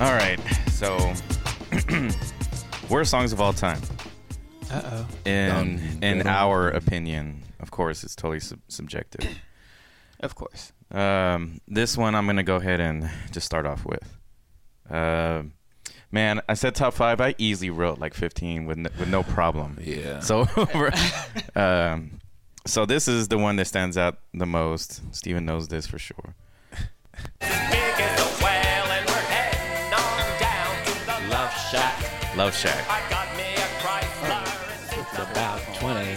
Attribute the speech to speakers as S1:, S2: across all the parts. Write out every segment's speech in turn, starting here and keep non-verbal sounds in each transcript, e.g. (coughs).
S1: All right. So, (clears throat) worst songs of all time.
S2: Uh oh.
S1: In
S3: Dun,
S1: in
S3: dun.
S1: our opinion, of course, it's totally sub- subjective.
S2: (coughs) Of course.
S1: Um, this one I'm gonna go ahead and just start off with. Um, man, I said top five. I easily wrote like 15 with no, with no problem.
S3: Yeah.
S1: So, (laughs) we're- um, so this is the one that stands out the most. Steven knows this for sure.
S4: Big as a whale and we're heading on down to the love shack.
S1: Love Shack.
S4: I got me a
S3: Oh,
S4: Chrysler. and
S2: It's about 20.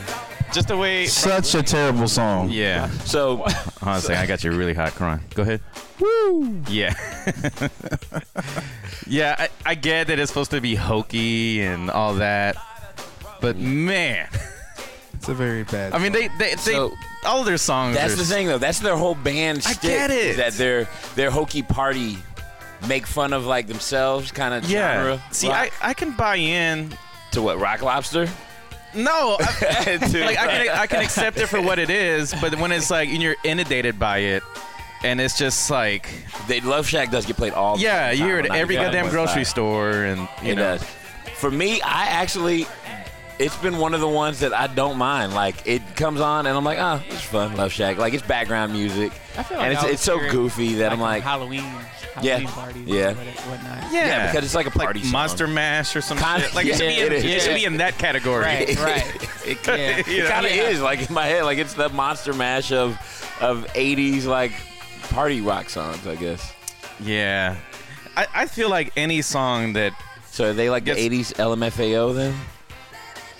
S1: Just the way.
S3: Such a terrible song.
S1: Yeah. (laughs)
S3: So
S1: Hold on a second. I got you really hot crying. Go ahead. Woo! Yeah. yeah, I, I get that it's supposed to be hokey and all that. But man,
S5: It's a very bad.
S1: I mean, they, they, they
S3: So-
S1: all their songs.
S3: that's
S1: are
S3: the
S1: s-
S3: thing, though. That's their whole band.
S1: I
S3: Shtick,
S1: get it.
S3: is That their their hokey party make fun of like themselves, kind of
S1: Yeah.
S3: genre.
S1: See,
S3: rock.
S1: I, I can buy in.
S3: to what Rock Lobster?
S1: No,
S3: (laughs)
S1: I, (laughs) like I can, I can accept it for what it is, but when it's like and you're inundated by it, and it's just like,
S3: They Love Shack does get played all. the
S1: yeah,
S3: time
S1: you're
S3: on
S1: at every
S3: 99.5.
S1: goddamn grocery store, and you
S3: It
S1: know,
S3: does. uh, For me, I actually, it's been one of the ones that I don't mind. Like it comes on and I'm like, ah, it's fun, Love Shack. Like it's background music,
S2: I feel like I
S3: and it's,
S2: was
S3: it's so
S2: hearing,
S3: goofy that I'm
S2: on
S3: like,
S2: Halloween, Halloween parties,
S3: yeah.
S2: and what- whatnot.
S1: yeah,
S3: yeah, because it's like a
S1: like
S3: party song. (laughs)
S1: Monster Mash or some
S3: Kinda-
S1: shit. Like it should be
S3: yeah,
S1: in, it
S3: it is.
S1: should be in that category.
S2: Right, right.
S3: It,
S2: Yeah.
S1: You know?
S3: kind of
S2: Yeah.
S3: is like in my head, like it's the monster mash of of '80s like party rock songs, I guess.
S1: Yeah, I, I feel like any song that
S3: So are they like the
S1: Yes.
S3: '80s
S1: (laughs)
S3: LMFAO then?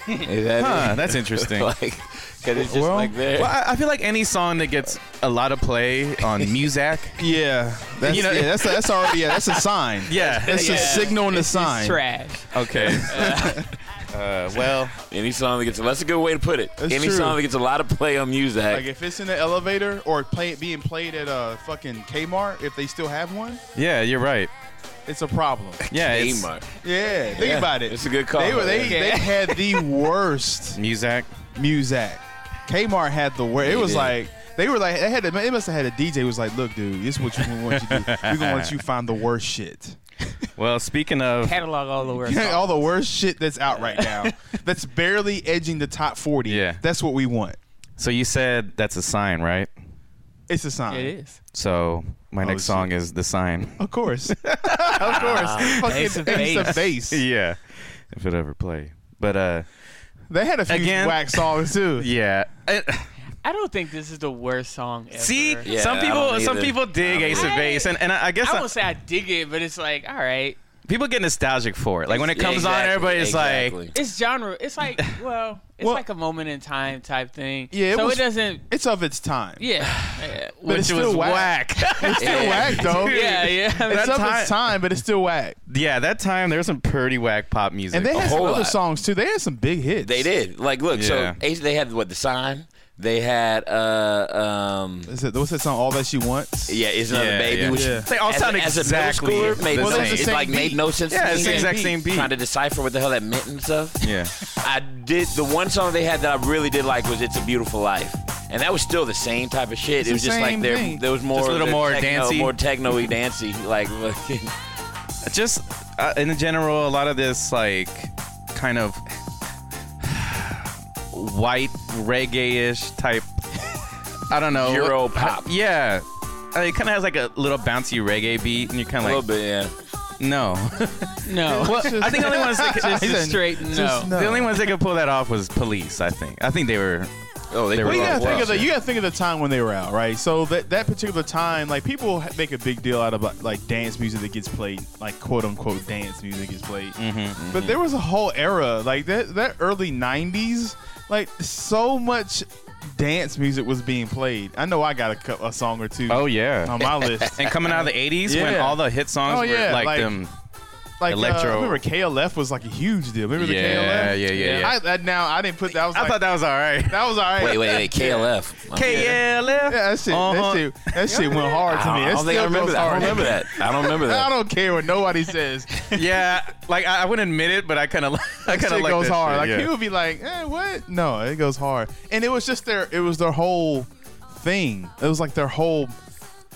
S3: Is that
S1: huh,
S3: (laughs) it?
S1: that's interesting.
S3: like, 'cause it's just
S5: Well,
S3: like there.
S1: Well, I, I feel like any song that gets a lot of play on Muzak.
S5: yeah, that's
S1: You know-
S5: yeah, that's that's already yeah, that's a sign. (laughs)
S1: yeah.
S5: that's
S2: Yeah.
S5: a signal and a sign.
S2: Trash.
S1: (laughs) Okay. (laughs) Uh, well,
S3: Any song that gets that's a good way to put it.
S5: That's
S3: Any
S5: true.
S3: song that gets a lot of play on music.
S5: Like if it's in the elevator or play being played at a fucking Kmart, if they still have one,
S1: yeah, you're right.
S5: it's a problem.
S1: Yeah, it's
S3: Kmart.
S5: Yeah, think
S3: Yeah,
S5: about it.
S3: it's a good call.
S5: They were they,
S3: Yeah.
S5: they had the worst
S1: Muzak.
S5: Muzak. Kmart had the worst. It was
S3: did.
S5: like they were like they had they must have had a DJ who was like, look, dude, this is what you we want you to do. We're gonna let you find the worst shit.
S1: Well, speaking of,
S2: Catalog all the words.
S5: (laughs) all the worst shit that's out right now. that's barely edging the top forty.
S1: Yeah.
S5: That's what we want.
S1: so you said that's a sign, right?
S5: It's a sign.
S2: It is.
S1: So my next
S5: shit.
S1: song is the
S5: (laughs)
S1: sign.
S5: Of course. of course. Fucking
S2: Ace of Base.
S5: Base.
S1: yeah, if it ever play. But uh,
S5: They had a few
S1: Again.
S5: whack songs too.
S1: (laughs) yeah. I-
S2: I don't think this is the worst song ever.
S1: See,
S3: Yeah,
S1: some
S3: I
S1: people
S3: don't
S1: some
S3: either.
S1: people dig Ace of
S2: either.
S1: Base, and, and I I guess
S2: I
S1: I-
S2: won't say I dig it, but it's like, all right.
S1: people get nostalgic for it. Like when it
S3: Yeah,
S1: comes on,
S3: exactly,
S1: everybody's
S3: exactly.
S2: It's genre. It's like,
S5: (laughs)
S2: well, it's
S5: Well-
S2: like a moment in time type thing.
S5: Yeah, it
S2: so
S5: was-
S2: it doesn't.
S5: It's of its time. (sighs)
S2: Yeah.
S1: like,
S5: But
S1: which
S5: it's
S1: was
S5: still
S1: whack.
S5: whack. (laughs) It's
S3: (laughs)
S5: still
S3: Yeah.
S5: whack though.
S2: yeah, yeah. I mean,
S5: (laughs) It's
S1: That
S5: of
S1: time-
S5: its time, but it's still whack.
S1: yeah, that time there was some pretty whack pop music.
S5: And they had some
S3: whole
S5: other
S3: lot.
S5: songs too. They had some big hits.
S3: They did. Like look,
S1: Yeah.
S3: so Ace they had what the sign. They had uh um
S5: Is it, what's that song? All that she wants.
S3: yeah, it's another
S1: Yeah,
S3: baby.
S1: yeah.
S3: Which
S5: Yeah.
S1: They all
S3: as
S1: sound
S3: a, as
S1: exactly
S3: a middle schooler, made
S1: the
S3: no
S1: same.
S3: sense.
S5: It's
S3: It,
S5: the
S3: like
S5: same
S3: made
S5: beat.
S3: no sense.
S1: yeah,
S3: to
S1: it's
S3: me.
S1: the exact same beat.
S3: Trying to decipher what the hell that meant and stuff.
S1: yeah,
S3: I did the one song they had that I really did like was "It's a Beautiful Life," and that was still the same type of shit.
S5: It's
S3: it was
S5: the
S3: just
S5: same
S3: like there,
S5: thing.
S3: there was more,
S1: Just a little
S3: the
S1: more
S3: techno,
S1: dancey.
S3: more techno-y, dancey. Like,
S1: (laughs)
S3: fucking-
S1: just uh, in general, a lot of this like kind of (sighs) white reggae-ish type. (laughs) I don't know
S3: Euro pop.
S1: Oh, Yeah, Uh, it kind of has like a little bouncy reggae beat, and you're
S3: a
S1: kind
S3: little
S1: of like,
S3: bit, yeah.
S1: no.
S2: no.
S1: well, I think the only
S5: (laughs)
S1: ones that could,
S2: Just a straight no.
S5: Just no.
S1: the only ones that could pull that off was Police. I think. I think they were.
S3: Oh, they,
S1: They
S3: were
S1: were
S5: Well,
S1: Yeah,
S5: you gotta
S1: well,
S5: think of the
S1: yeah.
S5: you gotta think of the time when they were out, right? So that that particular time, like people ha- make a big deal out of like, like dance music that gets played, like quote unquote dance music gets played.
S3: Mm-hmm,
S5: But there was a whole era, like that that early '90s, like so much dance music was being played. I know I got a, cou- a song or two
S1: Oh yeah.
S5: on
S3: (laughs)
S5: my list.
S1: and coming out of the 80s when
S5: Um, Yeah.
S1: all the hit songs
S5: Oh,
S1: were
S5: yeah,
S1: like,
S5: like-
S1: them
S5: Like
S1: Electro.
S5: uh, I remember KLF was like a huge deal. Remember
S1: Yeah,
S5: the KLF?
S1: yeah, yeah, yeah.
S5: I, I, now I didn't put that. I, was
S1: I
S5: like,
S1: thought that was all
S3: (laughs)
S1: right.
S5: that was all right.
S3: Wait, wait, wait. KLF.
S1: KLF.
S5: Yeah, that shit,
S1: Uh-huh.
S5: that shit, that shit went hard to
S3: I
S5: me.
S3: don't, I
S5: It
S3: don't think I
S5: still
S3: remember
S5: goes
S3: that. I
S5: hard
S3: don't
S5: to
S3: remember
S5: me.
S3: that. I don't
S1: (laughs)
S3: remember
S5: I
S3: that.
S5: don't care what
S2: (laughs)
S5: nobody says.
S1: (laughs) Yeah, like I, I wouldn't admit it, but I kind of, I
S5: That
S1: kind of (laughs)
S5: shit
S1: like
S5: goes
S1: that
S5: hard.
S1: shit,
S5: like
S1: yeah.
S5: people be like, eh, what? No, it goes hard. And it was just their, it was their whole thing. It was like their whole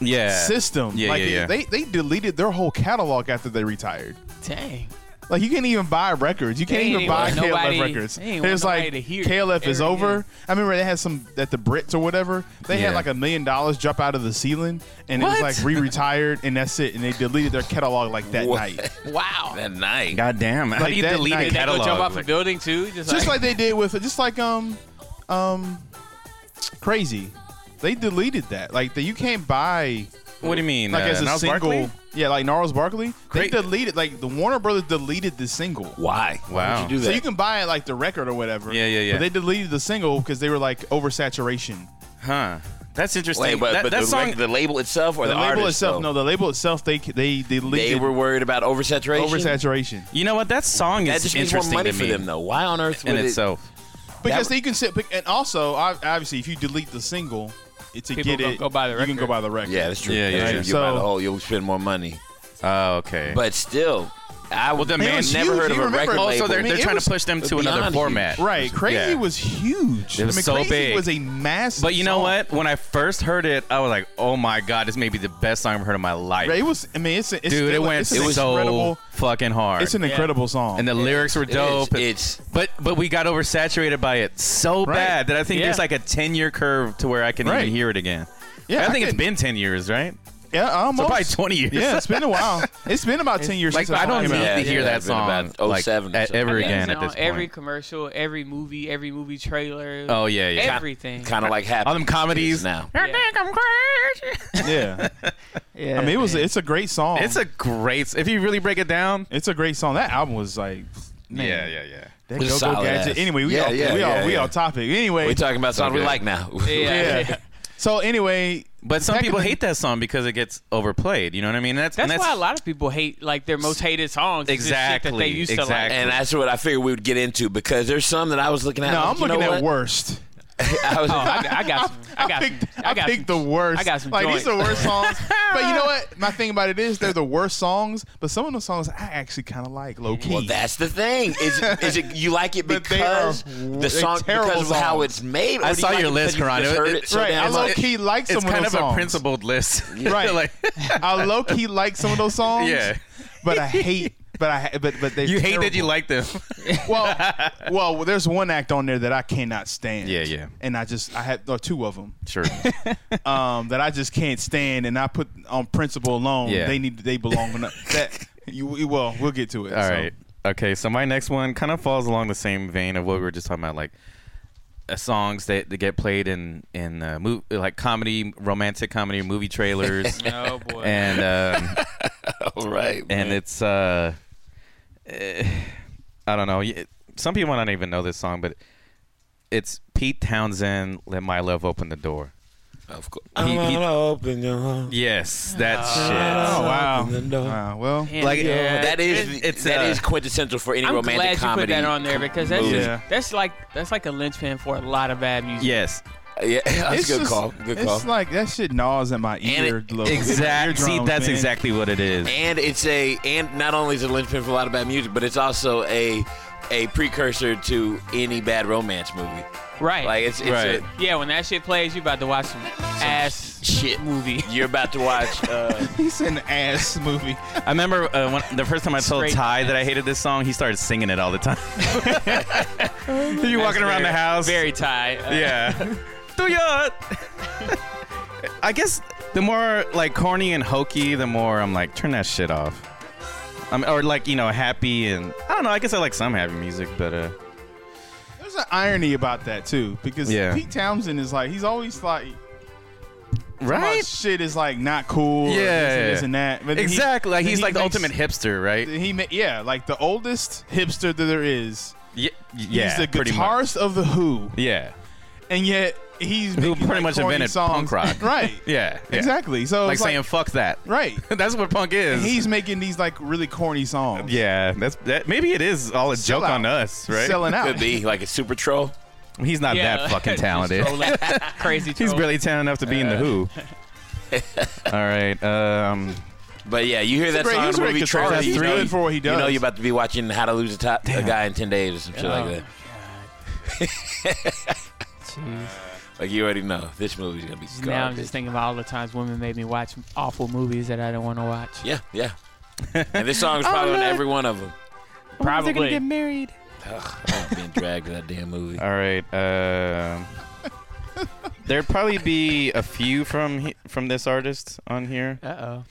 S1: yeah
S5: system.
S1: Yeah,
S5: like
S1: yeah,
S5: it-
S1: yeah.
S5: They, they deleted their whole catalog after they retired.
S2: Dang.
S5: Like you can't even buy records. You
S2: They
S5: can't
S2: ain't
S5: even buy
S2: want
S5: KLF
S2: nobody-
S5: records.
S2: they ain't
S5: It's
S2: want nobody
S5: like
S2: to hear it.
S5: KLF is
S2: There it
S5: over.
S2: is.
S5: I remember they had some at the Brits or whatever. They had
S1: Yeah.
S5: like a million dollars drop out of the ceiling, and it was
S2: What?
S5: like re-retired, and that's it. And they deleted their catalog like that
S3: What?
S5: night,
S2: Wow.
S3: That night.
S1: God damn! How
S5: Like
S1: do you
S5: that
S1: delete
S5: night-
S1: a
S2: Did they go
S1: catalog?
S2: jump off a
S1: Like,
S2: building too? Just,
S5: just like they did with just like um um crazy. They deleted that. Like that you can't buy
S1: what do you mean?
S5: like
S1: uh,
S5: as a
S1: Niles
S5: single.
S1: Barkley?
S5: Yeah, like Gnarls Barkley.
S1: Great.
S5: They deleted like the Warner Brothers deleted the single.
S3: Why? Why
S1: Wow.
S3: would you do that?
S5: So you can buy it like the record or whatever.
S1: Yeah, yeah, yeah.
S5: But they deleted the single because they were like oversaturation.
S1: Huh? That's interesting.
S3: Wait, but,
S1: that,
S3: but
S1: that
S3: the,
S1: song.
S3: rec- the label itself or
S5: The,
S3: the,
S5: label
S3: artist,
S5: itself,
S3: though?
S5: no, the label itself, they they deleted
S3: They were worried about oversaturation.
S5: oversaturation
S1: you know what? That song
S3: That
S1: is
S3: just means more
S1: interesting
S3: money
S1: to
S3: for
S1: me
S3: them, though. Why on earth
S1: in
S3: would it?
S1: itself.
S5: because
S3: That-
S5: they can sit. And also, ob- obviously, if you delete the single, it- to
S2: People
S5: get
S2: gonna
S5: it,
S2: go buy the
S5: you can go
S2: record.
S5: buy the record.
S3: Yeah, that's true.
S1: Yeah,
S3: that's
S1: yeah,
S3: true.
S1: yeah.
S3: You buy the
S5: So-
S3: whole, you'll spend more money.
S1: Oh, okay.
S3: But still, I would
S1: the
S3: have never
S1: man's
S5: huge.
S3: heard of
S5: You
S3: a
S5: remember-
S3: record
S5: Oh,
S1: oh, so
S5: so
S3: label.
S1: they're,
S5: I mean,
S1: they're
S5: it
S1: trying
S5: was-
S1: to push them to
S3: beyond
S1: another
S3: huge.
S1: format.
S5: Right, Crazy
S1: Yeah.
S5: was huge.
S1: It was
S5: I mean,
S1: so
S5: Crazy
S1: big.
S5: was a massive.
S1: But you know
S5: song.
S1: what? When I first heard it, I was like, "Oh my god, this may be the best song I've heard in my life."
S5: Right, It was. I mean, it's, a- it's
S1: Dude, it
S5: still-
S1: went
S5: It's an
S1: so
S5: incredible.
S1: fucking hard.
S5: It's an incredible song.
S1: and the lyrics were
S3: It is.
S1: dope. and-
S3: It's-
S1: but but we got oversaturated by it so
S5: Right.
S1: bad that I think
S5: Yeah.
S1: there's like a 10 year curve to where I can
S5: Right.
S1: even hear it again.
S5: Yeah,
S1: I think it's
S5: I can-
S1: been 10 years, right?
S5: yeah, almost.
S1: So probably 20 years.
S5: Yeah, it's been a while. It's been about ten years.
S1: (laughs) Like
S5: since
S1: I
S5: that
S1: don't
S5: song
S1: need
S5: came out.
S3: Yeah,
S1: to
S3: yeah,
S1: hear that
S3: it's been
S1: song
S3: about
S1: like,
S3: 07 or
S1: at-
S3: something.
S1: ever
S2: I mean,
S1: again
S2: it's
S1: at this
S2: on every
S1: point.
S2: commercial, every movie, every movie trailer.
S1: Oh yeah, yeah.
S2: everything.
S3: Kind of like happy
S1: All them comedies.
S3: now.
S2: Yeah.
S5: Yeah,
S2: Yeah,
S5: I mean, it was.
S2: man.
S5: It's a great song.
S1: It's a great. If you really break it down.
S5: It's a great song. That album was like, man,
S1: Yeah, yeah, yeah.
S5: That
S3: It's
S5: go go
S3: solid
S5: gadget.
S3: ass.
S5: Anyway, we
S3: Yeah,
S5: all
S3: yeah,
S5: we all
S3: yeah,
S5: we
S3: yeah.
S5: all topic. Anyway,
S3: We're talking about songs we
S1: good.
S3: like now. (laughs)
S2: Yeah.
S5: yeah. so anyway,
S1: But some
S5: back
S1: people
S5: in the-
S1: hate that song because it gets overplayed. You know what I mean? That's,
S2: That's,
S1: and that's
S2: why a lot of people hate like their most hated songs. is just Shit that
S1: Exactly,
S2: they used
S1: exactly.
S2: to like.
S3: And that's what I figured we would get into because there's some that I was looking at.
S5: No,
S3: I
S5: I'm
S3: was like,
S5: looking
S3: you know
S5: at
S3: what?
S5: worst.
S3: (laughs) I was,
S2: Oh, I, I got some.
S5: (laughs)
S2: I got
S5: picked,
S2: some. I got
S5: picked
S2: some.
S5: the worst.
S2: I got some
S5: Like these are
S2: joints.
S5: the
S2: (laughs)
S5: worst songs. but you know what? My thing about it is they're the worst songs. But some of those songs I actually kind of like low key.
S3: well, that's the thing. Is, is it you like it
S5: But they are
S3: because
S5: w-
S3: the song
S5: terrible
S3: because of how
S5: songs.
S3: it's made? or
S1: I
S3: do you
S1: saw
S3: like
S1: your
S3: it
S1: list,
S3: because
S1: Karan.
S3: you just
S1: It-
S3: heard
S1: it-
S3: it so
S5: right,
S3: damn
S5: I low
S3: much?
S5: key like some
S1: it's
S5: of
S1: kind
S5: those
S1: of
S5: songs.
S1: a (laughs) principled list.
S5: Right.
S1: like, (laughs)
S5: (laughs) I low key like some of those songs.
S1: Yeah.
S5: But I hate. But I. ha- But but they.
S1: you hate that you like them.
S5: well,
S1: (laughs)
S5: well, there's one act on there that I cannot stand.
S1: Yeah, yeah.
S5: And I just I had or two of them
S1: (laughs) sure. (laughs)
S5: um, that I just can't stand, and I put on principle alone.
S1: Yeah.
S5: They need they belong on the- that. You, well, we'll get to it.
S1: All right. Okay, so my next one kind of falls along the same vein of what we were just talking about, like uh, songs that, that get played in in uh, mov- like comedy, romantic comedy, movie (laughs) trailers,
S2: Oh boy.
S1: and um,
S3: All right.
S1: and it's uh, eh, I don't know. Y- Some people don't even know this song, but it's Pete Townsend. Let my love open the door.
S3: of course.
S1: He- he-
S3: open your heart.
S1: Yes, that
S3: Ah.
S5: Oh wow.
S3: Open the door.
S5: Wow, well,
S2: Man,
S1: like,
S2: yeah,
S3: that is
S1: it's- it's,
S3: that
S1: uh,
S3: is quintessential for any
S2: I'm
S3: romantic
S2: glad you
S3: comedy.
S2: put that on there because that's
S5: movie.
S2: just,
S5: Yeah.
S2: that's like that's like a linchpin for a lot of bad music.
S1: shit. (laughs) Yes,
S3: Yeah, (laughs) that's
S5: it's
S3: a good
S5: just-
S3: call. Good call.
S5: It's like that shit gnaws at my
S3: And
S5: ear.
S3: it-
S5: little-
S1: exactly. See,
S5: eardrums,
S1: that's
S5: man.
S1: exactly what it is.
S3: and it's a and not only is it a linchpin for a lot of bad music, but it's also a a precursor to any bad romance movie.
S2: Right.
S3: Like it's it's
S1: Right.
S3: a,
S2: yeah, when that shit plays, you about to watch some, ass
S3: shit.
S2: movie.
S3: you're about to watch.
S2: (laughs)
S3: Uh,
S5: He's an ass (laughs) movie.
S1: I remember uh, when, the first time I told
S2: Straight
S1: Ty that I hated this song, he started singing it all the (laughs) time. you walking around the
S2: very-
S1: house.
S2: Very tight. Uh,
S1: (laughs) yeah. Do ya? (laughs) I guess the more like corny and hokey, the more I'm like, turn that shit off. I'm, or like you know, happy and I don't know. I guess I like some happy music, but uh,
S5: There's an irony about that too, because
S1: Yeah.
S5: Pete Townsend is like he's always like my
S1: right?
S5: shit is like not cool. or this
S1: Yeah.
S5: and, this and that. But then he-
S1: Exactly. like
S5: then
S1: he's
S5: he
S1: like the
S5: makes-
S1: ultimate hipster, right?
S5: He ma- yeah, like the oldest hipster that there is.
S1: Yeah. Yeah.
S5: he's the
S1: pretty much.
S5: guitarist of the Who,
S1: Yeah.
S5: and yet he's
S1: Who
S5: making,
S1: pretty
S5: like,
S1: much
S5: corny
S1: invented
S5: songs.
S1: punk rock.
S5: (laughs) right?
S1: Yeah. yeah.
S5: exactly. So
S1: Like
S5: it's
S1: saying "fuck that." (laughs)
S5: right.
S1: That's what punk is.
S5: And he's making these like really corny songs.
S1: Yeah, that's that. Maybe it is all a
S5: Sell
S1: joke
S5: out.
S1: on us, right?
S5: selling out.
S3: could be like a super troll.
S1: He's not
S2: yeah.
S1: that fucking (laughs)
S2: (laughs) Just
S1: talented.
S2: trolling. Crazy.
S1: He's
S2: trolling.
S1: barely talented enough to be in the Who. all right, um,
S3: But yeah, you hear that
S5: great-
S3: song
S5: he
S3: in
S5: was
S3: the
S5: a great
S3: movie
S5: guitarist.
S3: trailer.
S5: He's
S3: you know-
S5: good for what he
S3: You know
S5: does.
S3: you're about to be watching How to Lose a, Oh, Top, a Guy in Ten Days or some shit
S2: Oh,
S3: like that.
S2: God. Jeez.
S3: (laughs) Like you already know, this movie's gonna be garbage.
S2: Now I'm just thinking about all the times women made me watch awful movies that I don't want to watch.
S3: Yeah,
S2: (laughs)
S3: yeah. And this
S2: Oh,
S3: song is probably on every one of them.
S2: Probably.
S1: married.
S3: Ugh, I'm being dragged to that damn movie.
S1: All right. Um, there'd probably be a few from he- from this artist on here,
S2: Uh oh.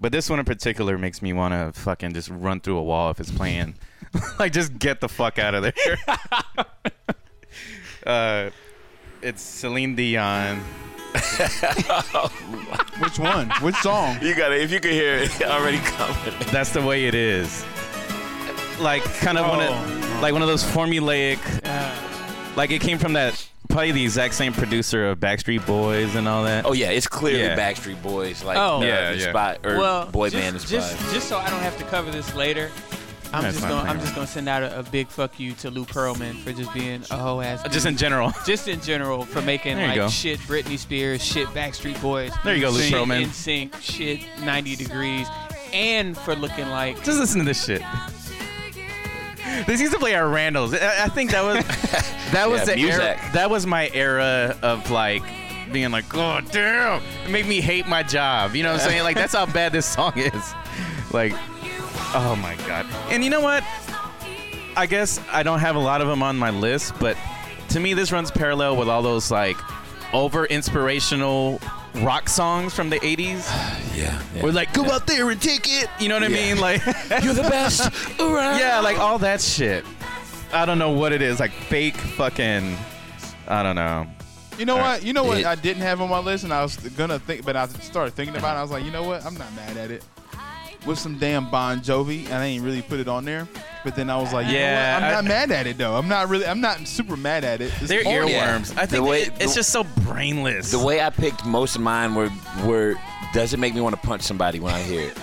S1: but this one in particular makes me want to fucking just run through a wall if it's playing. (laughs) like, just get the fuck out of there. (laughs) uh, it's Celine Dion.
S5: Which one? Which song?
S3: You got to If you could hear it, (laughs) already coming.
S1: That's the way it is. Like, kind of one
S5: Oh.
S1: of like one of those formulaic. Like, it came from that probably the exact same producer of Backstreet Boys and all that.
S3: Oh yeah, it's clearly
S1: Yeah.
S3: Backstreet Boys, like
S2: Oh.
S3: uh,
S1: Yeah,
S3: the
S1: yeah.
S3: spot or
S2: well,
S3: boy
S2: just,
S3: band is
S2: just, just so I don't have to cover this later. I'm
S1: That's
S2: just
S1: not
S2: gonna I'm
S1: playing.
S2: just gonna send out a, a big fuck you to Lou Pearlman for just being a whole ass.
S1: Uh, Just in
S2: dude.
S1: general.
S2: just in general for making
S1: There you
S2: like
S1: go.
S2: shit Britney Spears, shit Backstreet Boys.
S1: There you go, Lou
S2: shit
S1: Pearlman.
S2: In sync, shit 90 degrees, and for looking like
S1: Just listen to this shit. This used to play at Randall's. I, I think that
S3: (laughs)
S1: was that was
S3: Yeah,
S1: the era,
S3: music.
S1: that was my era of like being like, oh damn, it made me hate my job. You know what I'm saying? Like that's how bad this song is. Like, oh my god. And you know what? I guess I don't have a lot of them on my list, but to me this runs parallel with all those like over inspirational rock songs from the 80s.
S3: yeah,
S1: We're like, go out there and take it. You know what I
S3: Yeah.
S1: mean? Like.
S3: (laughs) you're the best around.
S1: Yeah, like all that shit. I don't know what it is. Like fake fucking. I don't know.
S5: You know
S1: All
S5: what? You know what?
S3: It-
S5: I didn't have on my list, and I was gonna think, but I started thinking about it. I was like, you know what? I'm not mad at it. With some damn Bon Jovi, and I ain't really put it on there. But then I was like,
S1: Yeah,
S5: yeah, I'm
S1: I-
S5: not mad at it though. I'm not really. I'm not super mad at it. It's
S1: They're
S5: corny.
S3: Yeah.
S1: earworms. I
S3: The
S1: think
S3: way-
S1: it- it's
S3: the-
S1: just so brainless.
S3: The way I picked most of mine were were does it make me want to punch somebody when I hear it?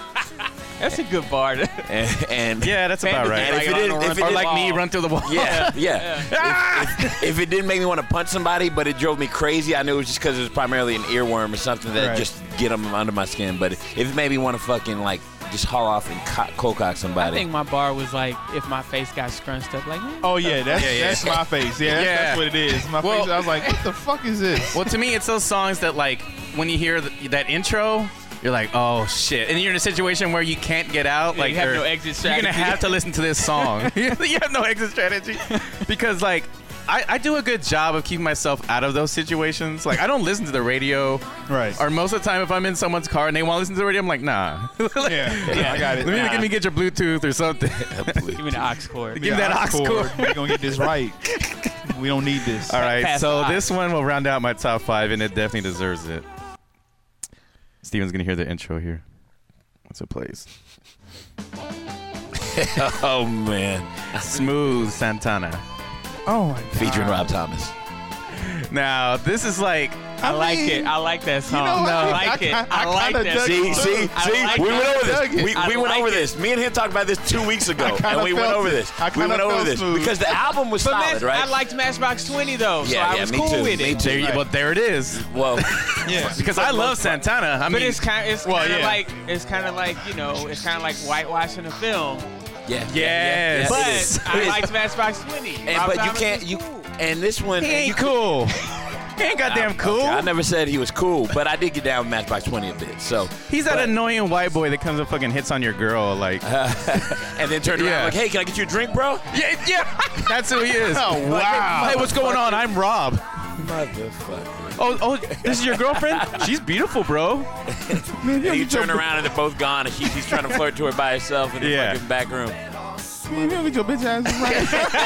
S2: that's a good bar. (laughs) To,
S3: And, and
S1: yeah, that's about right.
S3: And if it didn't- if it
S1: or
S3: didn't-
S1: like me, run through the wall.
S3: Yeah, yeah.
S1: (laughs)
S3: If, if- if it didn't make me want to punch somebody, but it drove me crazy, I knew it was just because it was primarily an earworm or something that
S5: Right.
S3: just get them under my skin. But if it made me want to fucking like just haul off and co- cold cock
S2: I
S3: somebody,
S2: think my bar was like if my face got scrunched up, like man,
S5: Oh yeah, that's
S1: Yeah, yeah.
S5: that's my face. Yeah, that's,
S1: Yeah.
S5: that's what it is. My
S1: Well-
S5: face. I was like, what the fuck is this?
S1: Well, to me, it's those songs that like when you hear th- that intro. You're like, oh shit, and you're in a situation where you can't get out.
S2: Yeah,
S1: like
S2: you have
S1: you're-
S2: no exit
S1: You're gonna
S2: strategy.
S1: have to listen to this (laughs) song. you have no exit strategy because like. I, I do a good job of keeping myself out of those situations. Like I don't listen to the radio,
S5: Right.
S1: or most of the time if I'm in someone's car and they want to listen to the radio, I'm like, nah. (laughs) Like,
S5: yeah, yeah, I got it.
S1: Let me let me get your Bluetooth or something.
S2: (laughs) (laughs) give me the ox cord.
S1: give me that ox cord.
S5: We're gonna get this right. We don't need this.
S1: All right,
S2: Pass
S1: so
S2: the
S1: this one will round out my top five, and it definitely deserves it. Steven's gonna hear the intro here. Once it plays,
S3: (laughs) oh man,
S1: smooth Santana.
S5: Oh my god.
S3: featuring Rob Thomas.
S1: Now this is like
S2: I like it. I like that song.
S5: know, I-
S2: I like it.
S5: I- I
S2: I like
S5: kinda
S2: that.
S5: dug it.
S2: song.
S3: See, see, see.
S2: I like
S3: we
S2: it.
S3: went over
S5: I
S3: this.
S5: dug it.
S3: We,
S2: I
S3: we went
S2: like
S3: over
S2: it.
S3: this. Me and him talked about this two weeks ago,
S5: kinda
S3: and we went
S5: felt
S3: over
S5: it.
S3: this.
S5: I
S3: We
S5: kinda
S3: went over
S5: felt
S3: this
S5: smooth.
S3: because the album was
S2: But
S3: solid,
S2: listen,
S3: right?
S2: I liked Matchbox 20 though, so
S3: Yeah,
S2: I
S3: yeah,
S2: was
S3: me
S2: cool
S3: too,
S2: with
S3: me
S2: it.
S3: too.
S1: there. you- Well, there it is.
S3: Well,
S5: Yeah.
S1: Because I love Santana. I mean,
S2: But it's kind of it's
S5: Well,
S2: kind of
S5: yeah.
S2: like it's kind of like you know it's kind of like whitewashing a film.
S3: yeah, yeah,
S1: Yes.
S2: But
S3: it is. (laughs) It
S2: I
S3: is.
S2: liked Matchbox 20.
S3: And,
S2: Rob
S3: but you
S2: Thomas
S3: can't
S2: was
S3: you
S2: cool.
S3: and this one
S1: he
S3: and you
S1: ain't
S2: (laughs)
S1: cool. he ain't goddamn cool.
S3: Okay, I never said he was cool, but I did get down with Matchbox 20 a bit. So
S1: He's that
S3: but-
S1: annoying white boy that comes and fucking hits on your girl. Like,
S3: and then turned around
S1: Yeah.
S3: like, hey, can I get you a drink, bro?
S1: yeah, yeah. That's who he is.
S5: Oh wow.
S1: Hey, what's going on? I'm Rob.
S3: Motherfucker.
S1: Oh, oh, this is your girlfriend? She's beautiful, bro.
S3: And you turn around and they're both gone, and she, he's trying to flirt to her by herself in the
S1: Yeah.
S3: fucking back room.
S5: Man, you get your bitch ass right.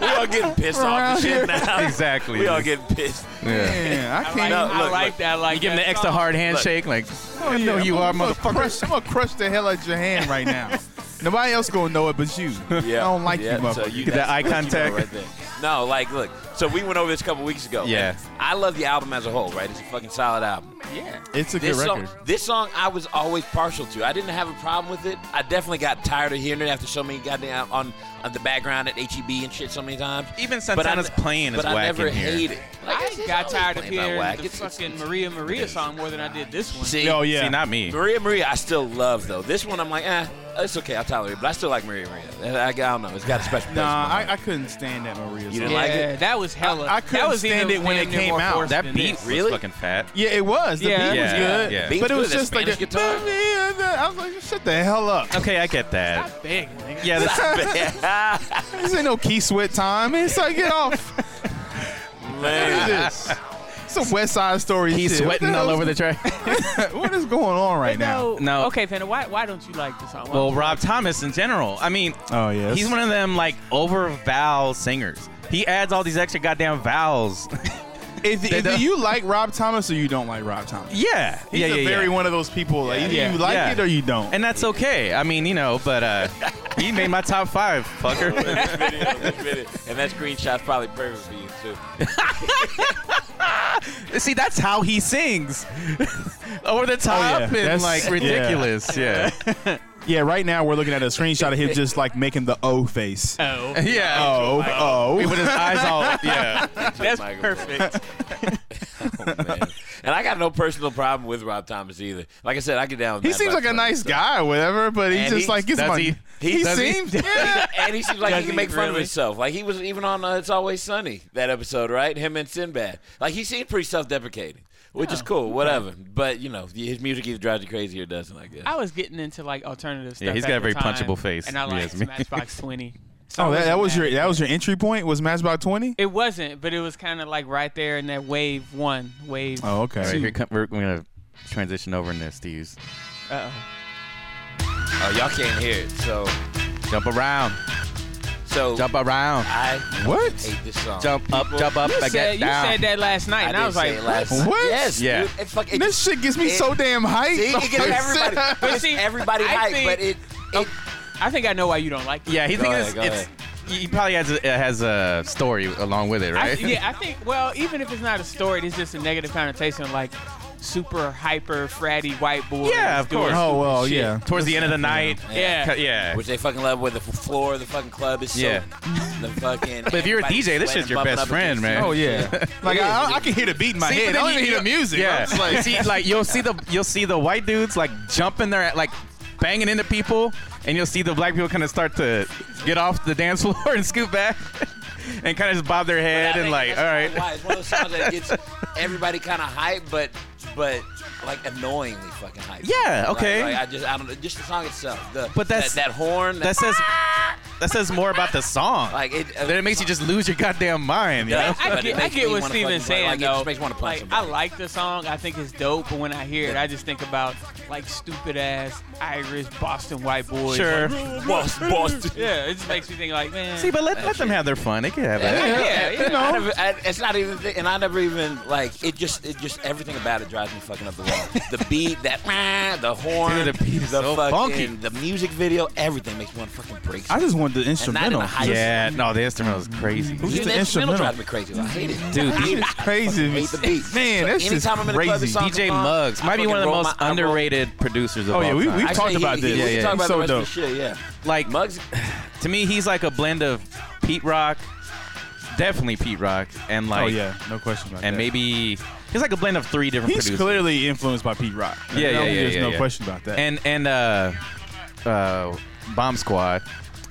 S3: We all getting pissed off and shit now.
S1: Exactly.
S3: We all getting pissed.
S1: Yeah.
S5: Man, I
S2: I like,
S5: can't.
S3: No,
S2: I
S3: look,
S2: like that. I like
S1: You give him
S2: that
S1: the extra
S2: song.
S1: hard handshake, like,
S5: Oh,
S1: I know
S5: yeah.
S1: you
S5: I'm
S1: are,
S5: gonna
S1: motherfucker.
S5: Crush, I'm gonna crush the hell out your hand right now. Nobody else gonna know it but you. I don't like
S3: Yeah,
S5: you,
S3: so
S5: motherfucker.
S1: Get (laughs) that
S3: that's
S1: eye
S3: what you know
S1: contact.
S3: right there. no, like, look. So we went over this a couple weeks ago.
S1: Yeah.
S3: I love the album as a whole, right? It's a fucking solid album.
S2: Yeah.
S5: it's a good
S3: This song,
S5: record.
S3: this song I was always partial to. I didn't have a problem with it. I definitely got tired of hearing it after so many goddamn on, on the background at HEB and shit so many times.
S1: Even
S3: But I-
S1: Santana's playing is
S3: but I
S1: whack
S3: never
S1: in here.
S3: hate it.
S2: I
S3: it's
S2: got
S3: always
S2: tired of
S3: playing about
S2: hearing
S3: whack.
S2: the
S3: It's- it's-
S2: fucking Maria Maria song more than I did this one.
S3: See,
S5: Oh yeah.
S1: See, not me.
S3: Maria Maria, I still love though. This one, I'm like, eh, It's okay. I tolerate it, but I still like Maria Maria. And I, I don't know. It's got a special place. in my
S5: Nah,
S3: heart.
S5: I, I couldn't stand that Maria.
S3: You
S5: song.
S3: didn't like
S2: Yeah,
S3: it?
S2: that was hella.
S5: I couldn't
S2: that was
S5: stand
S2: even
S5: it when it
S2: damn near
S5: came
S2: more
S5: out.
S2: forced
S1: That
S2: than
S1: beat
S2: this.
S1: was
S3: Really?
S1: fucking fat.
S5: Yeah, it was. The
S2: Yeah.
S5: beat was
S1: Yeah,
S5: good.
S1: yeah.
S5: But
S3: Beat's
S5: it was
S3: good, that
S5: just like,
S3: Spanish
S5: the-
S3: guitar.
S5: I was like, shut the hell up.
S1: Okay, I get that.
S2: Big.
S1: Yeah, (laughs) that's,
S5: This ain't no key sweat time. It's like,
S1: (laughs)
S5: get off. What is this? Some West Side Story
S1: he's
S5: shit. What
S1: sweating all
S5: hell's-
S1: over the track.
S5: (laughs) what is going on right now?
S2: No.
S1: No.
S2: Okay, Panda. Why why don't you like this song? Why
S1: Well,
S2: don't you
S1: Rob Thomas in general. I mean,
S5: Oh yes.
S1: he's one of them like over vowel singers. He adds all these extra goddamn vowels.
S5: If, if
S1: the-
S5: you like Rob Thomas or you don't like Rob Thomas,
S1: yeah,
S5: he's
S1: yeah,
S5: a
S1: yeah,
S5: very
S1: yeah.
S5: one of those people. Like either
S2: Yeah.
S5: you like
S1: Yeah.
S5: it or you don't.
S1: And that's okay. I mean, you know, but uh, he made my top five, (laughs) fucker.
S3: and that screenshot's probably perfect for you too.
S1: See, that's how he sings, (laughs) over the top
S5: yeah.
S1: and
S5: That's-
S1: like
S5: yeah.
S1: ridiculous. Oh, Yeah,
S5: yeah, right now we're looking at a screenshot of him just like making the O face.
S2: Oh,
S1: (laughs) (laughs) yeah.
S5: Oh,
S1: With
S5: oh.
S1: his eyes all, yeah.
S2: that's
S3: Michael.
S2: perfect.
S3: (laughs) Oh, man. And I got no personal problem with Rob Thomas either. Like I said, I get down. With
S5: He
S3: Mad
S5: seems
S3: Black
S5: like
S3: Fun,
S5: a nice
S3: so-
S5: guy or whatever, but he's
S3: And
S5: just
S3: he-
S5: like, it's
S1: does
S5: my.
S1: he-
S5: he,
S3: he- does he?
S5: seems. yeah.
S3: (laughs) And he seems like he
S2: Does
S3: can
S2: he
S3: make fun of
S2: really?
S3: himself. Like he was even on uh, It's Always Sunny that episode, right? Him and Sinbad. Like he seemed pretty self-deprecating, which
S2: Oh,
S3: is cool, whatever. But you know, his music either drives you crazy or doesn't. I guess.
S2: I was getting into like alternative stuff.
S1: Yeah, he's
S2: at
S1: got a
S2: the
S1: very
S2: time,
S1: punchable face.
S2: And I
S1: He
S2: like
S1: has me.
S2: Matchbox
S1: (laughs)
S2: Twenty. So I
S5: Oh, that, that
S2: wasn't
S5: was
S2: mad.
S5: your that was your entry point. Was Matchbox Twenty?
S2: It wasn't, but it was kind of like right there in that wave one, wave.
S5: Oh,
S1: (laughs)
S5: okay.
S1: All right, here come, we're, we're gonna transition over into Steve's.
S2: Uh-oh.
S3: Oh, y'all can't hear it. So,
S1: Jump around,
S3: so
S1: jump around,
S3: I
S5: What?
S3: hate this song.
S1: jump up, jump up,
S2: You,
S1: I
S2: said,
S1: get
S2: you
S1: down.
S2: said that last night,
S3: I
S2: and I
S3: did
S2: was
S3: say
S2: like,
S3: it last
S5: what?
S3: night. Yes.
S1: Yeah.
S3: Dude, it fuck, it
S5: This
S3: just-
S5: shit gets me
S3: it-
S5: so damn hyped.
S3: See, it
S5: (laughs)
S3: gets everybody.
S2: But
S3: it's
S2: see,
S3: everybody
S2: I
S3: hype,
S2: think-
S3: but it. it
S2: I think I know why you don't like it.
S1: Yeah, he
S3: Go
S1: thinks
S3: ahead,
S1: it's,
S3: go
S1: it's he probably has a, has a story along with it,
S2: I,
S1: right?
S2: yeah, I think. Well, even if it's not a story, it's just a negative connotation, like super hyper fratty white boy.
S1: Yeah, of course.
S5: Oh well,
S2: Shit.
S5: yeah.
S1: Towards the end of the night.
S2: Yeah.
S1: Cut- Yeah.
S3: which they fucking love, where the f- floor of the fucking club is
S1: Yeah.
S3: so. The fucking.
S1: But if you're a
S3: everybody's
S1: DJ, this
S3: sweating,
S1: shit's your
S3: bumping
S1: best
S3: up
S1: friend,
S3: against
S1: man.
S3: it.
S5: Oh yeah. like I, I can hear the beat in my
S1: See,
S5: head.
S1: but
S5: I
S1: then
S5: don't even
S1: you-
S5: hear the music. I'm
S1: Yeah.
S5: just like,
S1: see, like you'll see the you'll see the white dudes like jumping their like banging into people, and you'll see the black people kind of start to get off the dance (laughs) floor and scoot back, and kind of just bob their
S3: But I
S1: head and
S3: think
S1: like, all
S3: that's probably
S1: right.
S3: Why. It's one of those songs that gets everybody kind of hype, but but like annoyingly fucking hype.
S1: Yeah, okay.
S3: Like, like, I just I don't know, just the song itself. The,
S1: But that's-
S3: that, that horn.
S1: That says that says more about the song.
S3: like it. uh,
S1: then it makes you just lose your goddamn mind. You know?
S3: Yeah.
S2: I
S3: But it
S2: get, I
S3: makes
S2: get
S3: me
S2: what
S3: wanna
S2: Steven's
S3: fucking play.
S2: saying
S3: Like, it
S2: though.
S3: just makes me wanna punch
S2: Like, I
S3: somebody.
S2: like the song. I think it's dope. But when I hear it, I just think about like stupid ass Irish Boston white boys.
S1: Sure.
S2: Like,
S3: boss, boss.
S2: yeah, it just makes me think like, man.
S1: See, but let, let them have their fun. They can have
S2: yeah,
S1: it.
S2: yeah, yeah.
S3: I never, I, it's not even, thi- and I never even like it. Just, it just everything about it drives me fucking up the wall.
S1: (laughs)
S3: the beat, that, ah, the horn,
S1: Dude, the beat is so
S3: fucking,
S1: funky.
S3: the music video, everything makes me want to fucking break.
S5: I
S3: something.
S5: just wanted the
S3: And not in
S5: instrumental.
S3: a high-
S1: Yeah, no, the instrument was crazy.
S5: Who's
S3: Even
S5: the instrumental?
S3: drives me crazy. I hate it,
S1: Dude,
S5: That shit is crazy.
S3: hate the beat.
S5: Man,
S3: So
S5: that's
S3: anytime
S5: just
S3: I'm in the club,
S5: crazy.
S3: this song-
S1: DJ
S3: Uh,
S1: Muggs
S3: I
S1: might be
S3: fucking
S1: one of the
S3: roll
S1: most
S3: my- I roll-
S1: underrated producers of
S5: Oh,
S1: all
S5: yeah, we-
S1: time.
S5: we've
S1: I-
S5: talked
S3: Actually, he-
S5: about
S3: he-
S5: this.
S3: we
S1: Yeah,
S3: can
S1: yeah,
S3: talk
S5: he's
S3: about
S5: so
S3: the rest
S5: dope.
S3: of the shit, yeah.
S1: like
S3: Muggs,
S1: to me, he's like a blend of Pete Rock, definitely Pete Rock, and like
S5: oh yeah, no question about that.
S1: and maybe he's like a blend of three different
S5: he's
S1: producers.
S5: clearly influenced by Pete Rock.
S1: Yeah, yeah,
S5: No,
S1: yeah,
S5: There's
S1: yeah,
S5: no
S1: yeah.
S5: question about that.
S1: And and uh, uh, Bomb Squad,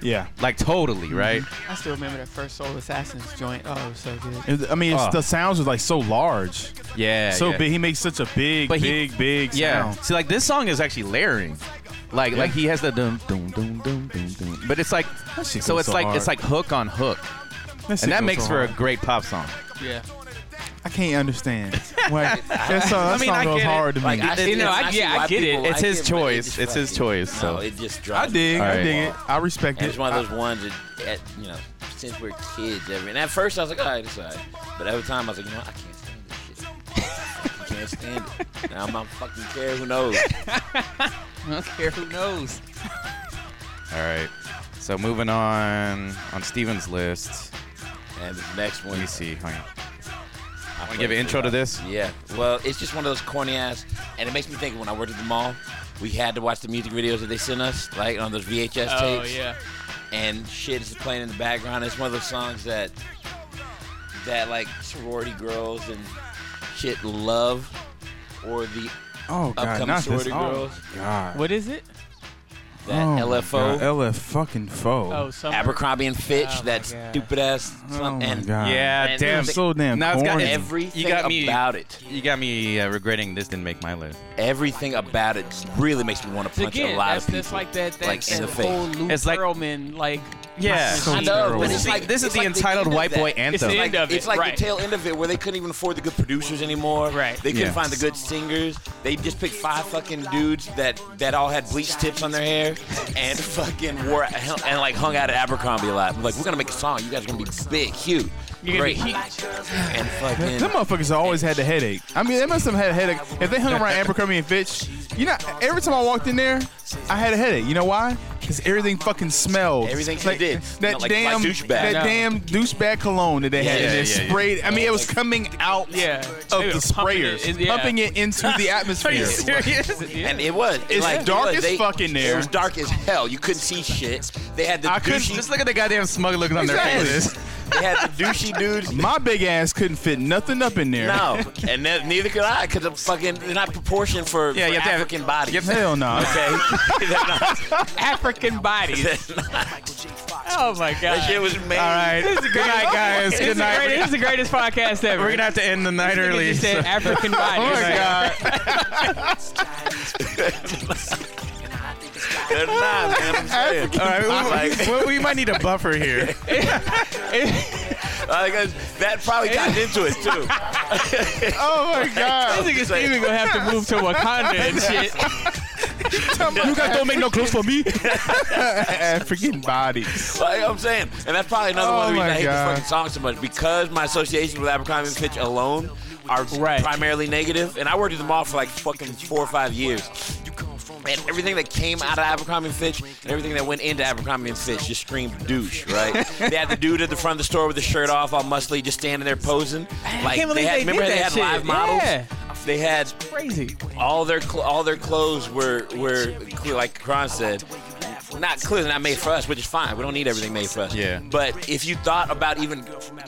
S5: yeah.
S1: like
S5: Mm-hmm.
S1: totally right.
S2: I still remember that first Soul Assassins joint. Oh, it was so good.
S5: It- I mean, it's,
S1: Oh.
S5: the sounds are like so large,
S1: Yeah,
S5: so
S1: yeah.
S5: big. He makes such a big,
S1: But he-
S5: big, big
S1: Yeah.
S5: sound.
S1: See, like this song is actually layering. Like, like he has the dum dum dum dum dum dum, but it's like,
S5: shit
S1: so
S5: goes
S1: it's
S5: so
S1: like
S5: hard.
S1: it's like hook on hook,
S5: That shit
S1: and that
S5: goes
S1: makes
S5: so
S1: for a
S5: hard.
S1: great pop song.
S2: (laughs) Yeah.
S5: I can't
S1: (laughs)
S5: understand. Like, that song, that
S1: I mean,
S5: song
S1: I
S5: goes
S1: get it.
S5: hard to
S3: like
S5: me.
S3: I,
S1: It- (laughs)
S3: see-
S1: you know,
S2: I
S3: see
S2: get- I
S3: why
S2: get
S3: people
S2: it.
S3: like
S1: It's his
S3: but it
S1: choice.
S3: just
S1: It's his
S3: fucking-
S1: choice, so.
S3: no, it just
S5: I
S3: drives. me
S5: dig. I
S1: Alright.
S5: dig it. I respect
S3: And
S5: it.
S3: it's one of those ones that, at, you know, since we're kids, every and at first I was like, all right, it's all right. But every time I was like, you know, what? I can't stand this shit. I can't stand it. Now I'm not fucking care. Who knows?
S2: I don't care who knows.
S1: All right. So moving on on Steven's list.
S3: And the next one,
S1: Let me see. Hang on.
S3: I
S1: Wanna give an intro to this?
S3: Yeah. Well, it's just one of those corny ass, and it makes me think when I worked at the mall, we had to watch the music videos that they sent us, like on those VHS
S2: Oh
S3: tapes.
S2: yeah.
S3: and shit is playing in the background. It's one of those songs that that like sorority girls and shit love, or the
S5: Oh
S3: upcoming
S5: god, not this.
S3: sorority
S5: Oh
S3: girls.
S5: god.
S2: What is it?
S3: that
S5: Oh my God,
S3: LFO,
S5: LF fucking foe.
S2: Oh, some
S3: Abercrombie and Fitch,
S2: Oh my
S3: that
S2: God.
S3: stupid ass.
S5: Oh my
S3: and
S5: God.
S1: Yeah,
S3: Man,
S1: damn.
S3: it's
S5: so damn
S1: Now it's got
S5: corny.
S3: everything
S1: You got me.
S3: about it,
S1: You got me uh, regretting this didn't make my list.
S3: everything about it, really makes me want to
S2: It's
S3: punch
S2: again,
S3: a lot
S2: that's,
S3: of people.
S2: that's like that, that,
S3: like, in
S2: that
S3: the face.
S2: whole Lou
S1: It's like-
S2: Pearlman, like,
S1: Yeah.
S5: So
S3: I know,
S5: terrible.
S3: but it's like
S1: this is
S3: it's
S1: the
S3: like
S1: entitled
S3: end of
S1: white
S3: that.
S1: boy anthem.
S2: It's the end of it,
S3: It's like
S2: right.
S3: the tail end of it where they couldn't even afford the good producers anymore.
S2: Right.
S3: They couldn't
S1: Yeah.
S3: find the good singers. They just picked five fucking dudes that that all had bleach tips on their hair and fucking wore and like hung out at Abercrombie a lot. Like we're gonna make a song. You guys are gonna be big, huge,
S2: you're
S3: great,
S2: gonna be
S3: and
S5: Them
S3: fucking.
S5: motherfuckers always had the headache. I mean, they must have had a headache. If they hung around Abercrombie and Fitch, you know, every time I walked in there, I had a headache. You know why? Because everything fucking smelled.
S3: Everything
S5: It's
S3: they did
S5: That
S3: smelled like- like
S5: damn,
S3: douchebag.
S5: that
S2: No.
S5: damn douchebag cologne that they had
S1: Yeah,
S5: in there
S1: yeah, yeah.
S5: sprayed. I mean, it was
S3: Like-
S5: coming out
S2: Yeah.
S5: of
S2: They
S5: the
S2: were pumping it
S5: sprayers, pumping
S2: in-
S5: it,
S2: yeah.
S5: into the (laughs) atmosphere.
S1: serious?
S3: And it was.
S5: It's
S3: like,
S5: dark
S3: look,
S5: as
S3: they-
S5: fuck in
S3: It
S5: there.
S3: was dark as hell. You couldn't see shit. They had the
S5: I couldn't-
S3: douchey.
S1: Just look at the goddamn smug looking on their
S5: Exactly.
S1: faces.
S3: they had
S1: (laughs)
S3: the douchey dudes
S5: My big ass couldn't fit nothing up in there.
S3: No, and ne- neither could I, because I'm fucking they're not proportioned for,
S1: Yeah,
S3: for
S1: you have to have-
S3: African bodies.
S1: you have
S5: Hell no.
S3: okay, (laughs) They're not-
S2: African bodies. (laughs)
S3: they're not.
S2: Oh, my
S3: That shit
S2: God.
S3: was made.
S1: All right. Good night, guys.
S2: This is
S1: Good
S2: the greatest- this
S1: night.
S2: is the greatest podcast ever.
S1: We're gonna have to end the night
S2: Nigga
S1: early.
S2: just
S1: so-
S2: said African bodies.
S1: Oh my god.
S3: They're not, man. I'm saying.
S1: All right,
S3: I'm
S1: we,
S3: like,
S1: we- we might need a buffer here.
S3: like, uh, that probably got into
S1: (laughs)
S3: it too.
S5: Oh my god.
S2: This nigga Steven gonna have to move to Wakanda and shit.
S5: you guys don't make no clothes
S1: (laughs)
S5: for me. African bodies.
S3: Like I'm saying, and that's probably another
S5: Oh
S3: one of the
S5: my
S3: reasons I hate
S5: God.
S3: this fucking song so much because my associations with Abercrombie and Fitch alone are
S2: Right.
S3: primarily negative, and I worked at the mall for like fucking four or five years. And everything that came out of Abercrombie and Fitch, and everything that went into Abercrombie and Fitch, just screamed douche, right? they had the dude at the front of the store with the shirt off, all muscly, just standing there posing. Like
S2: can't believe
S3: had,
S2: they
S3: remember
S2: did
S3: they
S2: that
S3: had live
S2: shit.
S3: models.
S2: Yeah.
S3: They had
S2: Crazy.
S3: all their cl- all their clothes were were like Kron said, not clearly not made for us, which is fine. We don't need everything made for us.
S1: Yeah.
S3: But if you thought about even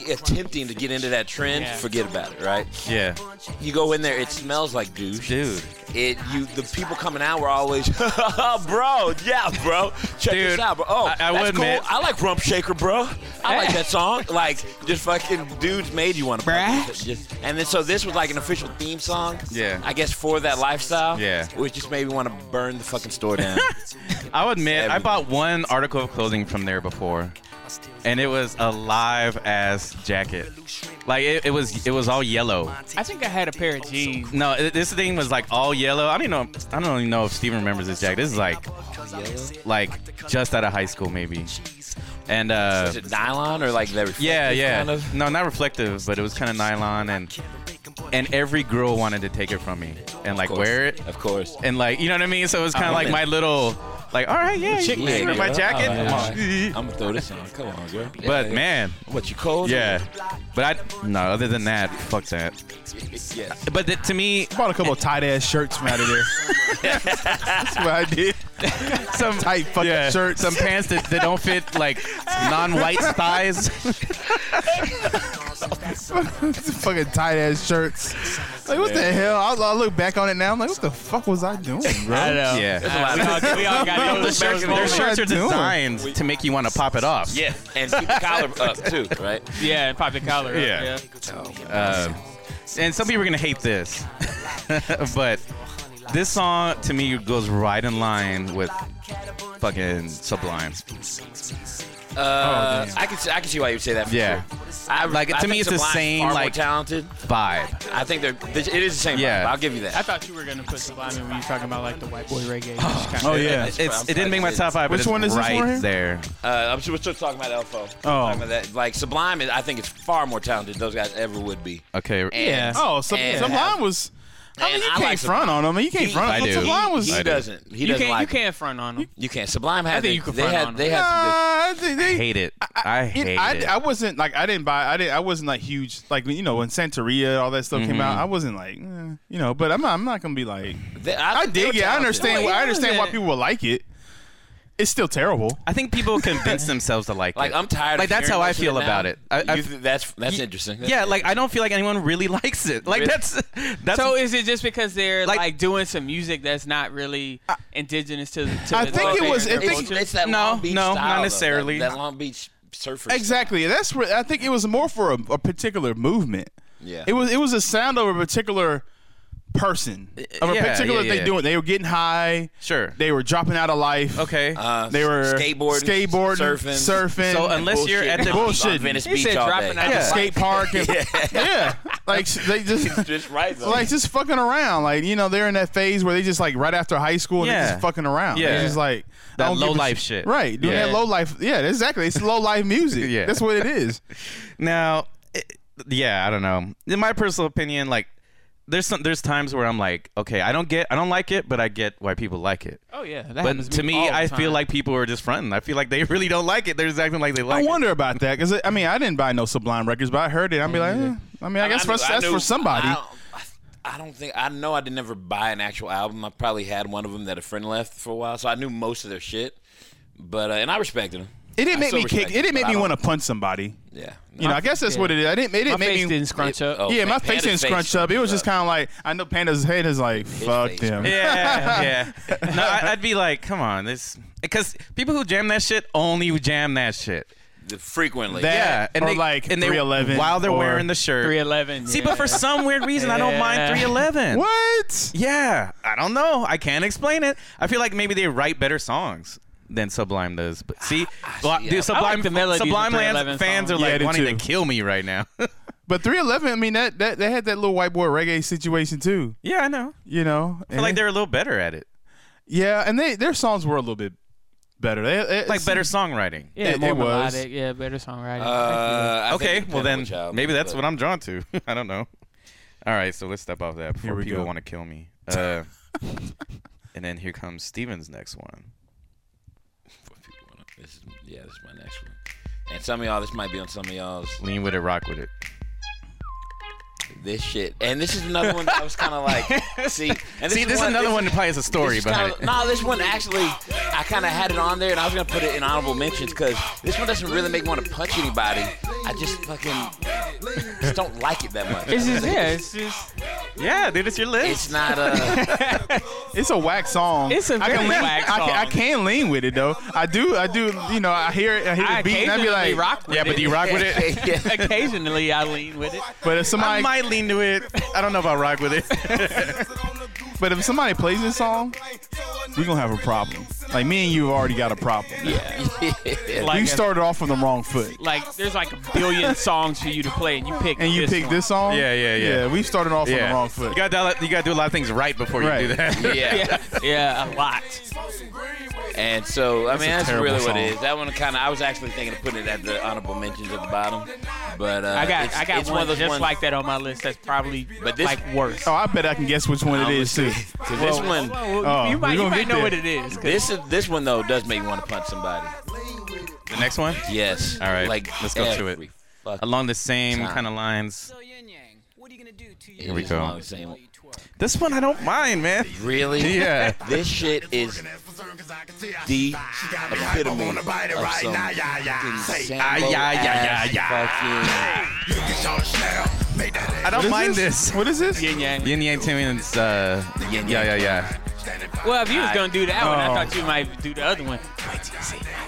S3: attempting to get into that trend,
S2: Yeah.
S3: forget about it. Right?
S1: Yeah,
S3: You go in there, it smells like douche.
S1: dude.
S3: It you the people coming out were always, (laughs) bro, yeah, bro. Check
S1: Dude,
S3: this out, bro. Oh,
S1: I- I will
S3: that's cool.
S1: admit-
S3: I like Rump Shaker, bro. I like
S2: Hey.
S3: that song. Like just fucking dudes made you want to.
S2: Bruh.
S3: Just, and then so this was like an official theme song.
S1: Yeah.
S3: I guess for that lifestyle.
S1: Yeah.
S3: Which just made me want to burn the fucking
S1: (laughs)
S3: store down.
S1: I'll admit, I
S3: Everything.
S1: bought one article of clothing from there before, and it was a live ass jacket. Like it, it was, it was all yellow.
S2: I think I had a pair of jeans.
S1: No, it, this thing was like all yellow. I don't even know. I don't even know if Steven remembers this jacket. This is like, like just out of high school maybe. And uh,
S3: Is it nylon or like that? reflective
S1: Yeah, yeah.
S3: Kind of?
S1: No, not reflective, but it was kind of nylon, and and every girl wanted to take it from me and like
S3: Of course.
S1: wear it,
S3: Of course.
S1: and like you know what I mean. So it was kind of
S3: I'm
S1: like
S3: in.
S1: my little, like all right, yeah,
S3: Chick
S1: you
S3: man,
S1: wear my
S3: girl.
S1: jacket.
S3: Oh, yeah.
S1: (laughs) Come on.
S3: I'm gonna throw this on. Come on, girl.
S1: But man,
S3: what you cold?
S1: yeah. But I no. Other than that, fuck that.
S3: Yes.
S1: But that, to me,
S5: Bought a couple of tight ass shirts from out of there. That's what I did. (laughs)
S1: some
S5: Tight fucking
S1: yeah,
S5: shirts.
S1: some pants that, that don't fit like
S5: (laughs)
S1: non-white thighs.
S5: fucking tight ass shirts. Like what the hell? I, I look back on it now. I'm like, what the fuck was I doing, bro?
S2: I know.
S1: Yeah. That's a
S2: Uh, we, all, we all got
S1: Their
S2: those
S1: shirts,
S2: those
S1: their
S2: moments.
S1: shirts are
S5: What am I doing?
S1: designed to make you want to pop it off.
S3: Yeah. And keep the collar up too, right?
S2: Yeah, and pop the collar. up,
S1: Yeah.
S2: yeah.
S1: Um, and some people are gonna hate this, (laughs) but this song to me goes right in line with fucking Sublime.
S3: Uh, I can see, I can see why you would say that. For
S1: Yeah.
S3: sure. I,
S1: Like, to
S3: I
S1: me,
S3: think
S1: it's the
S3: Sublime's
S1: same,
S3: Far more
S1: like-
S3: talented.
S1: Vibe.
S3: I think they're. It is the same.
S1: Yeah.
S3: Yeah. I'll give you that.
S2: I thought you were gonna put Sublime in when you were talking about like the white boy reggae. kind
S5: Oh yeah.
S1: It's, it didn't make my top five. but
S5: Which
S1: it's
S5: one is this
S1: right
S5: one here?
S1: there?
S3: Uh, I'm sure we're still talking about Elfo. Oh. Talking about that. Like Sublime, is, I think it's far more talented than those guys ever would be.
S1: Okay.
S3: And-
S5: (laughs) Oh, some,
S3: and-
S5: Sublime was. I mean,
S3: and
S5: you
S3: I
S5: can't
S3: like
S5: front on him. You can't
S3: He-
S5: front on
S1: I
S5: him.
S1: do.
S5: Sublime was.
S3: He
S1: I do.
S3: doesn't. He
S2: You
S3: doesn't
S2: can't.
S3: like.
S2: you can't front on them.
S3: You can't. Sublime had.
S2: I think
S3: they,
S2: you can
S3: they
S2: front
S3: had.
S2: on
S3: they
S2: him.
S3: had some good-
S5: Nah, they- they-
S1: Hate it. I
S5: you know,
S1: hate
S5: I,
S1: it.
S5: I wasn't like I didn't buy I didn't I wasn't like huge like you know when Santeria all that stuff came out
S3: Mm-hmm.
S5: I wasn't like eh, you know but I'm not I'm not gonna be like
S3: they-
S5: I
S3: think they
S5: dig
S3: were
S5: it I
S3: talented.
S5: understand
S2: No,
S5: why-
S2: he
S5: I understand why
S2: wasn't.
S5: people will like it It's still terrible.
S1: I think people convince themselves to like,
S3: Like
S1: it.
S3: I'm tired.
S1: Like
S3: of
S1: that's
S3: hearing
S1: how I
S3: most of
S1: feel about
S3: now.
S1: it. I, I-
S3: You th- that's that's
S1: y-
S3: interesting.
S1: yeah, like I don't feel like anyone really likes it. Like
S3: Really?
S1: that's that's
S2: So is it just because they're
S1: Like-
S2: like, doing some music that's not really indigenous to, the- to
S5: I
S2: the
S5: think
S2: culture
S5: it was-
S2: and
S5: I
S2: their
S5: think-
S3: it's,
S2: culture?
S3: it's that
S1: No,
S3: Long Beach
S1: no,
S3: style,
S1: not
S3: though, that-
S1: necessarily.
S3: That, Long Beach surfer.
S5: Exactly. That's where I think it was more for a, a particular movement.
S3: Yeah.
S5: It was it was a sound of a particular person. Of a
S1: yeah,
S5: particular
S1: yeah,
S5: they
S1: yeah.
S5: doing. They were getting high.
S1: sure.
S5: They were dropping out of life.
S1: okay.
S3: Uh,
S5: They were
S3: skateboarding,
S5: skateboarding,
S3: surfing,
S5: surfing.
S1: So unless you're at the
S5: Bullshit.
S3: on Venice
S2: He
S3: Beach
S2: said
S3: all
S2: dropping
S3: day.
S2: out
S1: Yeah.
S2: the
S5: skate
S1: (laughs)
S5: park, and, yeah. like they
S3: (laughs)
S5: just
S3: Just right. though.
S5: like just fucking around. Like you know they're in that phase where they just like right after high school and
S1: Yeah.
S5: they're just fucking around.
S1: Yeah.
S5: Yeah, just like
S1: That
S5: I don't give
S1: low
S5: a
S1: life
S5: sh-
S1: shit.
S5: Right, doing
S1: Yeah.
S5: that low life. Yeah, exactly. It's low life
S1: (laughs)
S5: music.
S1: Yeah.
S5: that's what it is.
S1: Now, it, yeah, I don't know. In my personal opinion, like there's some there's times where I'm like, okay, I don't get, I don't like it, but I get why people like it.
S2: Oh yeah, that happens
S1: But to me,
S2: all the
S1: I
S2: time.
S1: feel like people are just fronting. I feel like they (laughs) really don't like it. They're just acting like they like
S5: I wonder about that because I mean I didn't buy no Sublime records, but I heard it. I'd be like, eh. I mean I guess
S3: knew-
S5: for, that's
S3: knew-
S5: for somebody.
S3: I don't, I don't think I know. I did never buy an actual album. I probably had one of them that a friend left for a while, so I knew most of their shit. But uh, and I respected them.
S5: It didn't
S3: I
S5: make
S3: still
S5: me kick.
S3: respect
S5: It
S3: but
S5: didn't make
S3: I
S5: me
S3: don't-
S5: want to punch somebody.
S3: Yeah.
S5: You know, I guess that's what it is. I didn't. It
S2: my
S5: didn't make
S2: face
S5: me.
S2: didn't scrunch up.
S3: oh,
S5: yeah, my
S3: Panda's
S5: face didn't scrunch
S3: face
S5: up. It was just
S3: scrunched
S5: kind of like I know Panda's head is like fuck
S3: face
S5: them.
S3: scrunched
S1: Yeah, yeah. No, I, I'd be like, come on, this because people who jam that shit only jam that shit.
S3: up. frequently.
S5: That-
S1: Yeah, and
S5: or
S1: they
S5: like
S1: and they,
S5: 311
S1: while they're
S5: or-
S1: wearing the shirt.
S2: 311.
S1: See,
S2: yeah.
S1: but for some weird reason, I don't mind
S2: Yeah.
S1: 311.
S5: What?
S1: Yeah, I don't know. I can't explain it. I feel like maybe they write better songs than Sublime does. But
S5: Ah,
S1: see, well,
S3: see. I
S1: dude, Sublime,
S2: the melodies of
S1: Sublime
S2: 311
S1: fans are
S2: songs.
S5: Yeah, I
S1: like
S5: do
S1: wanting to
S5: too.
S1: kill me right now. (laughs)
S5: But 311. I mean that that they had that little white boy reggae situation too.
S1: yeah, I know.
S5: You know,
S1: I feel like they're a little better at it.
S5: yeah, and they their songs were a little bit better. They, it's-
S1: Like better songwriting.
S2: yeah,
S5: it-
S2: more
S5: it was.
S2: melodic, yeah, better songwriting.
S3: Uh, I think it
S1: Okay,
S3: depends
S1: well
S3: on
S1: then
S3: which album,
S1: maybe that's
S3: but-
S1: what I'm drawn to. (laughs) I don't know. All right, so let's step off that before
S5: we
S1: people
S5: go.
S1: want to kill
S5: (laughs)
S1: me. Uh, and then here comes Steven's next one.
S3: This is, yeah, this is my next one. And some of y'all, this might be on some of y'all's.
S1: Lean with it, rock with it.
S3: This shit. And this is another one that I was kind of like, see. And
S1: (laughs) See, this is another one that probably has a story
S3: This is
S1: behind
S3: kinda-
S1: it.
S3: No, this one actually, I kind of had it on there, and I was gonna put it in honorable mentions because this one doesn't really make me want to punch anybody. I just fucking just don't like it that much.
S2: it's just yeah, it's just
S1: Yeah, dude, it's your
S3: (laughs)
S1: list.
S3: It's not uh, a.
S5: It's a whack song.
S2: It's a
S5: I can
S2: very
S5: lean,
S2: whack
S5: I can, I
S2: song.
S5: can lean with it though. I do. I do. You know, I hear it. I hear
S2: I
S5: the beat, and I
S2: occasionally
S5: be like,
S2: rock with
S1: yeah,
S2: it.
S1: but do you rock with it?
S3: yeah.
S2: occasionally I lean with it.
S5: But if
S1: I
S5: somebody,
S1: might lean to it. I don't know if I rock with it.
S5: but if somebody plays this song, we gonna have a problem. Like me and you have already got a problem. Yeah.
S2: Like
S5: you
S2: a-
S5: started off on the wrong foot,
S2: Like there's like a billion songs for you to play, and you pick
S5: and you
S2: this
S5: picked
S2: one.
S5: this song.
S1: Yeah, yeah, yeah.
S5: Yeah, we started off on the wrong foot.
S1: You gotta, do, you gotta do a lot of things right before you
S5: Right.
S1: do that.
S3: yeah.
S2: Yeah, yeah, a lot.
S3: (laughs) And so, I mean,
S5: a
S3: that's
S5: terrible
S3: really what
S5: song.
S3: it is. That one kind of. I was actually thinking of putting it at the honorable mentions at the bottom, but uh,
S2: I got
S3: it's,
S2: I got
S3: it's
S2: one,
S3: one, of those
S2: just
S3: ones.
S2: like that on my list. That's probably
S3: But this-
S2: like worse.
S5: Oh, I bet I can guess which one it is too.
S3: So this one.
S2: Well,
S5: Oh,
S2: you might,
S5: we
S2: you
S5: gonna
S2: might
S5: get
S2: know
S5: there.
S2: what it is. 'cause-
S3: This is this one though does make me want to punch somebody.
S1: (laughs) The next one,
S3: Yes.
S1: All right,
S3: Like
S1: let's go to it.
S3: every fucking-
S1: along the same
S3: Time.
S1: kind of lines.
S3: Here
S1: we go. This one I don't mind, man.
S3: Really?
S1: Yeah.
S3: This shit is the epitome of some fucking
S1: "Ah, yeah, yeah, yeah,
S3: yeah.
S1: I don't mind this.
S5: What is this?
S2: Yin
S1: (laughs)
S2: Yang.
S1: Yin Yang Timmons, uh, yeah, yeah, yeah.
S2: Well, if you was gonna do that one, I
S5: Oh.
S2: thought you might do the other one.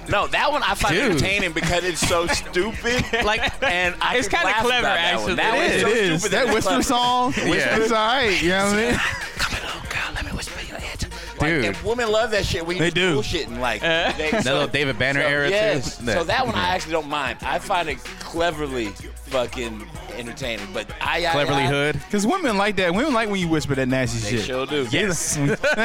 S3: No, that one I find
S1: Dude.
S3: entertaining because it's (laughs) so stupid.
S2: Like,
S3: And I
S2: It's
S3: could
S2: kinda
S3: laugh about
S2: clever,
S3: that
S2: actually.
S3: one. That
S2: It
S3: one
S5: It
S3: so
S5: is.
S3: stupid
S5: That
S3: it's
S5: whisper
S3: clever.
S5: song.
S1: (laughs) Yeah.
S5: Whisper's alright. You know what
S1: (laughs)
S5: I mean?
S3: Come along, girl. "Oh, Let me whisper your head. Like,
S1: Dude.
S3: and women love that shit when you
S5: They do.
S3: bullshitting like
S2: Uh.
S3: they,
S1: That little David Banner era
S3: yes.
S1: too.
S3: So that one I actually don't mind. I find it cleverly fucking entertaining. But I I-
S1: cleverly
S3: I,
S1: hood.
S5: Because women like that. Women like when you whisper that nasty
S3: They
S5: shit.
S3: sure do.
S1: Yes.
S5: Just-
S1: (laughs)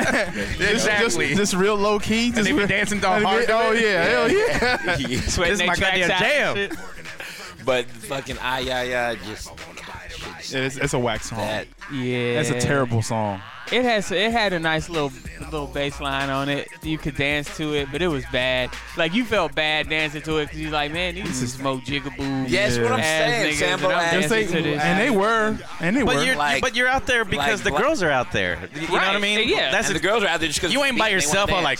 S1: exactly.
S5: Just, just real low key. Just
S1: they be
S5: real-
S1: dancing
S5: (laughs)
S1: all
S5: Like,
S1: hard to
S5: Oh
S1: it.
S5: yeah, hell
S1: (laughs)
S5: yeah.
S2: sweating
S1: This is
S2: their
S1: my
S2: tracks
S1: goddamn
S2: out
S1: jam.
S2: and shit.
S3: But fucking I I I just God, shit,
S5: It's, it's a wax song.
S3: that
S2: Yeah,
S5: That's a terrible song.
S2: It has it had a nice little little bass line on it. You could dance to it, but it was bad. Like you felt bad dancing to it because you're like, man, these is mo jigaboo.
S3: Yes,
S5: Yeah.
S3: what I'm
S2: Ass
S3: saying,
S2: niggas,
S3: Sambo
S2: and I'm
S3: ass
S2: just
S5: They-
S2: Dancing to this.
S5: and they were, and they
S1: But
S5: were.
S1: you're
S3: Like-
S1: but you're out there because
S3: like
S1: the
S3: black-
S1: girls are out there. You know what I
S2: Right,
S1: mean?
S2: yeah.
S1: That's
S3: And
S1: the
S3: the girls are out there just because
S1: You ain't by yourself. I'm like,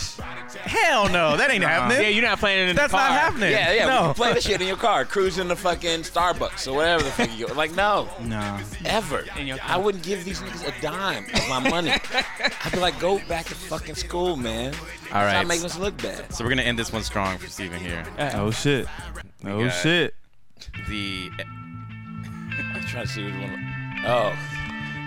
S1: Hell no, that ain't
S2: Yeah,
S1: happening.
S2: you're not playing it in
S1: That's
S2: the car.
S1: not happening.
S3: Yeah, yeah. We
S1: No.
S3: can play this shit in your car, cruising the fucking Starbucks or whatever the fuck you go. Like, no,
S5: Nah.
S1: (laughs)
S3: ever.
S2: In your car.
S3: I wouldn't give these niggas a dime of my money. I'd be like, go back to fucking school, man.
S1: All
S3: Stop
S1: right.
S3: making us look bad.
S1: So we're gonna end this one strong for Steven here.
S5: Oh shit. Oh
S1: got-
S5: shit.
S1: The
S3: I'm trying to see which one. Oh,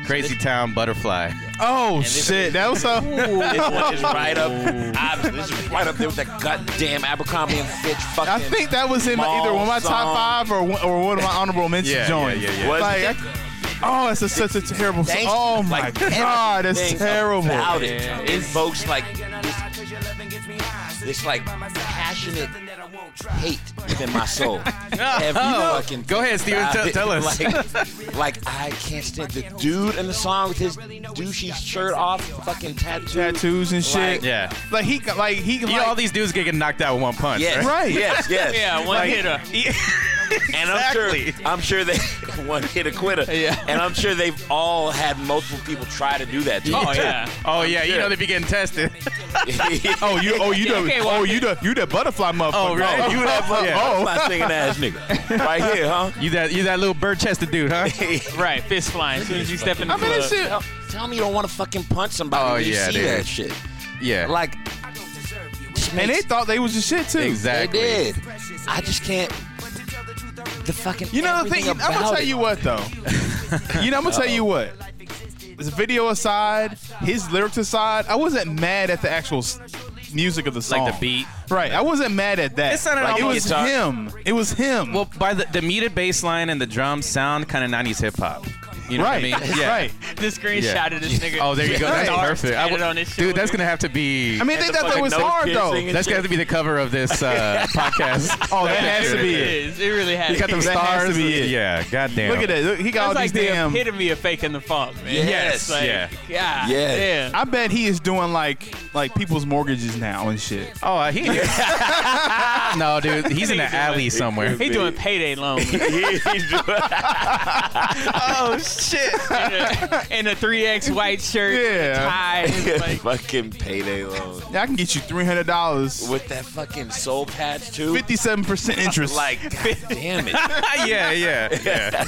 S1: Crazy Town Butterfly.
S5: Oh
S3: this
S5: shit.
S3: is-
S5: That was so.
S3: (laughs) this one is
S5: (laughs)
S3: right up.
S1: (laughs)
S3: I, this is right up there with that goddamn Abercrombie and Fitch fucking.
S5: I think that was in my, either one of my
S3: Small
S5: top five or one, or one of my honorable mention
S1: Yeah, yeah,
S5: joints.
S1: yeah, yeah.
S5: Like, I- oh, that's a, such a terrible.
S3: Thank
S5: Oh
S3: you.
S5: my
S3: Like,
S5: god, that's
S3: everything
S5: terrible.
S3: About it
S2: Yeah.
S3: invokes like this, this like passionate hate within
S1: (laughs)
S3: my soul. Every fucking
S1: Go
S3: thing
S1: ahead, Steven,
S3: about
S1: tell-
S3: it.
S1: tell us.
S3: (laughs) Like, like, I can't stand the dude in the song with his douchey shirt off, fucking tattoo.
S5: Tattoos and
S3: Like,
S5: shit.
S1: Yeah.
S5: Like he, got- like he,
S1: You
S5: like,
S1: know, all these dudes get get knocked out with one punch.
S3: Yes,
S1: Right?
S5: Right.
S1: (laughs)
S3: yes, yes.
S2: Yeah, one hitter.
S3: And
S1: Exactly.
S3: I'm sure, I'm sure they (laughs) one hit a quitter.
S2: Yeah.
S3: And I'm sure they've all had multiple people try to do that. to
S2: Oh
S3: them, too.
S2: yeah.
S1: Oh (laughs) yeah, you
S3: sure.
S1: know they be getting tested.
S3: (laughs)
S5: Oh, you, oh, you, the,
S2: Okay, well,
S5: oh, you, the, you, the butterfly motherfucker.
S1: Oh, right.
S5: Oh,
S1: You that
S5: oh,
S1: (laughs) yeah.
S5: oh.
S3: my singing ass nigga. Right here, huh?
S1: You that you that little bird chested dude, huh?
S2: Right, fist flying as soon as you step in the
S5: I mean,
S2: club.
S5: that shit.
S3: Tell, tell me you don't want to fucking punch somebody
S1: Oh,
S3: when you
S1: yeah,
S3: see
S1: dude.
S3: that shit.
S1: yeah.
S3: Like, just
S5: And they
S3: makes-
S5: thought they was the shit too.
S3: they
S1: exactly.
S3: did. I just can't. The fucking.
S5: You know the thing.
S3: everything
S5: I'm gonna
S3: about
S5: tell
S3: it.
S5: you what though. you know I'm gonna tell you what. This video aside, his lyrics aside, I wasn't mad at the actual s- music of the song.
S1: Like the beat.
S5: Right. I wasn't mad at that.
S1: It sounded
S5: like, it
S1: almost-
S5: was him. It was him.
S1: Well, by the, the muted bass line and the drums sound kind of 90s hip hop. You know
S5: right.
S1: what I mean? Yeah.
S5: Right.
S2: The screenshot of this nigga.
S1: Oh, there you go. That's
S5: Right.
S1: perfect. I
S2: Added
S1: w-
S2: on his
S1: dude, that's
S2: shoulder.
S1: gonna have to be.
S5: I mean, they
S3: the
S5: thought that
S3: fucking
S5: was
S3: nose
S5: hard
S3: piercing
S5: though.
S3: and-
S1: that's gonna have to be the cover of this (laughs) uh, podcast.
S5: Oh, that has to be
S2: it
S5: it.
S2: is. It really has.
S1: You got
S2: to
S1: them
S2: be.
S5: That has to
S1: stars.
S5: be it.
S1: Yeah. Goddamn.
S5: Look at that. Look, he got all
S2: That's like
S5: these
S2: the
S5: damn.
S2: epitome of faking the funk, man.
S3: Yes.
S2: Like,
S1: Yeah.
S2: God.
S3: Yes.
S2: damn.
S5: I bet he is doing like like people's mortgages now and shit.
S1: Oh, uh, he. (laughs) no, dude, he's in the
S2: He's
S1: alley
S2: doing-
S1: somewhere.
S2: He doing payday loans (laughs)
S1: Oh shit.
S2: in a- in a three X white shirt,
S5: Yeah.
S2: tie. Like, (laughs)
S3: fucking payday loan
S5: Yeah, I can get you three hundred dollars,
S3: with that fucking soul patch too.
S5: fifty-seven percent interest.
S3: Like, god damn it.
S1: (laughs) yeah, yeah, yeah.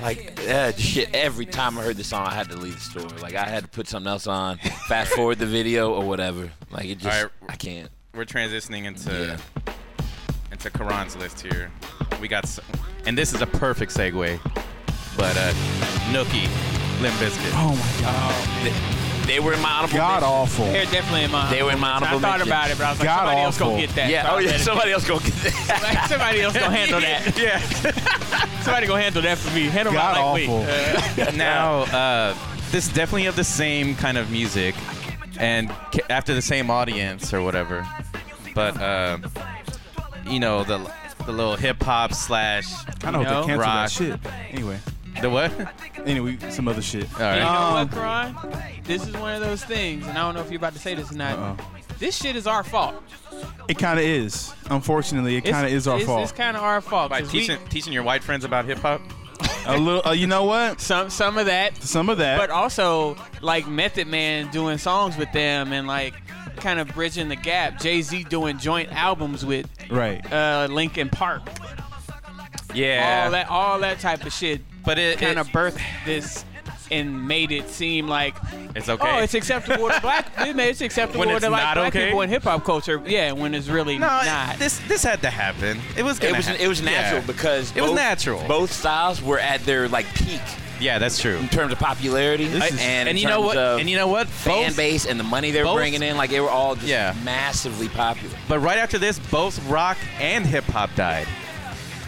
S3: Like uh, shit. Every time I heard the song, I had to leave the store. Like I had to put something else on, fast forward the video or whatever. Like it just,
S1: All right.
S3: I can't.
S1: (laughs) We're transitioning into
S3: Yeah.
S1: into Karan's list here. We got, s- and this is a perfect segue. But uh, Nookie, Limp Bizkit.
S5: oh my god,
S3: They were in my honorable.
S5: god
S3: mention.
S5: awful.
S2: they're definitely in my.
S3: They were in my
S2: I
S3: honorable
S2: thought
S3: mentions.
S2: about it, but I was like,
S5: God
S2: somebody else gonna
S5: awful.
S2: get that.
S3: (laughs) Yeah.
S2: So
S3: Oh
S2: I
S3: yeah.
S2: let it-
S3: Somebody else go get that.
S2: (laughs) Like, somebody else gonna handle that.
S1: (laughs) Yeah. (laughs)
S2: Somebody gonna handle that for me. Handle
S5: God
S2: my like
S5: awful.
S2: me. Uh,
S1: now, uh, this definitely of the same kind of music, and ca- after the same audience or whatever. But uh, you know the the little hip hop slash
S5: I know
S2: You know,
S5: they canceled
S1: rock.
S5: that shit. Anyway,
S1: the what? (laughs)
S5: anyway, some other shit.
S1: All right.
S2: You
S3: Uh,
S2: know
S5: Um,
S2: what, Karan? This is one of those things, and I don't know if you're about to say this or not.
S5: Uh-oh.
S2: This shit is our fault.
S5: It kind of is. Unfortunately, it
S2: It's-
S5: kind of is our
S2: it's,
S5: fault.
S2: It's kind of our fault.
S1: By
S2: 'cause we-
S1: teaching teaching your white friends about hip hop.
S5: a little. Uh, you know what?
S2: some some of that,
S5: Some of that.
S2: but also like Method Man doing songs with them and like kind of bridging the gap. Jay Z doing joint albums with
S5: right.
S2: uh, Linkin Park.
S1: Yeah.
S2: All that all that type of shit
S1: but it
S2: kind of
S1: it-
S2: birthed this and made it seem like
S1: It's okay.
S2: oh it's acceptable to black
S1: (laughs)
S2: it made- it's acceptable
S1: When
S2: to
S1: it's
S2: like
S1: not
S2: black
S1: okay?
S2: people in hip hop culture. Yeah, when it's really
S1: no, it-
S2: not.
S1: this this had to happen. It was
S3: It
S1: gonna
S3: was
S1: hap-
S3: it was natural
S1: Yeah.
S3: because
S1: It was
S3: both-
S1: natural.
S3: Both styles were at their like peak
S1: yeah, that's true.
S3: in terms of popularity
S5: This is-
S3: and, in
S1: you know
S3: terms
S1: what?
S3: of
S1: And you know what?
S3: fan
S1: Both-
S3: base and the money they were
S1: both-
S3: bringing in. Like they were all just
S1: Yeah.
S3: massively popular.
S1: But right after this, both rock and hip hop died.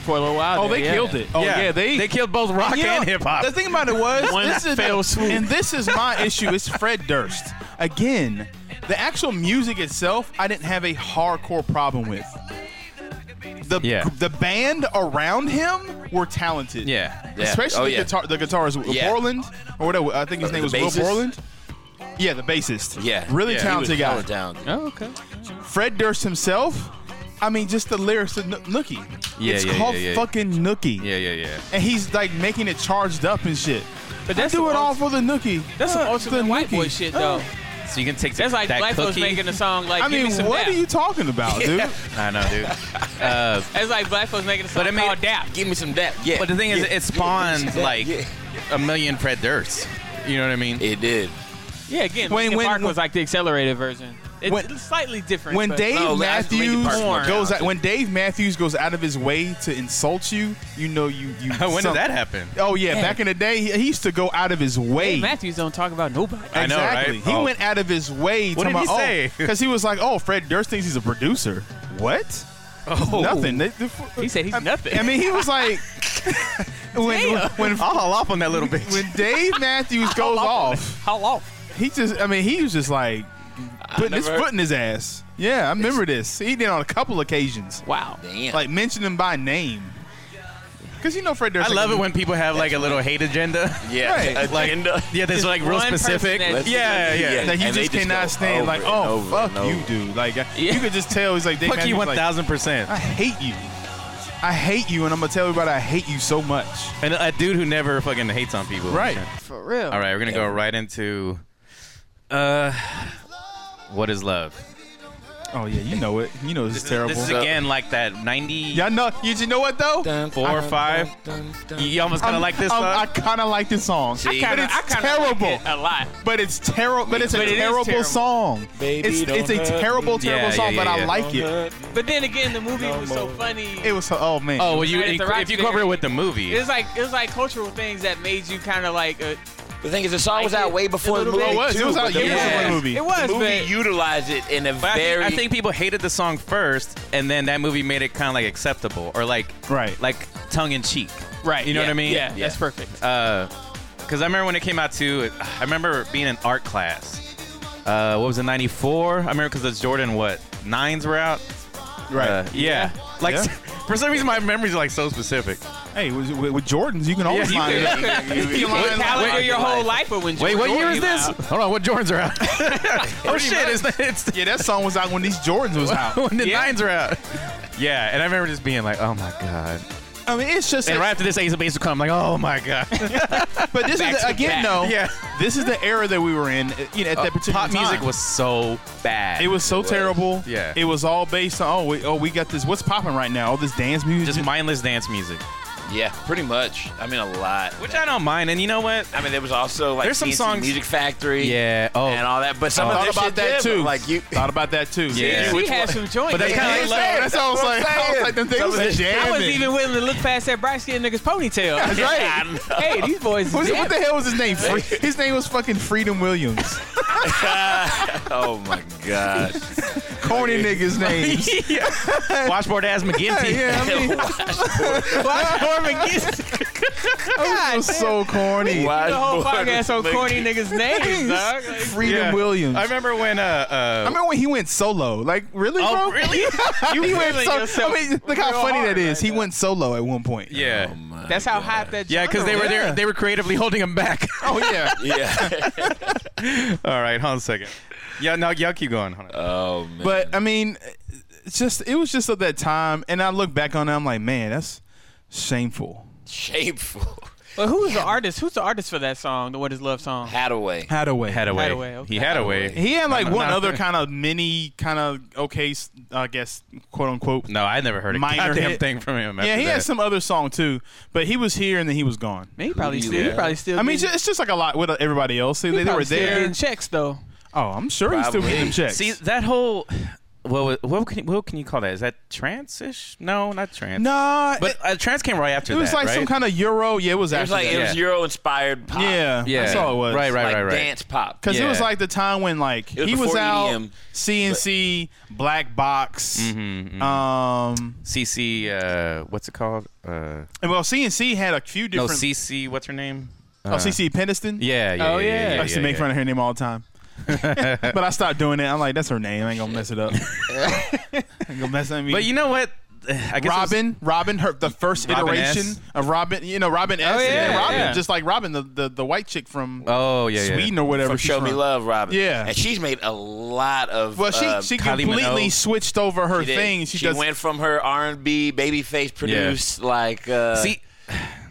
S2: for a little while.
S5: Oh,
S2: there,
S5: they
S2: yeah.
S5: killed it. Oh yeah, they.
S1: they killed both rock
S5: You know,
S1: and hip hop.
S5: The thing about it was,
S2: One
S5: this is
S2: fell swoop.
S5: and this is my issue. It's Fred Durst again. The actual music itself, I didn't have a hardcore problem with. The
S1: Yeah.
S5: the band around him were talented.
S1: Yeah.
S3: Yeah.
S5: Especially
S3: Oh,
S5: the
S3: yeah.
S5: guitar, the guitarist
S3: Yeah.
S5: Borland or whatever. I think his
S3: Uh,
S5: name
S3: the
S5: was
S3: bassist?
S5: Will Borland. Yeah, the bassist.
S3: Yeah.
S1: Yeah. He
S5: really
S3: He was
S5: talented guy.
S3: hella talented.
S2: Oh, okay.
S5: Fred Durst himself. I mean, just the lyrics of Noo- Nookie.
S1: Yeah,
S5: it's
S1: yeah,
S5: called
S1: yeah, yeah.
S5: fucking
S1: (laughs)
S5: Nookie.
S1: Yeah, yeah, yeah.
S5: And he's like making it charged up and shit.
S2: But
S5: I
S2: that's
S5: do
S2: the
S5: it all
S2: ultimate-
S5: for the nookie.
S2: That's some
S5: Uh,
S2: ultimate
S5: the
S2: white boy
S5: nookie.
S2: shit,
S5: Uh,
S2: though.
S1: So you can take
S2: That's like
S1: that
S2: Black folks
S1: cookie.
S2: making a song like
S5: I
S2: Give
S5: mean,
S2: Me Some
S5: what
S2: Dap.
S5: are you talking about, dude?
S1: (laughs) I know, dude. Uh,
S2: That's like Black folks making a song
S1: I mean-
S2: called Dap.
S3: Give me some dap. Yeah.
S1: but the thing is,
S3: Yeah.
S1: it spawned
S3: Yeah. Yeah.
S1: like
S3: Yeah.
S1: a million Fred Dursts. You know what I mean?
S3: It did.
S2: Yeah, again,
S5: When-
S2: Linkin
S5: when-
S2: Park was like the accelerated version. It's
S5: When-
S2: slightly different.
S5: when
S2: but-
S5: Dave
S1: Oh,
S3: No, that's Linkin
S5: Matthews
S3: Park's more
S5: goes out,
S3: talented.
S5: when Dave Matthews goes out of his way to insult you, you know you you.
S1: (laughs) when did
S5: some-
S1: that happen?
S5: Oh yeah,
S2: Yeah.
S5: back in the day, he, he used to go out of his way.
S2: Dave Matthews don't talk about nobody.
S1: I know, right?
S5: Exactly. He
S1: Oh.
S5: went out of his way.
S1: What
S5: talking
S1: did he
S5: about,
S1: say?
S5: Because he was like, "Oh, Fred Durst thinks he's a producer. What?
S1: Oh,
S5: Nothing." They- they-
S2: He said he's
S5: I-
S2: nothing.
S5: I mean, he was like, (laughs) when,
S2: Damn.
S5: when
S1: I'll haul off on that (laughs) little bitch.
S5: when Dave Matthews goes off,
S2: How off?
S5: he just, I mean, he was just like putting his
S3: never-
S5: foot in his ass. Yeah, I remember this. He did on a couple occasions,
S2: Wow.
S3: Damn.
S5: like mention him by name. Because you know Fred Durst.
S1: I love it when people have like a little hate (laughs) agenda.
S3: yeah.
S5: Right.
S1: Like-
S3: Agenda.
S1: Yeah, there's
S2: Just
S1: like real
S2: one person
S1: specific.
S2: that-
S1: Yeah,
S2: Let's-
S1: yeah.
S3: yeah.
S5: Like you
S3: And they
S5: just
S3: just
S5: cannot
S3: go
S5: stand.
S3: over
S5: Like,
S3: and
S5: oh
S3: over
S5: fuck
S3: and over.
S5: you, dude. Like
S2: Yeah.
S5: you could just tell. He's like, Dave
S1: Fuck you,
S5: Matthews,
S1: one
S5: like,
S1: thousand (laughs) percent.
S5: I hate you. I hate you, and I'm gonna tell everybody I hate you so much.
S1: And a dude who never fucking hates on people.
S5: Right.
S2: For real.
S1: All right, we're gonna go right into. Uh, what is love?
S5: Oh yeah, you know it. You know this is terrible.
S1: This is
S3: Terrible.
S1: again like that ninety.
S5: Y'all know. You, you know what though?
S1: Four or five. You you almost kind of
S5: I'm-
S1: like this.
S5: I'm-
S1: song?
S5: I kind of like this song,
S3: See?
S5: but
S2: Kinda-
S5: it's
S2: I kinda like
S5: terrible.
S2: it a lot.
S5: but it's terrible. But it's a
S2: But it is
S5: terrible,
S2: terrible.
S5: song.
S3: Baby,
S5: it's
S3: don't
S5: it's a
S3: hurt
S5: terrible,
S3: me.
S5: terrible
S1: Yeah,
S5: song,
S1: yeah,
S5: but I
S1: yeah,
S5: like it.
S2: But then again, the movie was so
S3: more.
S2: funny.
S5: It was so, oh man.
S1: oh, well, you
S2: Right at the
S1: inc-
S2: rock
S1: if you cover it
S2: there.
S1: with the movie.
S2: It was like it was like cultural things that made you kind of like uh,
S3: The thing is, the song was
S2: Like
S3: out
S2: it-
S3: way before
S2: a
S3: the
S2: little
S3: movie.
S2: bit.
S5: it was. It was
S3: too,
S5: out
S3: but the
S5: years
S3: movie-
S5: ago.
S2: yeah,
S5: the movie.
S2: It was,
S3: The movie
S2: but
S3: utilized it in a
S1: But I think,
S3: very.
S1: I think people hated the song first, and then that movie made it kind of like acceptable or like
S5: Right.
S1: like tongue in cheek.
S2: right.
S1: You know
S2: yeah,
S1: what I mean? Uh,
S2: Yeah,
S3: Yeah.
S2: that's perfect.
S1: because I remember when it came out too. it- I remember being in art class. Uh, what was it, 94? I remember because the Jordan, what, nines were out?
S5: right.
S1: Uh, yeah. Like,
S5: Yeah.
S1: (laughs) for some reason, my memories are like so specific.
S5: hey, with, with, with Jordans, you can always
S1: (laughs) you
S5: find
S1: can-
S5: it.
S3: (laughs)
S5: You can line it up.
S2: Calendar
S3: wait,
S2: your
S3: wait.
S2: whole life, but when
S1: Wait, what
S2: Jordan
S1: year is
S2: came
S1: this?
S2: out-
S1: Hold on, what Jordans are (laughs) out? oh, shit. It's, it's
S5: Yeah, that song was out when these Jordans was
S1: (laughs)
S5: out.
S1: when the
S2: Yeah.
S1: nines are out. Yeah, and I remember just being like, oh my God.
S5: I mean, it's just.
S1: And right after this, Ace of Base would come. I'm like, oh my (laughs) God.
S5: but this is
S2: to
S5: again,
S2: back.
S5: though.
S1: Yeah.
S5: This is the era that we were in. uh, You know, at that particular
S1: Pop music
S5: time.
S1: was so bad.
S5: It was so terrible.
S1: Yeah.
S5: It was all based on oh we, oh we got this what's popping right now all this dance music.
S1: just mindless dance music,
S3: yeah, pretty much. I mean, a lot.
S1: which I don't mind. And you know what?
S3: I mean, there was also like
S1: There's some
S3: CNC
S1: songs-
S3: Music Factory,
S1: Yeah. Oh,
S3: and all that. But some
S1: Oh.
S3: of
S5: thought
S3: this
S5: about
S3: shit
S5: that
S3: did, but,
S5: too.
S3: Like you,
S5: thought about that too.
S1: Yeah.
S2: He had some joints.
S1: But that's
S2: Yeah.
S1: kinda
S5: That's,
S1: like-
S5: that's, that's what I was like. I was like, them things
S3: Some of
S5: was
S3: this-
S5: jamming.
S2: I wasn't even willing to look past that bright skinned nigga's ponytail.
S5: That's right.
S2: hey, these boys.
S5: What,
S2: is
S5: was- what the
S2: jamming.
S5: hell was his name? Free, his name was fucking Freedom Williams. (laughs)
S3: oh my god.
S5: Corny niggas names. (laughs)
S1: Washboard ass (laughs)
S5: yeah,
S1: McGinty.
S5: yeah, I mean, (laughs) it was so corny.
S2: (laughs)
S3: Why
S2: The whole
S3: boy,
S2: podcast on
S3: this
S2: corny
S3: nigga-
S2: niggas' names, dog. Like,
S5: Freedom
S1: Yeah.
S5: Williams.
S1: I
S5: I
S1: remember when uh, uh
S5: remember when he went solo. Like really,
S1: oh
S5: bro? (laughs)
S1: (laughs) really?
S5: You he went
S2: feeling
S5: solo.
S2: yourself
S5: I mean, look how
S2: real
S5: funny
S2: hard
S5: that is.
S2: right
S5: he went solo at one point.
S1: yeah. Oh,
S3: Oh my
S2: That's how
S3: God.
S2: hot that.
S1: Yeah, because they
S2: genre
S1: were
S5: Yeah.
S1: there. They were creatively holding him back.
S5: Oh yeah.
S3: (laughs)
S1: (laughs)
S3: Yeah.
S1: All right, hold on a second. Yeah, now y'all keep going. Hold on.
S3: oh man.
S5: But I mean, it's just it was just at that time, and I look back on it, I'm like, man, that's shameful.
S3: shameful.
S2: But who's the artist? Who's the artist for that song? The What Is Love song?
S3: Hadaway.
S5: Hadaway.
S1: Hadaway.
S2: Hadaway, okay.
S1: He had a way.
S5: He had like
S1: I'm
S5: one
S1: not-
S5: other kind of mini, kind of okay, s- I guess, quote unquote.
S1: No, I never heard a
S5: Minor
S1: goddamn
S5: hit.
S1: thing from him.
S5: Yeah,
S1: after
S5: he
S1: that.
S5: had some other song too, but he was here and then he was gone.
S2: Man, he probably
S3: Who you
S2: still. He
S3: at?
S2: probably still.
S5: I mean,
S2: getting-
S5: ju- it's just like a lot with uh, everybody else. They,
S2: he
S5: they
S2: probably
S5: were
S2: still
S5: there.
S2: getting checks though.
S5: Oh, I'm sure he's still getting them
S3: Probably.
S5: checks.
S1: See that whole. What, what can you, what can you call that? Is that trance-ish? No, not trance.
S5: nah,
S1: but
S5: it,
S1: uh, trance came right after
S5: it was
S1: that,
S5: like
S1: right?
S5: some kind of Euro. Yeah, it was
S3: It was
S5: actually.
S3: like it was
S1: Yeah.
S3: Euro inspired pop.
S5: yeah,
S1: Yeah.
S5: that's all it was.
S1: Right, right,
S3: like
S1: right, right.
S3: Dance pop.
S5: Because it was
S1: Yeah.
S5: like the time when like
S3: It was
S5: he was
S3: before
S1: E
S5: out
S3: EDM,
S5: CNC Black Box.
S1: Mm-hmm,
S5: Um,
S1: CC, uh, what's it called? Uh,
S5: and well, CNC had a few
S1: no,
S5: different.
S1: CC, what's her name?
S5: oh, CNC Peniston.
S1: Yeah, yeah,
S2: Oh,
S1: yeah,
S2: yeah.
S1: yeah,
S5: I used to
S1: yeah,
S5: make
S1: yeah.
S5: fun of her name all the time. (laughs) but I stopped doing it. I'm like, that's her name. I ain't gonna
S1: (laughs)
S5: mess it up. I ain't gonna mess that.
S1: But you know what? (sighs) I guess it was-
S5: Robin, Robin, her the first
S1: Robin S.
S5: iteration of Robin. You know, Robin S.
S2: yeah,
S5: and Robin,
S2: yeah.
S5: just like Robin, the, the the white chick from
S1: oh yeah, yeah.
S5: Sweden or whatever.
S3: from
S5: she's
S3: Show Me
S5: from.
S3: Love, Robin.
S5: Yeah.
S3: And she's made a lot of.
S5: Well, she
S3: uh,
S5: she
S1: Kylie
S5: completely
S1: Minogue.
S5: switched over her
S3: She did.
S5: thing. She,
S3: She
S5: does
S3: went from her R and B babyface produced like uh,
S1: See,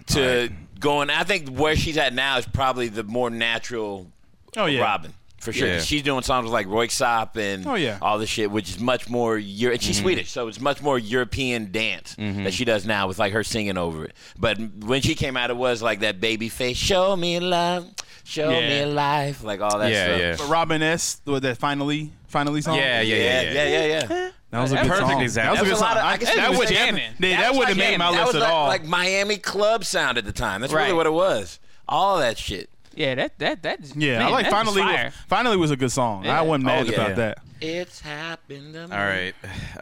S3: to going. I think where she's at now is probably the more natural
S5: Oh yeah,
S3: Robin for sure. 'cause
S1: Yeah.
S3: She's doing songs with like Royksop and
S5: Oh, yeah.
S3: all this shit, which is much more. Euro- and she's Swedish, so it's much more European dance that she does now with like her singing over it. But when she came out, it was like that baby face, show me love, show me
S5: Yeah.
S3: life, like all that
S1: Yeah,
S3: stuff.
S1: yeah.
S5: But Robin S, the- that finally, finally song.
S1: Yeah, yeah,
S3: Yeah, yeah, yeah, yeah.
S5: That was a good
S1: Perfect
S5: song.
S1: example.
S5: That
S1: That was
S5: was a good
S3: a
S5: song.
S3: lot of- I
S5: I,
S3: guess it
S5: that
S3: was
S5: wouldn't have
S2: jamming.
S5: made, that
S3: was
S5: wouldn't
S3: like-
S5: have made my
S3: that
S5: list
S3: was
S5: at
S3: like,
S5: all.
S3: Like Miami club sound at the time. That's really
S2: Right.
S3: what it was. All that shit.
S2: Yeah, that that that's
S5: yeah, I
S2: man,
S5: like
S2: that's
S5: finally.
S2: fire.
S5: Was, finally was a good song.
S2: Yeah.
S5: I wasn't mad
S3: Oh, yeah.
S5: about that.
S3: It's happened. To me.
S1: All right.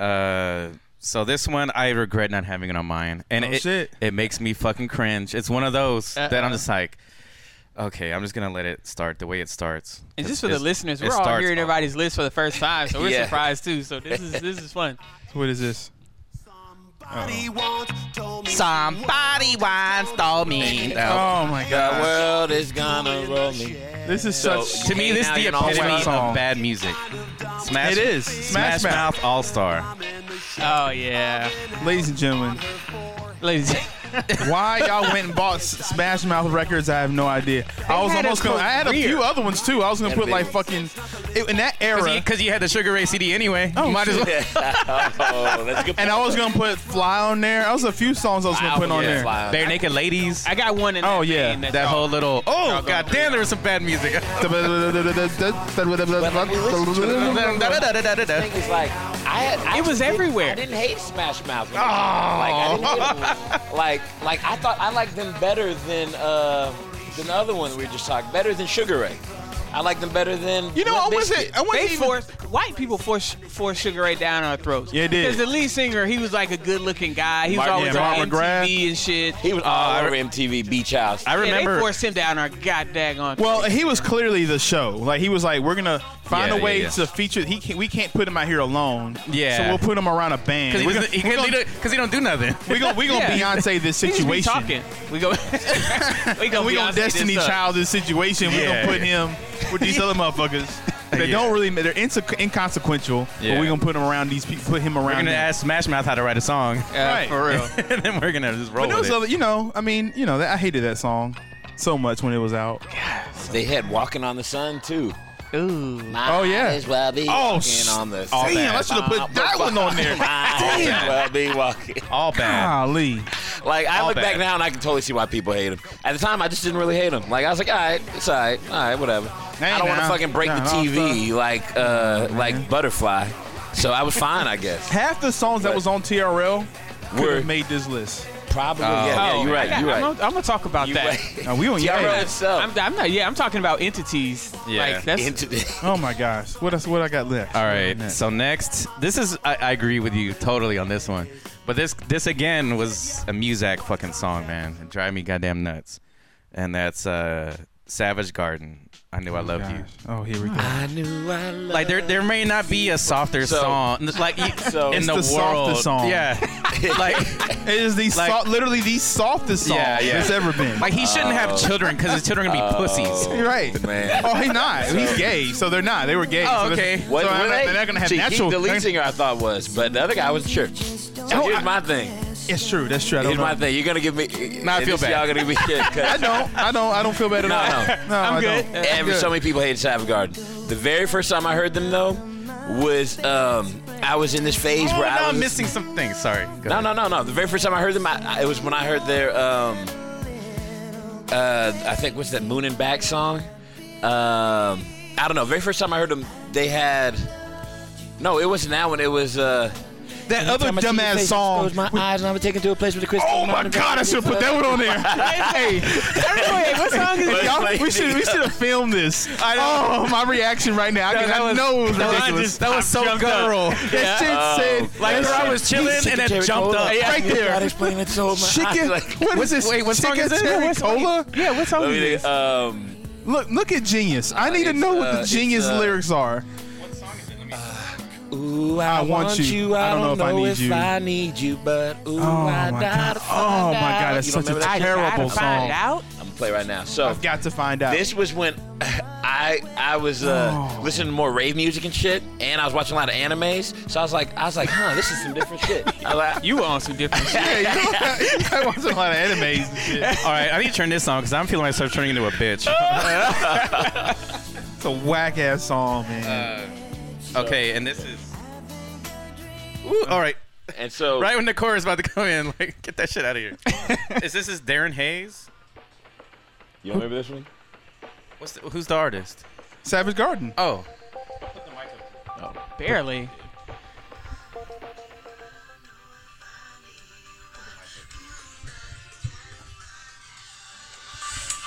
S1: Uh, so this one, I regret not having it on mine, and
S5: Oh,
S1: it
S5: shit.
S1: it makes me fucking cringe. It's one of those that I'm just like, okay, I'm just gonna let it start the way it starts.
S2: And
S1: It's-
S2: just for the
S1: it's-
S2: listeners,
S1: it
S2: we're all
S1: starts
S2: hearing
S1: off-
S2: everybody's list for the first time, so we're
S3: Yeah.
S2: surprised too. So this is this is fun.
S5: What is this?
S2: Somebody once
S1: (laughs)
S2: told me.
S5: Oh my
S3: The
S5: god.
S3: world is gonna roll me.
S5: This is
S3: So-
S5: such.
S1: To me, this is
S3: Now
S1: the
S3: you're all
S1: epitome
S5: wet.
S1: of
S5: Song.
S1: bad music. Smash
S5: It is.
S1: Smash,
S5: Smash Mouth.
S1: Mouth All Star.
S2: Oh yeah,
S5: Ladies and gentlemen,
S2: ladies.
S5: why y'all went and bought S- Smash Mouth records? I have no idea. I was
S2: had a
S5: almost gonna. I had a few
S2: career.
S5: other ones too. I was gonna
S3: Had a
S5: put like
S3: big-
S5: fucking it- in that era.
S1: Because you had the Sugar Ray CD anyway.
S5: Oh,
S1: you might as
S5: shit.
S1: well.
S3: oh, that's a good.
S5: And I was gonna put Fly on there. That was a few songs I was gonna
S3: Wow,
S5: put on
S3: yeah,
S5: there.
S3: Fly.
S1: Bare Naked Ladies.
S2: I got one in.
S5: Oh,
S2: that
S5: yeah,
S2: vein that's
S1: That
S2: all-
S1: whole little. Oh, god damn, there was some bad
S2: (laughs)
S1: music.
S5: That (laughs)
S3: I think it's like I had. I
S2: It was
S3: didn't-
S2: everywhere.
S3: I didn't hate Smash Mouth. When it came out. Like, I didn't hate
S5: Oh. (laughs)
S3: them. like, like I thought I liked them better than uh, than the other one we just talked. Better than Sugar Ray. I liked them better than.
S5: You know, I
S3: Limp
S5: wasn't.
S3: Bizkit.
S5: I wasn't
S2: They
S5: even.
S2: forced white people forced forced Sugar Ray down our throats.
S5: Yeah, it did.
S2: Because the lead singer, he was like a good-looking guy. He was
S5: Martin-
S2: always
S5: yeah,
S2: on
S5: Martin McGrath.
S2: MTV and shit.
S3: He
S5: Oh,
S3: was oh, all
S1: I
S3: over
S1: re-
S3: MTV Beach House.
S1: I
S2: Yeah, they
S1: remember.
S2: forced him down our goddamn on.
S5: Well, he was clearly the show. Like he was like, we're gonna find
S1: Yeah,
S5: a way
S1: yeah, yeah.
S5: to feature. He can't, we can't put him out here alone.
S1: Yeah.
S5: So we'll put him around a band.
S1: Because he,
S5: We're gonna
S1: doesn't- he, couldn't do- 'cause he don't do nothing.
S5: we gonna,
S1: (laughs)
S5: we gonna
S2: Yeah.
S5: Beyonce this
S2: He just be
S5: situation.
S2: talking. We go. (laughs) we go.
S5: we gonna
S2: Beyonce
S5: Destiny
S2: this up.
S5: Child this situation. we
S1: uh, Yeah,
S5: gonna put him with these
S1: (laughs)
S5: other motherfuckers. They
S1: Yeah.
S5: don't really. They're inse- inconsequential.
S1: Yeah.
S5: But we gonna put him around these people. Put him around.
S1: We're gonna
S5: them.
S1: ask Smash Mouth how to write a song,
S2: Yeah,
S5: Right.
S2: for real.
S1: and then we're gonna just roll
S5: But
S1: with
S5: those
S1: it.
S5: other, you know, I mean, you know, that, I hated that song so much when it was out.
S3: They had Walking on the Sun too.
S2: Ooh.
S5: Oh, yeah.
S3: Might as well be
S5: Oh,
S3: walking
S5: s-
S3: on the
S1: all
S3: sun.
S1: bad.
S5: Damn, I should have put that one on
S3: (laughs)
S5: there.
S3: Might as well be walking.
S1: All
S5: Ah.
S1: bad.
S5: Golly.
S3: Like I
S1: All
S3: look back
S1: bad.
S3: now and I can totally see why people hate him. At the time, I just didn't really hate him. Like I was like, all right, it's all right, all right, whatever.
S5: Hey,
S3: I don't want to
S5: now.
S3: fucking break
S5: Nah,
S3: the
S5: nah,
S3: TV like uh, like Butterfly. So I was fine, I
S5: (laughs)
S3: guess.
S5: Half the songs that was on TRL could
S3: Were-
S5: have made this list.
S3: Probably. yeah, yeah, you're
S2: I
S3: right.
S2: got-
S3: You're
S2: I'm,
S3: right.
S2: gonna- I'm gonna talk about (laughs)
S3: You're
S2: that.
S3: (laughs) right.
S5: Now, we don't
S3: TRL
S5: yeah.
S3: itself.
S2: I'm, I'm not. Yeah, I'm talking about entities.
S1: Yeah.
S2: Like, that's
S3: (laughs) into
S5: (laughs)
S3: the-
S5: Oh my gosh, what else? What I got left?
S1: All right. So next, this is I, I agree with you totally on this one, but this this again was a Muzak fucking song, man. It drive me goddamn nuts, and that's uh, Savage Garden. I knew I loved you.
S5: Gosh. Oh, here we go.
S3: I knew I loved
S1: Like there, there may not be a softer
S3: So-
S1: song like you-
S3: so-
S1: in
S5: It's
S1: the,
S5: the softest
S1: world.
S5: song.
S1: Yeah, like
S5: It is the
S1: Like-
S5: soft, literally the softest song
S1: Yeah, yeah.
S5: that's ever been.
S1: like he shouldn't have children because his children are gonna be pussies.
S5: (laughs) You're
S3: (laughs)
S5: right.
S3: man.
S5: Oh, he's not. He's gay, so they're not. They were gay.
S1: Oh,
S5: so they're-
S1: okay.
S5: So
S3: What,
S5: they're
S3: what
S5: not-
S3: they-
S5: they're not gonna have
S3: See,
S5: natural.
S3: He, the lead
S5: they're-
S3: singer, I thought was, but the other guy was church. So here's
S5: I-
S3: my thing.
S5: It's true. That's true. I don't
S3: Here's my
S5: know.
S3: thing. You're gonna give me. Now
S1: I feel bad.
S3: Y'all gonna give me shit. 'cause-
S5: I don't. I don't. I don't feel bad at
S3: No,
S5: all.
S3: no.
S5: (laughs) no
S2: I'm
S5: I
S2: good.
S5: don't.
S2: Uh,
S3: (laughs) Every, so many people hated Savage Garden. The very first time I heard them though was um, I was in this phase
S1: Oh,
S3: where
S1: now
S3: I was
S1: I'm missing some things. Sorry. Go
S3: No,
S1: ahead.
S3: no, no, no. The very first time I heard them, I, I, it was when I heard their um, uh, I think what's that Moon and Back song? Um, I don't know. Very first time I heard them, they had. No, it wasn't that one. It was uh,
S5: That other
S3: Time I see your
S5: dumbass
S3: face,
S5: song.
S3: Close my eyes and I'm taken to a place with a crystal.
S5: Oh my
S3: mountain.
S5: god! I should have put that one on there. hey,
S2: Wait, what song is it?
S5: Y'all, we should we should have filmed this. I know. Oh, my reaction right now. I, can,
S1: that
S5: I
S1: was-
S5: know it was
S1: that was-
S5: ridiculous.
S1: that was so
S5: Jumped up.
S1: guttural.
S5: That shit said
S1: Oh, Like,
S5: that
S1: bro, I
S5: shit-
S1: was chilling and it
S3: Secretary
S1: jumped
S3: Cola.
S1: up.
S3: Yeah,
S5: Right
S3: you
S5: there.
S3: gotta explain it so much.
S5: chicken.
S3: Like,
S5: what is this?
S1: wait, what song
S5: chicken
S1: is it?
S5: cherry
S1: Yeah, what song-
S5: cola?
S2: Yeah, what song
S3: Let
S2: is
S3: me
S2: this?
S3: think, um,
S5: Look, look at genius. I need to
S3: it's,
S5: know
S3: uh,
S5: what the
S3: it's,
S5: genius
S3: uh,
S5: lyrics are.
S3: Ooh, I,
S5: I want you. I don't know if I need you.
S3: need you, but ooh,
S5: Oh my
S3: gotta
S5: god! Oh
S3: find
S5: my
S3: out.
S5: god! That's
S3: You don't
S5: such a
S3: remember that?
S2: Find
S5: terrible song.
S2: out.
S3: I'm gonna play right now. So
S5: I've got to find (laughs) out.
S3: this was when (laughs) I I was uh,
S5: Oh.
S3: listening to more rave music and shit, and I was watching a lot of animes. So I was like, I was like, huh, this is some different shit. I like,
S2: You were on some different (laughs) shit.
S5: Hey, you know, I watch a lot of animes and shit.
S1: Oh. All right, I need to turn this on because I'm feeling myself turning into a bitch.
S5: It's a whack ass song, man.
S1: Uh, okay, and this is. Ooh, all right,
S3: And so
S1: right when the chorus is about to come in, like get that shit out (laughs) of here. is this is Darren Hayes?
S3: you remember this one?
S1: What's the, who's the artist?
S5: Savage Garden.
S1: Oh,
S2: Barely.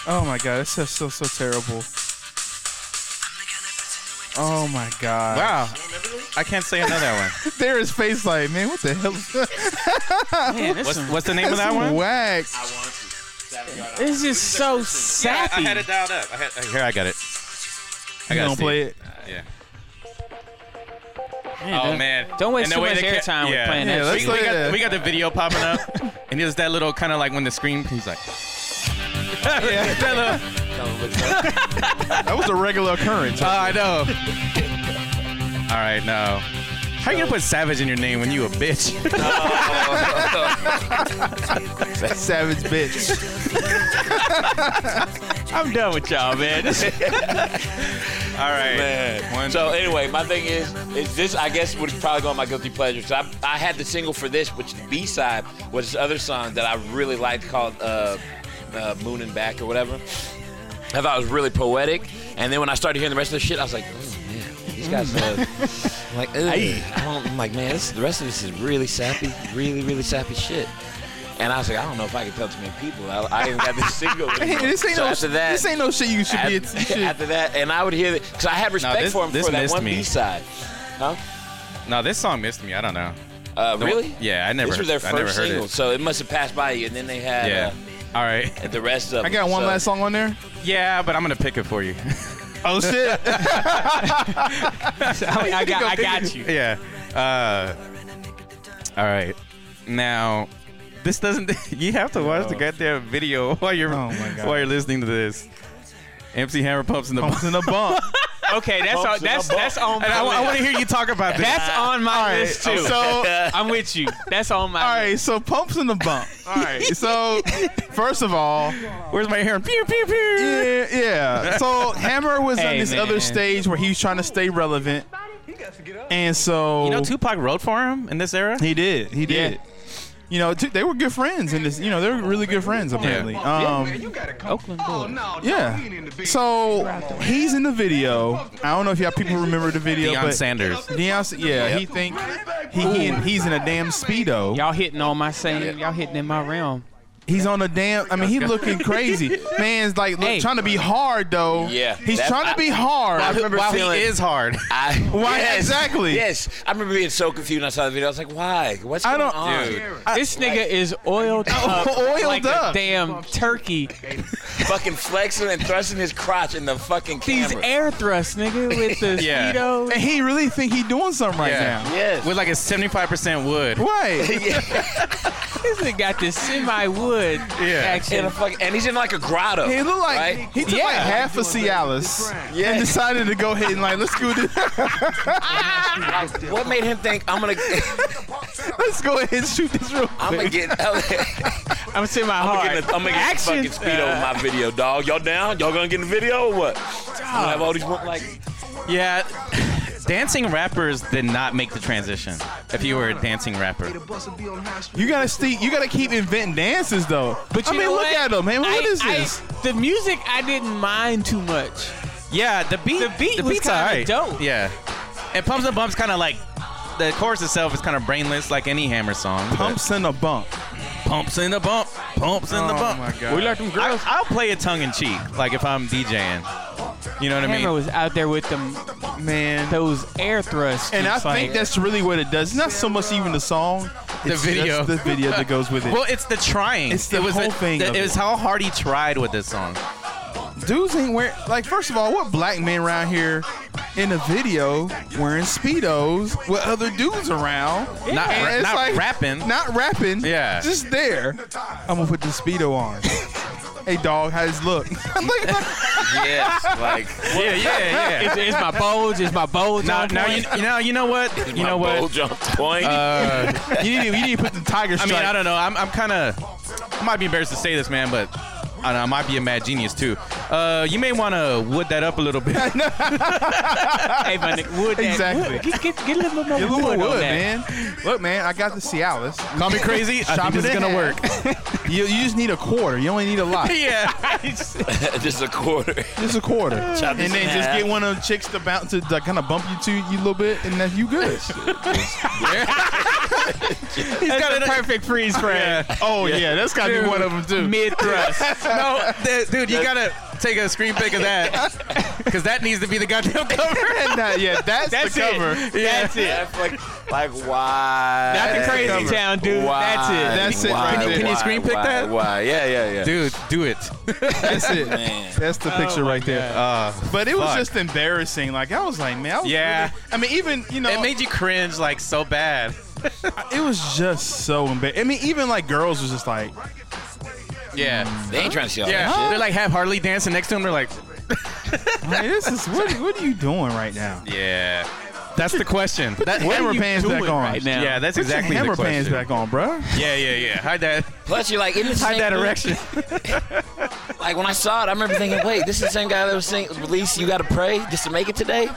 S5: Oh my god, that's just so so terrible. Oh my god.
S1: wow. I can't say another one.
S5: There is face like, man, what the hell is (laughs) that?
S2: Man, this
S1: What's
S2: one-
S1: what's the name of that
S5: That's
S1: one?
S5: whack.
S2: it's just so sappy.
S1: I had it dialed up. I had, here, I got it. I
S5: You
S1: got
S5: don't play it.
S1: Yeah.
S2: don't-
S1: Oh man!
S2: Don't waste
S1: And the
S2: too
S1: way
S2: much
S1: they ca-
S2: airtime with
S1: yeah.
S2: playing
S5: Yeah,
S2: that.
S5: let's
S1: We,
S2: shit.
S1: we
S5: play
S1: got,
S5: that.
S1: we got the video popping up, and it was that little kind of like when the screen. He's like, yeah, (laughs) that little,
S5: That was a regular occurrence.
S1: Oh, I know. (laughs) All right, no. How you gonna put Savage in your name when you a bitch?
S3: (laughs)
S5: That (laughs) savage bitch.
S2: I'm done with y'all, man. This-
S1: (laughs) All right. One,
S3: So anyway, my thing is, is this I guess would probably go on my guilty pleasure. So I, I had the single for this, which the B side was this other song that I really liked called uh, uh, "Moon and Back" or whatever. I thought it was really poetic, and then when I started hearing the rest of the shit, I was like, oh, man, these
S5: Mm.
S3: guys. Uh, I'm
S5: (laughs)
S3: like, "Ugh." I don't, I'm like, man, this, the rest of this is really sappy, really, really sappy shit. And I was like, I don't know if I can tell too many people. I, I ain't got this single.
S5: (laughs) Hey, this ain't
S3: so
S5: no
S3: after that,
S5: this ain't no shit you should be
S3: after, after that, and I would hear that because I had respect
S1: this-
S3: for him
S1: this
S3: for that
S1: missed
S3: one
S1: me.
S3: B side. Huh?
S1: no, this song missed me. I don't know.
S3: Uh,
S1: The-
S3: really?
S1: Yeah, I never.
S3: This was their
S1: I never
S3: first
S1: heard
S3: single,
S1: It.
S3: so it must have passed by you, and then they had
S1: Yeah. All right. (laughs)
S3: uh, the rest of.
S5: I got one
S3: so. (laughs)
S5: last song on (laughs) there.
S1: Yeah, but I'm gonna pick it for you.
S5: Oh shit.
S2: (laughs) I, I got, I got you.
S1: yeah. Uh, all right. Now, this doesn't. (laughs) You have to watch the goddamn video (laughs) while you're
S5: Oh, my God.
S1: while you're listening to this. MC Hammer pumps in the.
S5: Bumps in the bump.
S2: Okay, that's all, that's that's on.
S1: and I,
S2: my
S1: want
S2: list.
S1: to hear you talk about this.
S2: That's on my list too.
S3: (laughs)
S5: So
S2: I'm with you. That's on my.
S5: all
S2: list.
S5: right, so pumps in the bump. All right. So first of all,
S1: Where's my hair? Pew pew pew.
S5: yeah, yeah. So Hammer was on
S2: Hey,
S5: this other
S2: man.
S5: stage where he was trying to stay relevant. And so
S1: You know, Tupac wrote for him in this era.
S5: He did. He did. You know, t- they were good friends, and this, you know, they were really good friends apparently. Um,
S2: Oakland boy.
S5: yeah. So he's in the video. I don't know if y'all people remember the video,
S1: Deion
S5: but
S1: Sanders.
S5: Deion, Sa- yeah, he think he, he in, he's in a damn speedo.
S2: Y'all hitting on my same. Y'all hitting in my realm.
S5: He's on a damn. I mean, he
S2: (laughs)
S5: looking crazy. Man's like look,
S2: Hey.
S5: trying to be hard though.
S3: Yeah.
S5: He's
S3: That-
S5: trying to be
S3: (laughs)
S5: hard.
S3: I remember
S1: Wow,
S3: feeling.
S1: he is (laughs) hard.
S3: I,
S5: Why-
S3: yes,
S5: exactly.
S3: Yes, I remember being so confused when I saw the video. I was like, "Why? What's
S5: I
S3: going
S5: don't-
S3: on?"
S1: Dude.
S2: This nigga is oiled
S3: Uh,
S2: up,
S5: Oh, (laughs) Oiled
S2: like
S5: up.
S2: a damn turkey.
S3: Fucking flexing and thrusting his crotch in the fucking
S2: These
S3: camera.
S2: air thrusts, nigga, with
S5: (laughs)
S2: the
S1: Yeah.
S2: speedo.
S5: and he really think he doing something right
S1: Yeah.
S5: now.
S3: yes.
S1: With like a 75% wood.
S3: (laughs)
S5: Right.
S2: This nigga got this semi wood
S3: in
S2: action.
S3: a fuck, and he's in like a grotto.
S5: He looked like
S3: right?
S5: he took
S2: Yeah.
S5: like half a Cialis and decided to go ahead and like let's go (laughs) do,
S3: What made him think I'm gonna? (laughs)
S5: let's go ahead and shoot this real
S3: I'm gonna
S5: quick. (laughs)
S3: get.
S2: I'm semi
S3: I'm
S2: hard.
S3: gonna, I'm gonna get some fucking speed on my video, dog. Y'all down? Y'all gonna get in the video or what? I'm gonna have all these one, like
S1: Yeah. (laughs) Dancing rappers did not make the transition. If you were a dancing rapper,
S5: You gotta stay, you gotta keep inventing dances though.
S2: But
S5: I
S2: you
S5: mean,
S2: know
S5: look
S2: what?
S5: at him, man. What
S2: I-
S5: is
S2: I-
S5: this?
S2: the music I didn't mind too much.
S1: yeah, the beat,
S2: The beat was
S1: beat's
S2: kinda
S1: alright.
S2: dope.
S1: Yeah, and Pumps and Bumps kind of like the chorus itself is kind of brainless, like any Hammer song. but-
S5: Pumps in a bump.
S1: pumps in the bump, pumps in the
S5: Oh,
S1: bump.
S5: my God. We
S1: like them girls. I, will play it tongue in cheek, like if I'm DJing. You know what I
S2: Hammer
S1: mean?
S2: was out there with them
S5: Man.
S2: those air thrusts.
S5: and I
S2: It's like-
S5: think that's really what it does. It's not so much even the song,
S1: The
S5: it's
S1: video.
S5: just the video that goes with it.
S1: Well, it's the trying.
S5: It's the
S1: it was
S5: whole thing
S1: the-
S5: of
S1: it was
S5: it.
S1: how hard he tried with this song.
S5: dudes ain't wearing like first of all what black men around here in a video wearing speedos with other dudes around
S1: Not
S5: And
S1: ra-
S5: it's
S1: not rapping.
S5: not rapping
S1: Yeah.
S5: just there i'm gonna put this speedo on (laughs) hey dog how does it look Look at that.
S3: yes, like (laughs)
S1: Yeah, yeah, (laughs)
S2: It's, it's my bulge. It's my bulge.
S1: now,
S2: on
S1: now you,
S2: point.
S1: now you know what? You know what?
S3: Jump point.
S1: Uh,
S5: you need to you need to put the (laughs)
S1: (laughs)
S5: tiger
S1: I
S5: stripe
S1: mean, I don't know. I'm, I'm kind of. I might be embarrassed to say this, man, but and I might be a mad genius too. Uh, you may want to wood that up a little (laughs) bit.
S2: hey, my nigga, wood that.
S5: Exactly.
S2: Wood, get, get, get a little bit more
S5: Get a little
S2: wood,
S5: more
S2: on
S5: wood,
S2: that.
S5: man. Look, man, I got the Cialis.
S1: Call me crazy. I
S5: Chop
S1: think this
S5: it
S1: is
S5: in
S1: gonna work.
S5: half. (laughs) you, you just need a quarter. You only need a
S1: (laughs)
S5: lot.
S1: yeah.
S3: Just a quarter.
S5: Just a quarter.
S3: Chop
S5: and
S3: this
S5: then
S3: in
S5: just
S3: half.
S5: get one of them chicks to bounce to like, kind of bump you to you a little bit, and then you good.
S1: He's
S2: That's
S1: got
S2: the
S1: it.
S2: perfect freeze frame.
S5: oh yeah, that's got to be one of them too.
S2: Mid thrust.
S1: (laughs) No, th- dude, you gotta take a screen pic of that, because that needs to be the goddamn (laughs) cover.
S5: Nah, yeah, that's,
S2: That's
S5: the
S2: it.
S5: cover.
S2: That's it.
S3: That's like, like why?
S2: That's
S5: the
S2: crazy town, dude.
S3: Why?
S2: That's it.
S5: That's it right
S3: Why?
S5: there.
S1: Can you screen
S3: Why?
S1: pick that?
S3: Why? Yeah, yeah, yeah.
S1: Dude, do it.
S5: That's it.
S3: Man.
S5: That's the picture
S2: my
S5: right there.
S1: Uh,
S5: But it was
S1: Fuck.
S5: just embarrassing. Like I was like, man, I was
S1: Yeah.
S5: really- I mean, even you know,
S1: it made you cringe like so bad.
S5: it was just so embarrassing. I mean, even like girls was just like,
S1: Yeah.
S3: They ain't trying to see all
S1: Yeah.
S3: that
S1: They're like have Harley dancing next to him. They're like,
S5: man, this is what, what are you doing right now?
S1: yeah. That's the question. That,
S5: What
S2: What
S5: hammer
S2: are you
S5: pants back
S2: doing
S5: on.
S2: right now?
S1: yeah, that's
S5: Put your
S1: exactly the
S5: hammer
S1: question.
S5: pants back on, bro.
S1: Yeah, yeah, yeah. Hide that.
S3: shit. Plus, you're like, isn't this the
S1: Hide
S3: same
S1: that
S3: dude?
S1: erection.
S3: (laughs) Like when I saw it, I remember thinking, wait, this is the same guy that was saying, "Release, you gotta pray just to make it today."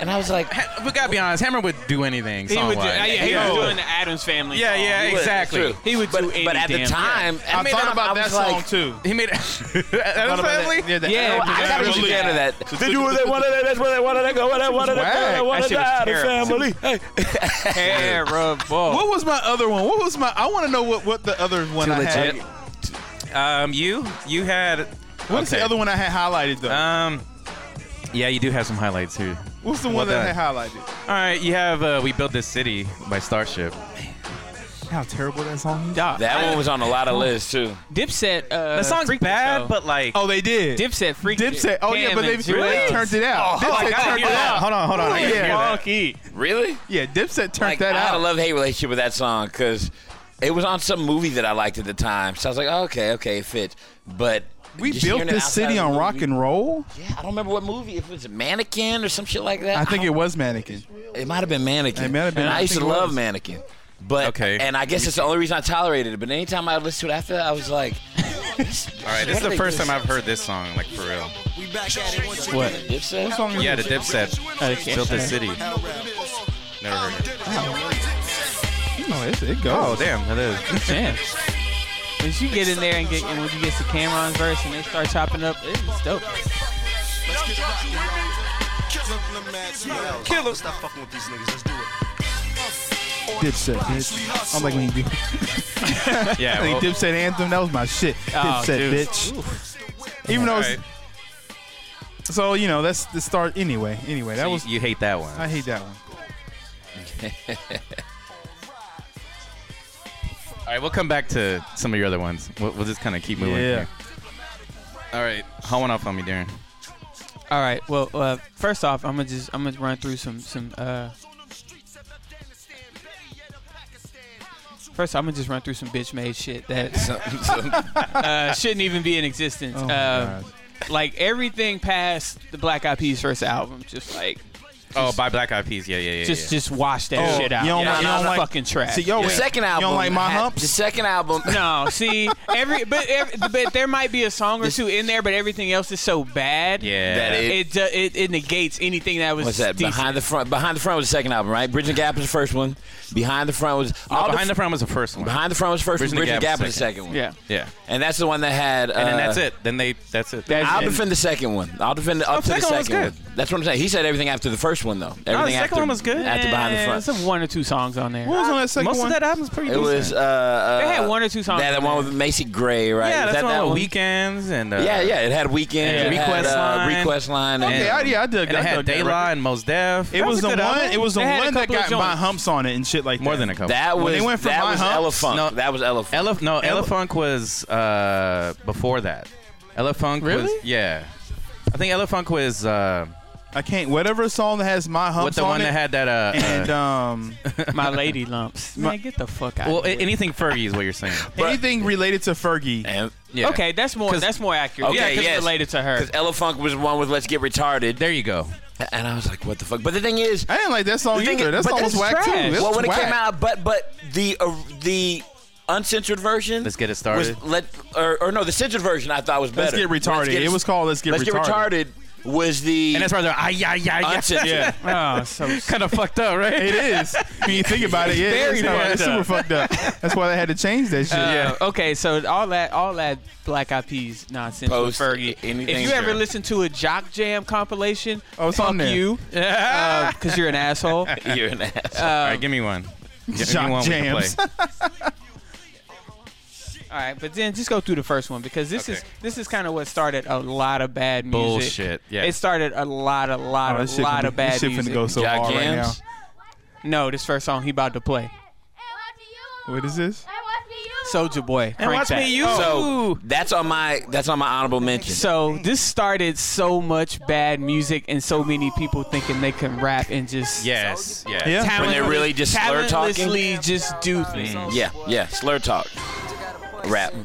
S3: And I was like,
S1: Ha- we gotta be honest. Hammer would do anything.
S2: He was,
S1: song-wise.
S2: do, yeah, he
S5: Yeah.
S2: was doing the Adams Family.
S1: Yeah,
S2: song.
S1: yeah,
S3: He would,
S1: exactly.
S3: it's true.
S2: He would
S3: but,
S2: do any
S3: but at the
S2: damn
S3: time,
S5: I,
S3: I, mean,
S5: thought
S3: I- I
S5: about that
S3: was like,
S5: song too.
S1: He made
S5: Thought
S1: Adam's
S5: about
S1: family.
S5: That, yeah, that
S2: Yeah,
S3: Well, I
S2: because
S3: gotta
S2: it was
S3: get you
S5: Absolutely.
S2: that-
S3: out of that. They do what they want. That's what they want. They go. They want. They
S5: Whack.
S3: want.
S2: That
S3: They
S2: shit was terrible.
S3: want. Family. Hey.
S2: terrible.
S5: What was my other one? What was my? I want to know what what the other one
S3: Too
S5: I had.
S3: legit.
S1: Um, you you had.
S5: What's the other one I had highlighted though?
S1: Um, yeah, you do have some highlights here.
S5: What's the one
S1: about
S5: that, I had highlighted?
S1: All right, you have uh, "We Built This City" by Starship.
S5: How terrible that song is.
S2: Dog,
S3: That
S2: I-
S3: one was on a lot of lists too.
S2: Dipset. Uh,
S1: The song's
S2: Freak
S1: bad,
S2: Show.
S1: but like,
S5: Oh, they did.
S2: Dipset freak.
S5: Dipset. Oh yeah, but they Dipset turned it out.
S1: Oh,
S5: Dipset
S1: I gotta
S5: turned
S1: hear
S5: it
S1: that.
S5: out.
S1: Hold on, hold on. I gotta
S5: Yeah.
S1: hear that.
S2: funky.
S3: Really?
S5: Yeah, Dipset turned
S3: Like
S5: that
S3: I had a
S5: out.
S3: love hate relationship with that song because it was on some movie that I liked at the time. So I was like, oh, okay, okay, it fits. But
S5: We
S3: just
S5: built
S3: hearing it
S5: this
S3: outside
S5: city
S3: of the
S5: on
S3: movie-
S5: rock and roll.
S3: Yeah, I don't remember what movie. If it was Mannequin or some shit like that.
S5: I think it
S3: don't-
S5: was Mannequin.
S3: It might have been Mannequin.
S5: It might have been.
S3: And I,
S5: I
S3: used to
S5: think it
S3: love
S5: was.
S3: Mannequin. But
S1: Okay.
S3: and I guess it's the only reason I tolerated it. But anytime I listened to it after that, I was like,
S1: All right, this is the first time I've heard this song, like for real.
S5: What?
S3: Dipset?
S5: What song is
S1: Yeah, the
S5: it?
S1: Dipset,
S2: Okay.
S1: "Built This City." Never heard it.
S5: No, it, it goes.
S1: Oh damn, that is.
S2: (laughs) Yeah. Once you get in there and get, and when you get to Cameron's verse and they start chopping up, it's dope.
S6: Kill him. Stop fucking with these niggas. Let's do it.
S5: Dipset, bitch. I'm like when you do.
S1: Yeah,
S5: I think
S1: well,
S5: Dipset anthem. That was my shit.
S2: Oh,
S5: Dipset,
S2: dude.
S5: bitch. Even though,
S1: all
S5: it's,
S1: right.
S5: so you know, that's the start. Anyway, anyway, that
S1: You-
S5: was.
S1: you hate that one.
S5: I hate that one.
S1: All right, we'll come back to some of your other ones. We'll, we'll just kind of keep moving.
S5: Yeah.
S1: here. All right, hold one off on me, Darren.
S2: All right. Well, uh, first off, I'm gonna just I'm gonna run through some some. Uh, first, I'm gonna just run through some bitch made shit
S5: (laughs)
S2: that
S3: Some- some-
S2: uh, shouldn't even be in existence.
S5: Oh, my
S2: uh,
S5: God.
S2: like everything past the Black Eyed Peas first album, just like
S1: Oh, by Black Eyed Peas. Yeah, yeah, yeah.
S2: just
S1: yeah.
S2: just wash that
S5: Oh,
S2: shit out.
S5: you don't
S2: Yeah,
S5: like- you
S2: it's
S5: don't like-
S2: fucking trash.
S5: See, yo,
S3: the (laughs)
S5: wait,
S3: second
S5: You
S3: album.
S5: don't like my
S3: had-
S5: humps?
S3: The second album.
S2: No, see, every but every, but there might be a song or two in there, but everything else is so bad.
S1: yeah.
S3: That is-
S2: It, do- it it negates anything that was
S3: What's that?
S2: decent.
S3: Behind the front. Behind the front was the second album, right? Bridge and Gap was the first one. Behind the front was all
S1: Oh, behind the front was the first one.
S3: behind the front was the first
S1: Bridge and
S3: one. Bridge and
S1: Gap
S3: Gap
S1: was
S3: was the
S1: second.
S3: second one.
S2: Yeah.
S1: yeah.
S3: And that's the one that had. Uh,
S1: And then that's it. Then they. That's it.
S2: That's-
S3: I'll
S2: and-
S3: defend the second one. I'll defend up to the
S1: second one was
S3: second one. That's what I'm saying. He said everything after the first one, though. Everything
S1: second
S3: after,
S1: one was good.
S3: After behind the
S2: Eh,
S3: front.
S2: There's one or two songs on there.
S5: What was on that second
S1: Most
S5: one?
S1: of that album's pretty.
S3: It was. Uh, uh,
S2: They had one or two songs
S3: That, that
S2: on
S3: one
S2: there.
S3: with Macy Gray, right?
S1: Yeah,
S3: Was
S1: that's
S3: that,
S1: one
S3: that
S1: with
S3: one?
S1: weekends and. Uh,
S3: Yeah, yeah. It had weekend.
S2: Yeah.
S3: it had,
S1: Request
S3: uh,
S1: Line.
S3: request line. and-
S5: Okay, I, yeah, I dug
S1: And it
S5: I
S1: had
S5: dug that record.
S1: Dayla and Mos Def.
S5: It
S1: That
S5: was,
S1: a
S5: the one.
S1: good album.
S5: It was the
S2: They had a
S5: one that
S2: couple of
S5: got my
S2: joints.
S5: humps on it and shit like
S1: more
S5: that.
S1: than a couple.
S3: That was
S5: When they went from
S3: that
S5: My
S3: was
S5: Humps-
S3: Ella Funk.
S1: No.
S3: That was Ella Funk.
S1: Ella, no, Ella Funk was uh, before that. Ella Funk was
S2: Really?
S1: yeah. I think Ella Funk was uh,
S5: I can't. Whatever song that has my humps
S1: with the
S5: on
S1: one
S5: it.
S1: that had that. Uh,
S5: and
S1: uh,
S5: um,
S2: My lady lumps. Man, get the fuck out.
S1: well,
S2: of here.
S1: a- anything Fergie is what you're saying.
S5: anything related to Fergie.
S3: And-
S1: Yeah.
S2: Okay, that's more
S1: 'Cause-
S2: that's more accurate.
S3: Okay,
S2: yeah, 'cause it's
S3: yes. uh,
S2: related to her.
S3: Because Ella Funk was one with Let's Get Retarded.
S1: There you go.
S3: And I was like, what the fuck? But the thing is,
S5: I didn't like that song
S3: The thing
S5: either.
S3: is-
S5: That
S3: but
S5: song was
S3: that's
S5: whack
S2: trash.
S5: too. That
S3: well,
S5: was
S3: when it
S5: whack.
S3: came out, but but the uh, the uncensored version.
S1: Let's get it
S3: was
S1: started.
S3: let or, or no, the censored version I thought was better.
S5: Let's get retarded.
S3: Get-
S5: it was called Let's Get
S3: Let's
S5: Retarded.
S3: get retarded was the
S5: (laughs)
S1: and that's why they're ay yeah yeah yeah.
S3: uncensored.
S1: (laughs)
S5: Yeah.
S2: Oh,
S5: (laughs)
S2: so
S1: kind of fucked up, right?
S5: It is. When you think about it, yeah,
S1: Very
S5: it's, kinda-
S1: fucked
S5: it's
S1: up.
S5: super fucked up. That's why they had to change that shit.
S2: Uh, Okay, so all that all that Black Eyed Peas nonsense
S3: Post,
S2: with
S3: (laughs)
S2: Fergie.
S3: anything,
S2: if you ever
S3: sure.
S2: listen to a Jock Jam compilation,
S5: Oh, it's
S2: fuck
S5: on there.
S2: you, because you're an asshole.
S3: You're an ass.
S1: All right, give me one. Give
S5: Shock
S1: me one we can
S5: jams.
S1: play.
S2: All right, but then just go through the first one because this is
S1: Okay.
S2: this is kind of what started a lot of bad music.
S1: (laughs) Bullshit, yeah.
S2: It started a lot, a lot, a
S5: Oh, this shit
S2: lot
S5: gonna
S2: of
S5: be-
S2: bad
S5: this shit
S2: music.
S5: finna go so
S3: Jack
S5: hard right now.
S3: Jams.
S2: No, this first song he about to play,
S5: What is this?
S2: Soldier Boy.
S1: And
S2: Crank
S1: watch
S2: that.
S1: me,
S5: Oh.
S1: you.
S3: So that's on my that's on my honorable mention.
S2: So this started so much bad music and so many people thinking they can rap and just
S1: yes, yes.
S5: Yeah.
S3: When they're really just slur talking?
S2: talentlessly just do things.
S3: yeah, yeah, slur talk, rap. (sighs)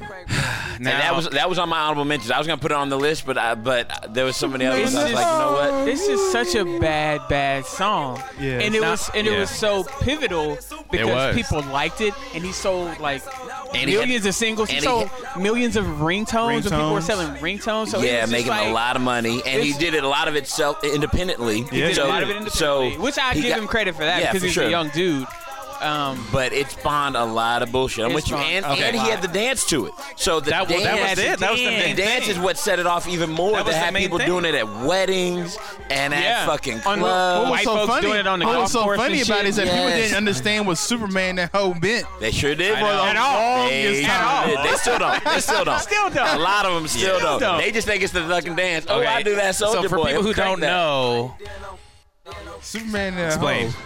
S1: Now,
S3: and that was that was on my honorable mentions. I was gonna put it on the list, but I, but there was somebody else. I was like, you know what?
S2: This is such a bad, bad song.
S5: Yeah.
S2: And it was and it
S1: Yeah.
S2: was so pivotal because
S1: was.
S2: people liked it and he sold like
S3: And he had-
S2: millions of singles. He
S3: and he
S2: sold millions of ringtones, and people were
S5: Ringtones.
S2: selling ringtones. So it
S3: yeah,
S2: was just
S3: making
S2: like,
S3: a lot of money, and he
S2: This-
S3: did it a lot of it self independently. He
S5: did
S2: a lot of it independently. which I
S3: he
S2: give
S3: got-
S2: him credit for that
S3: yeah,
S2: because
S3: for
S2: he's
S3: sure.
S2: a young dude. Um,
S3: But it spawned a lot of bullshit. I'm
S2: It
S3: with you,
S2: spawned
S3: and,
S2: a
S3: and he
S2: lot.
S3: had the dance to it. So the
S1: That wa-
S3: dance,
S1: that was it. That was the main
S3: the dance
S1: thing.
S3: is what set it off even more.
S1: That
S3: They
S1: was the
S3: had
S1: main
S3: people
S1: thing.
S3: doing it at weddings and
S2: Yeah.
S3: at fucking
S2: On the- what
S5: Oh,
S3: clubs.
S2: was- White folks doing it on the
S5: what
S2: golf
S5: was Oh, so
S2: course
S5: funny
S2: and
S5: about
S2: shit.
S5: it is that people
S3: Yes.
S5: didn't understand what Superman that whole bent.
S3: They sure did.
S5: For the
S3: At all.
S5: longest
S3: They,
S5: time.
S3: sure did. They still don't. They still don't.
S2: (laughs) Still don't.
S3: A lot of them still don't.
S2: don't.
S3: They just think it's the fucking dance. Oh,
S1: okay.
S3: I do that soldier
S1: So for
S3: boy.
S1: people who don't
S3: Crank that.
S1: know,
S5: Superman that
S1: Oh. Explain.
S5: hoe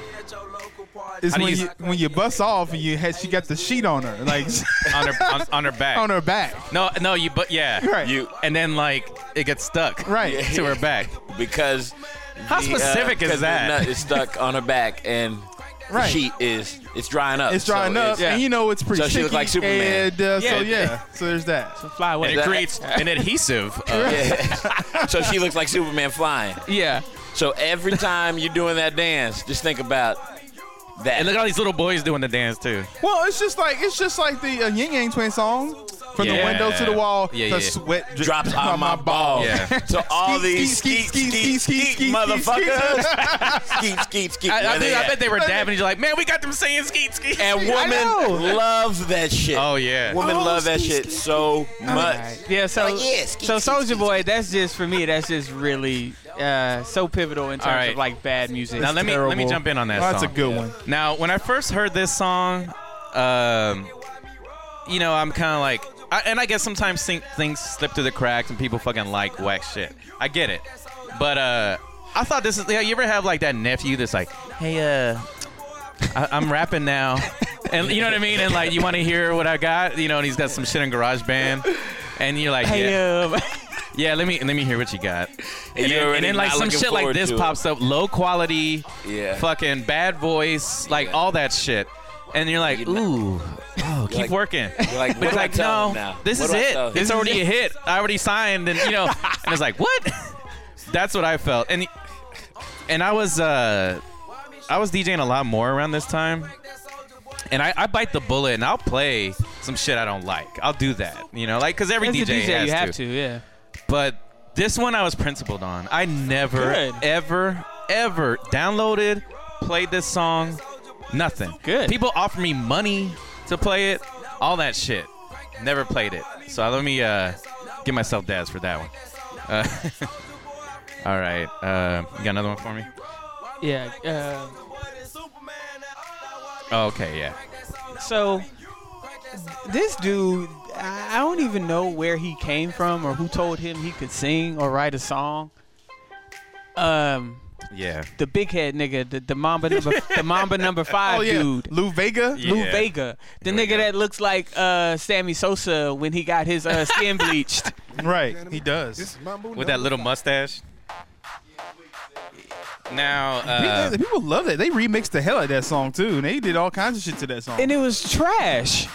S5: is
S1: How do
S5: when
S1: you-
S5: you, when you bust off and you had she got the sheet on her like (laughs)
S1: on her on, on her back. (laughs)
S5: on her back.
S1: No, no, you but yeah.
S5: Right.
S3: You
S1: And then like it gets stuck
S5: Right.
S1: (laughs) to her back.
S3: because
S1: How specific is
S3: because the
S1: that?
S3: nut is stuck on her back and
S5: Right.
S3: the sheet is it's drying up.
S5: It's drying
S3: So
S5: up,
S3: it's-
S5: and you know it's pretty
S3: So she looked
S5: sticky,
S3: like Superman.
S5: And, uh,
S1: Yeah.
S5: So yeah, so there's that.
S2: fly away.
S1: And it creates an adhesive. (laughs) Uh,
S3: Yeah. (laughs) so she looks like Superman flying.
S2: yeah.
S3: So every time you're doing that dance, just think about that.
S1: and look at all these little boys doing the dance too.
S5: Well, it's just like it's just like the uh, Yin Yang Twin song, from the
S1: Yeah.
S5: window to the wall,
S1: Yeah,
S5: the
S1: yeah.
S5: sweat dri- (laughs)
S3: drops on my ball.
S1: Yeah.
S3: (laughs) So all these
S5: Skeet,
S3: skeet skeet skeet
S5: skeet, skeet,
S3: skeet
S5: skeet, skeet,
S3: motherfuckers. Skeet skeet skeet.
S1: I, I,
S3: Where
S1: think, I
S3: at?
S1: bet they (laughs) were dabbing. You're like, man, we got them saying skeet skeet.
S3: And women love that shit.
S1: Oh yeah.
S3: Women
S5: Oh,
S3: love that
S5: skeet,
S3: shit so much.
S2: Yeah, so
S3: Oh, yeah, skeet,
S2: so
S3: skeet,
S2: Soldier
S3: skeet,
S2: Boy, that's just for me. That's just really uh, so pivotal in terms
S1: All right.
S2: of like bad music.
S1: Now let me let me
S5: terrible.
S1: jump in on that.
S5: Oh, that's a
S1: song.
S5: good one.
S1: Now, when I first heard this song, um, you know, I'm kind of like, I, and I guess sometimes think, things slip through the cracks and people fucking like whack shit. I get it, but uh, I thought this is. You, know, you ever have like that nephew that's like, hey, uh, I, I'm rapping
S3: (laughs)
S1: now, and you know what I mean, and like you want to hear what I got, you know, and he's got some shit in GarageBand, and you're like, yeah.
S2: Hey, um,
S1: (laughs) Yeah, let me let me hear what you got. And,
S3: you're
S1: then,
S3: already
S1: and then like
S3: not
S1: some
S3: looking
S1: shit like
S3: forward
S1: this
S3: to it.
S1: pops up, low quality,
S3: Yeah.
S1: fucking bad voice, like all that shit. And you're like,
S3: You're not-
S1: ooh, oh, keep
S3: like-
S1: working.
S3: You're like,
S1: But it's
S3: what do I
S1: like,
S3: tell them
S1: no,
S3: now?
S1: this
S3: What
S1: is
S3: do I
S1: it.
S3: tell them?
S1: It's already a hit. I already signed, and you
S3: (laughs)
S1: know, and it's like, what? That's what I felt. And and I was uh, I was DJing a lot more around this time, and I, I bite the bullet and I'll play some shit I don't like. I'll do that, you know, like because every
S2: as a
S1: DJ,
S2: DJ,
S1: has
S2: you have to. Yeah.
S1: but this one I was principled on. I never,
S2: Good.
S1: ever, ever downloaded, played this song, nothing.
S2: Good.
S1: People offer me money to play it, all that shit. Never played it. So let me uh, give myself dads for that one. Uh, (laughs) all right. Uh, you got another one for me?
S2: Yeah. Uh,
S1: Oh, okay, yeah.
S2: So this dude, I I don't even know where he came from or who told him he could sing or write a song. Um,
S1: Yeah.
S2: the big head nigga, the, the
S1: (laughs)
S2: Mamba number, the Mamba number five
S5: Oh yeah,
S2: dude.
S5: Lou Vega.
S1: Yeah.
S2: Lou Vega, the
S1: Here we
S2: nigga
S1: go.
S2: that looks like uh, Sammy Sosa when he got his uh, skin bleached.
S5: Right, he does.
S1: With that little mustache. Now, uh,
S5: People, people love that. They remixed the hell out of that song too, and they did all kinds of shit to that song.
S2: and it was trash.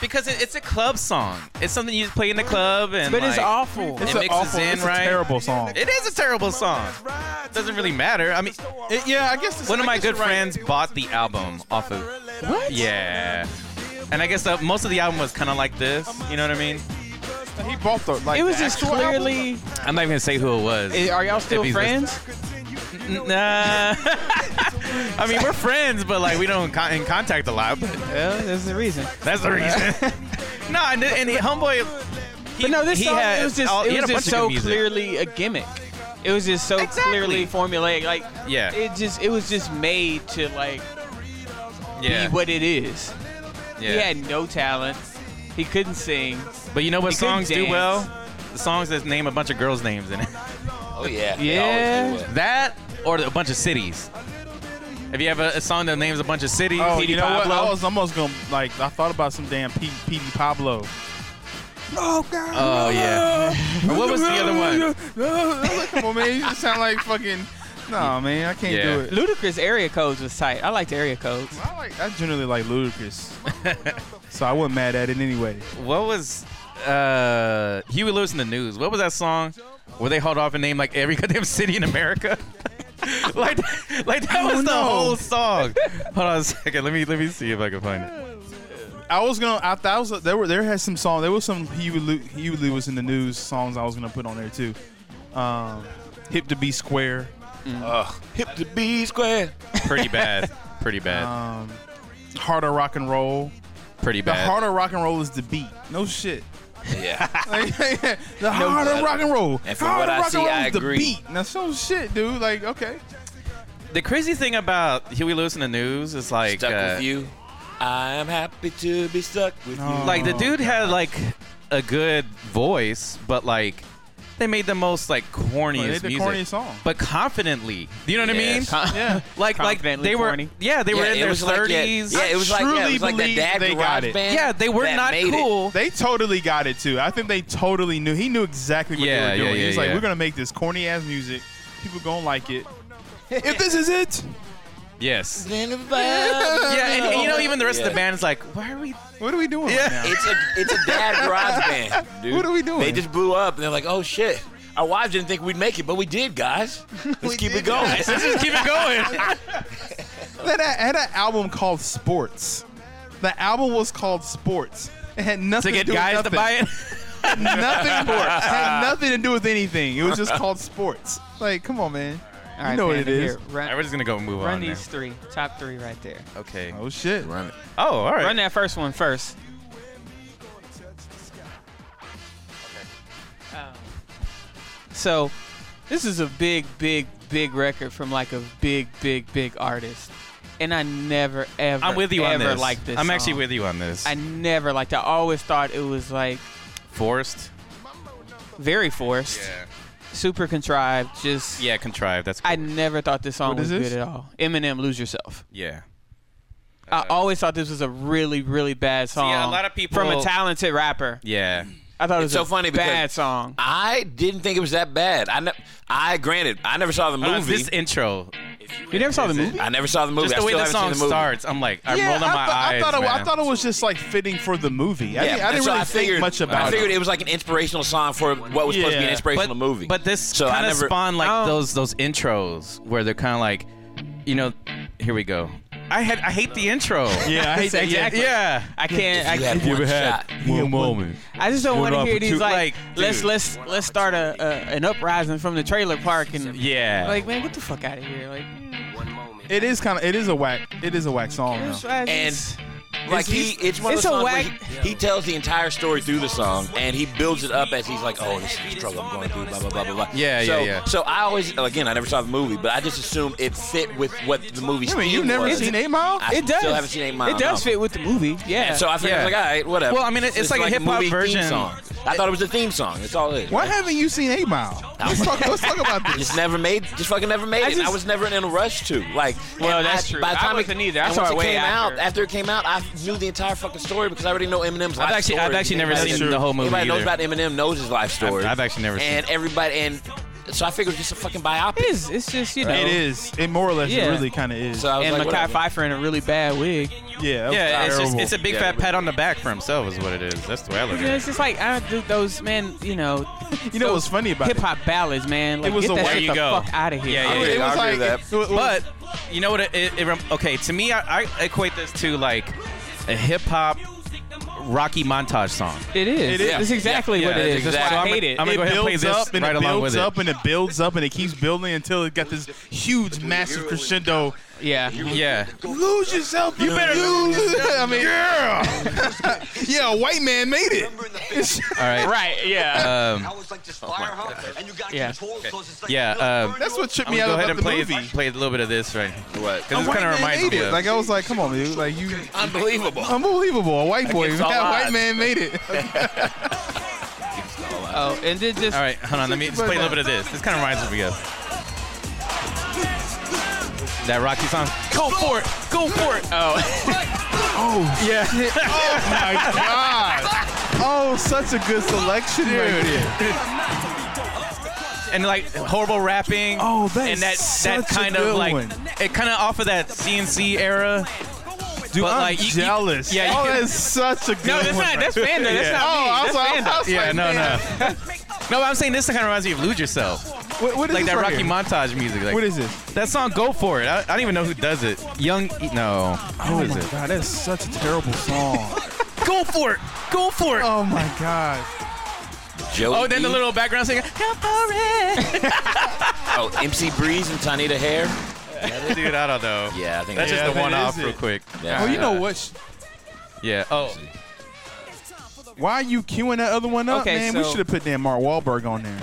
S1: because it, it's a club song, it's something you play in the club, and
S2: But it's
S1: like-
S2: awful.
S5: it's
S1: it
S5: an
S1: mixes
S5: awful,
S1: in,
S5: it's
S1: right?
S5: a terrible song.
S1: It is a terrible song. Doesn't really matter. I mean,
S5: It- yeah, I guess. it's-
S1: one of
S5: I
S1: my
S5: guess
S1: good
S5: you're right.
S1: friends bought the album off of.
S2: What?
S1: Yeah. And I guess the, most of the album was kind of like this. You know what I mean?
S5: He bought the like.
S2: It was
S5: the
S2: just
S5: actual album?
S2: clearly.
S1: I'm not even gonna say who it was.
S2: Eh, Are y'all still
S1: he's
S2: friends?
S1: N- Nah. (laughs) I mean, we're friends, but like we don't con- in contact a lot. But
S2: Well, there's the reason.
S1: that's the reason. (laughs) no, and, th- and the homeboy. He,
S2: But no, this
S1: he
S2: song
S1: had
S2: it was just
S1: all-
S2: it
S1: he had
S2: was
S1: a
S2: just
S1: bunch of
S2: so
S1: good music.
S2: clearly a gimmick. It was just so
S1: Exactly.
S2: clearly formulaic. Like
S1: Yeah.
S2: it just it was just made to like
S1: Yeah,
S2: be what it is.
S1: yeah.
S2: He had no talent. He couldn't sing.
S1: But you know what
S2: He couldn't
S1: songs do
S2: dance.
S1: well? The songs that name a bunch of girls' names in it.
S3: Oh
S2: Yeah.
S3: yeah. They always do it.
S1: That or a bunch of cities. If you have a, a song that names a bunch of cities,
S5: Oh,
S1: Petey
S5: you know
S1: Pablo.
S5: what? I was almost gonna like. I thought about some damn P- P.D. Pablo.
S1: oh yeah. Or what was the other
S5: (laughs)
S1: one?
S5: Come on, man. You just sound like fucking. No, man. I can't
S1: Yeah.
S5: do it.
S2: Ludacris area codes was tight. I liked area codes.
S5: I like. I generally like Ludacris,
S3: (laughs)
S5: so I wasn't mad at it anyway.
S1: What was uh Huey Lewis in the news? What was that song where they hauled off and named like every (laughs) goddamn city in America? (laughs) like, like that
S5: Oh,
S1: was the whole song. Hold on a second. Let me let me see if I can find it.
S5: I was gonna. I thought I was, there were there had some song. There was some Huey Lew- Huey Lewis in the news songs I was gonna put on there too. Um, Hip to be square.
S3: Hip to B square.
S1: Pretty bad. Pretty bad.
S5: Um, harder rock and roll.
S1: Pretty
S5: The
S1: bad.
S5: harder rock and roll is the beat.
S3: (laughs)
S5: No shit.
S3: Yeah.
S1: (laughs)
S5: (laughs) the harder
S3: doubt.
S5: rock and roll.
S3: And from
S5: harder
S3: what I
S5: rock
S3: see,
S5: and roll
S3: I
S5: is the
S3: agree.
S5: beat. Now, so shit, dude. Like, okay.
S1: The crazy thing about Huey Lewis in the news is like
S3: Stuck
S1: uh,
S3: with you. I'm happy to be stuck with
S5: No.
S3: you.
S1: like the dude
S3: Oh
S1: had like a good voice, but like they made the most like corniest
S5: Well, they did the
S1: music,
S5: corniest song.
S1: but confidently. Do you know what
S3: Yes.
S1: I mean?
S3: (laughs)
S5: Yeah.
S1: Like like
S2: Confidently
S1: they were
S2: corny.
S1: yeah they were
S3: Yeah,
S1: in
S3: it
S1: their
S3: was like, yeah,
S1: thirties.
S3: yeah, it was like yeah, it
S5: truly
S3: was like that
S5: believe
S3: dad
S5: they
S3: garage
S5: got it.
S3: band.
S1: Yeah, they were
S3: that
S1: not
S3: made it.
S1: cool.
S5: They totally got it too. I think they totally knew. He knew exactly what
S1: Yeah,
S5: they
S1: yeah,
S5: were doing.
S1: yeah,
S5: He's like,
S1: yeah.
S5: we're gonna make this corny ass music. People gonna like it. if this is it,
S1: Yes.
S3: Then if I-
S1: (laughs) Yeah, and, and you know even the rest of
S3: Yeah.
S1: the band is like, why are we? (laughs)
S5: what are we doing
S1: Yeah.
S5: right now?
S3: It's a it's a dad garage band, dude.
S5: What are we doing?
S3: They just blew up and they're like, oh shit. Our wives didn't think we'd make it, but we
S1: (laughs)
S3: did, guys. Let's keep it going.
S1: Let's
S3: (laughs)
S1: just keep it going.
S5: They had- had an album called Sports. The album was called Sports. It had
S1: to
S5: nothing to,
S1: get
S5: do
S1: guys
S5: with
S1: to
S5: nothing.
S1: buy
S3: (laughs)
S1: it.
S5: nothing
S1: (laughs)
S5: sports. had nothing to do with anything. It was just called sports. Like, come on, man.
S2: All right,
S5: you know what it
S2: Panda,
S5: is.
S2: here, Run,
S1: All right, we're just gonna go move
S2: run
S1: on.
S2: these three, top three right there.
S1: now. Okay.
S5: Oh shit.
S3: Run it.
S1: Oh, all right.
S2: Run that first one first. Um, So, this is a big, big, big record from like a big, big, big artist, and I never ever
S1: I'm with you
S2: ever
S1: on this.
S2: liked this.
S1: I'm actually
S2: song.
S1: with you on this.
S2: I never liked. it. I always thought it was like
S1: Forced.
S2: very forced, super contrived. Just
S1: Yeah, contrived. That's.
S2: I never thought this song
S5: What
S2: was
S5: is this?
S2: good at all. Eminem, Lose Yourself.
S1: yeah.
S2: I always thought this was a really, really bad song.
S1: yeah, a lot of people-
S2: from a talented rapper.
S1: Yeah.
S2: I thought
S3: It's
S2: it
S3: so
S2: was a
S3: funny because-
S2: bad song.
S3: I didn't think it was that bad. I ne- I granted, I never saw the
S1: Hold on,
S3: movie.
S1: Uh, This intro.
S2: You never saw the movie?
S3: I never saw the movie.
S1: Just
S3: I
S1: the way
S3: still
S1: the
S3: haven't seen
S1: song
S3: the movie.
S1: starts, I'm like, I'm
S5: Yeah,
S1: rolling my
S5: I, thought-
S1: eyes.
S5: I thought it,
S1: man.
S5: I thought it was just like fitting for the movie. I, didn't, I
S3: and
S5: didn't
S3: so
S5: really think much
S3: I
S5: about
S3: figured
S5: it.
S3: it was like an inspirational song for what was supposed to be an
S5: Yeah.
S3: inspirational movie.
S1: But this
S3: so I
S1: kind of
S3: never.
S1: spawned like
S2: I
S5: Oh.
S2: don't-
S1: those those intros where they're kind of like, you know, here we go. I had I hate the
S3: (laughs)
S1: intro.
S5: Yeah, I hate that. Yeah.
S2: Exactly.
S1: yeah.
S2: I can't. I,
S3: you had one shot.
S5: one moment.
S2: I just don't
S1: Good
S2: want to hear
S1: opportu-
S2: these like,
S1: like,
S2: let's
S1: dude.
S2: let's let's start a, a an uprising from the trailer park and
S1: Yeah.
S2: like man, get the fuck out of here. Like, mm,
S5: It is kind of. It is a whack. It is a whack song.
S2: it's-
S5: though.
S2: it's-
S3: And- Like he,
S2: he's-
S3: it's one
S2: it's a
S3: of those songs where
S2: whack-
S3: he, he tells the entire story through the song, and he builds it up as he's like, "Oh, this is the struggle I'm going through." Blah blah blah blah blah.
S1: Yeah, yeah,
S3: so,
S1: yeah.
S3: So I always, again, I never saw the movie, but I just assumed it fit with what the movie.
S5: I mean, you've never seen Eight Mile?
S3: I
S2: it does.
S3: Still haven't seen Eight Mile.
S2: It does
S3: no.
S2: fit with the movie. Yeah.
S3: And so I figured,
S1: Yeah.
S3: like, all right, whatever.
S1: Well, I mean, it- it's like a hip-hop
S3: movie theme
S1: version.
S3: Song. I thought it was a theme song. That's all it is.
S5: Why haven't you seen Eight Mile? Let's talk, let's talk about this.
S3: Just never made, just fucking never made
S2: I
S3: it.
S2: just-
S3: I was never in a rush to. Like,
S2: Well,
S3: and
S2: that's
S3: I,
S2: true.
S3: By the
S2: I
S3: time
S2: wasn't
S3: it,
S2: either. I
S3: and
S2: saw
S3: once
S2: it way
S3: came
S2: after.
S3: out, after it came out, I knew the entire fucking story because I already know Eminem's life
S1: I've actually
S3: story.
S1: I've actually never
S3: Anybody
S1: seen
S3: that-
S1: the whole movie
S3: Anybody
S1: either.
S3: knows about Eminem knows his life story.
S1: I've actually never seen
S3: And everybody, and so I figured it was just a fucking biopic.
S2: it is. It's just you know.
S5: It is. It more or less.
S2: Yeah.
S5: It really kind of is.
S3: So I was
S2: And
S3: like,
S2: Mackay
S3: whatever.
S2: Pfeiffer in a really bad wig.
S5: yeah. that was
S1: yeah, it's just
S5: terrible.
S1: it's a big
S3: Yeah.
S1: fat pat on the back for himself is what it is. That's the way I look
S2: You know,
S1: at it.
S2: It's just like I do those man. You know.
S5: You know what's funny about it?
S2: hip hop ballads, man. Like,
S5: was
S2: get
S5: a
S2: that shit
S5: whack-
S1: There you
S2: the
S1: go.
S2: fuck out of here.
S1: Yeah, yeah,
S5: It
S1: yeah.
S5: was
S3: I'll do
S5: like.
S3: that.
S5: it- it-
S1: But you know what? It, it, rem okay to me. I, I equate this to like a hip hop Rocky montage song.
S2: It is.
S5: It is.
S2: That's exactly
S1: Yeah,
S2: what it
S1: that's
S2: is. That's
S1: exactly-
S2: why I
S1: So
S2: hate it.
S1: I'm gonna go ahead and play
S5: builds
S1: this
S5: up and
S1: right
S5: it
S1: along
S5: builds
S1: with it.
S5: up and it builds up and it keeps building until it got this huge, massive crescendo.
S2: yeah.
S1: Yeah.
S5: Lose yourself, you better lose. (laughs) I mean, yeah, yeah, a white man made it.
S1: All right.
S2: Right. Yeah.
S1: Um,
S2: Yeah.
S1: yeah. Um,
S5: That's what tripped
S1: I'm
S5: me
S1: gonna
S5: out
S1: go
S5: about
S1: ahead and
S5: the
S1: play
S5: movie.
S1: play a little bit of this right.
S3: What?
S1: Because this kind of reminds me of.
S5: Like I was like, come on, dude, like you,
S3: Unbelievable.
S5: unbelievable. A white boy,
S3: Against
S5: that
S3: all
S5: white
S3: odds.
S5: man made it.
S2: oh, and then just
S1: all right, hold on. Let me just play a little bit of this. This kind of reminds me of. That Rocky song.
S2: go for it. Go for it. Oh.
S5: My God. Oh, such a good selection, right there.
S1: and like horrible rapping.
S5: Oh, that
S1: and
S5: is
S1: that that
S5: such a
S1: kind
S5: good
S1: of like
S5: one.
S1: it kind of off of that CNC era.
S5: Dude,
S1: But,
S5: I'm
S1: like, you- you-
S5: jealous.
S1: yeah, you-
S5: oh, that's such a good
S2: No, that's
S5: one.
S2: not. That's fandom. That's
S5: Yeah.
S2: not me.
S5: Oh, I was
S2: that's
S5: like, I was
S1: Yeah,
S5: like,
S1: no,
S5: man,
S1: no, no. But I'm saying this kind of reminds me of Lose Yourself,
S5: What, what is
S1: like
S5: this
S1: that
S5: right
S1: Rocky
S5: here?
S1: montage music. Like
S5: What is this?
S1: that song? Go for it. I, I don't even know who does it. Young, E- no, who is it?
S5: God, that's such a terrible song.
S1: Go for it. Go for it.
S5: (laughs) oh my God.
S3: Joey E,
S1: Oh, then the
S3: B?
S1: little background singer. Go for it.
S3: Oh, MC Breeze and Tanita Hair.
S1: Dude, I don't (laughs) know.
S3: Yeah, I think
S1: That's
S3: that's
S5: Yeah,
S1: just
S5: that
S1: the one off
S5: is
S1: real
S5: it.
S1: quick.
S3: Yeah.
S5: Oh, you know what? Sh-
S1: Yeah. Oh,
S5: Why are you queuing that other one up,
S2: Okay,
S5: man? we
S2: so-
S5: should have put damn Mark Wahlberg on there.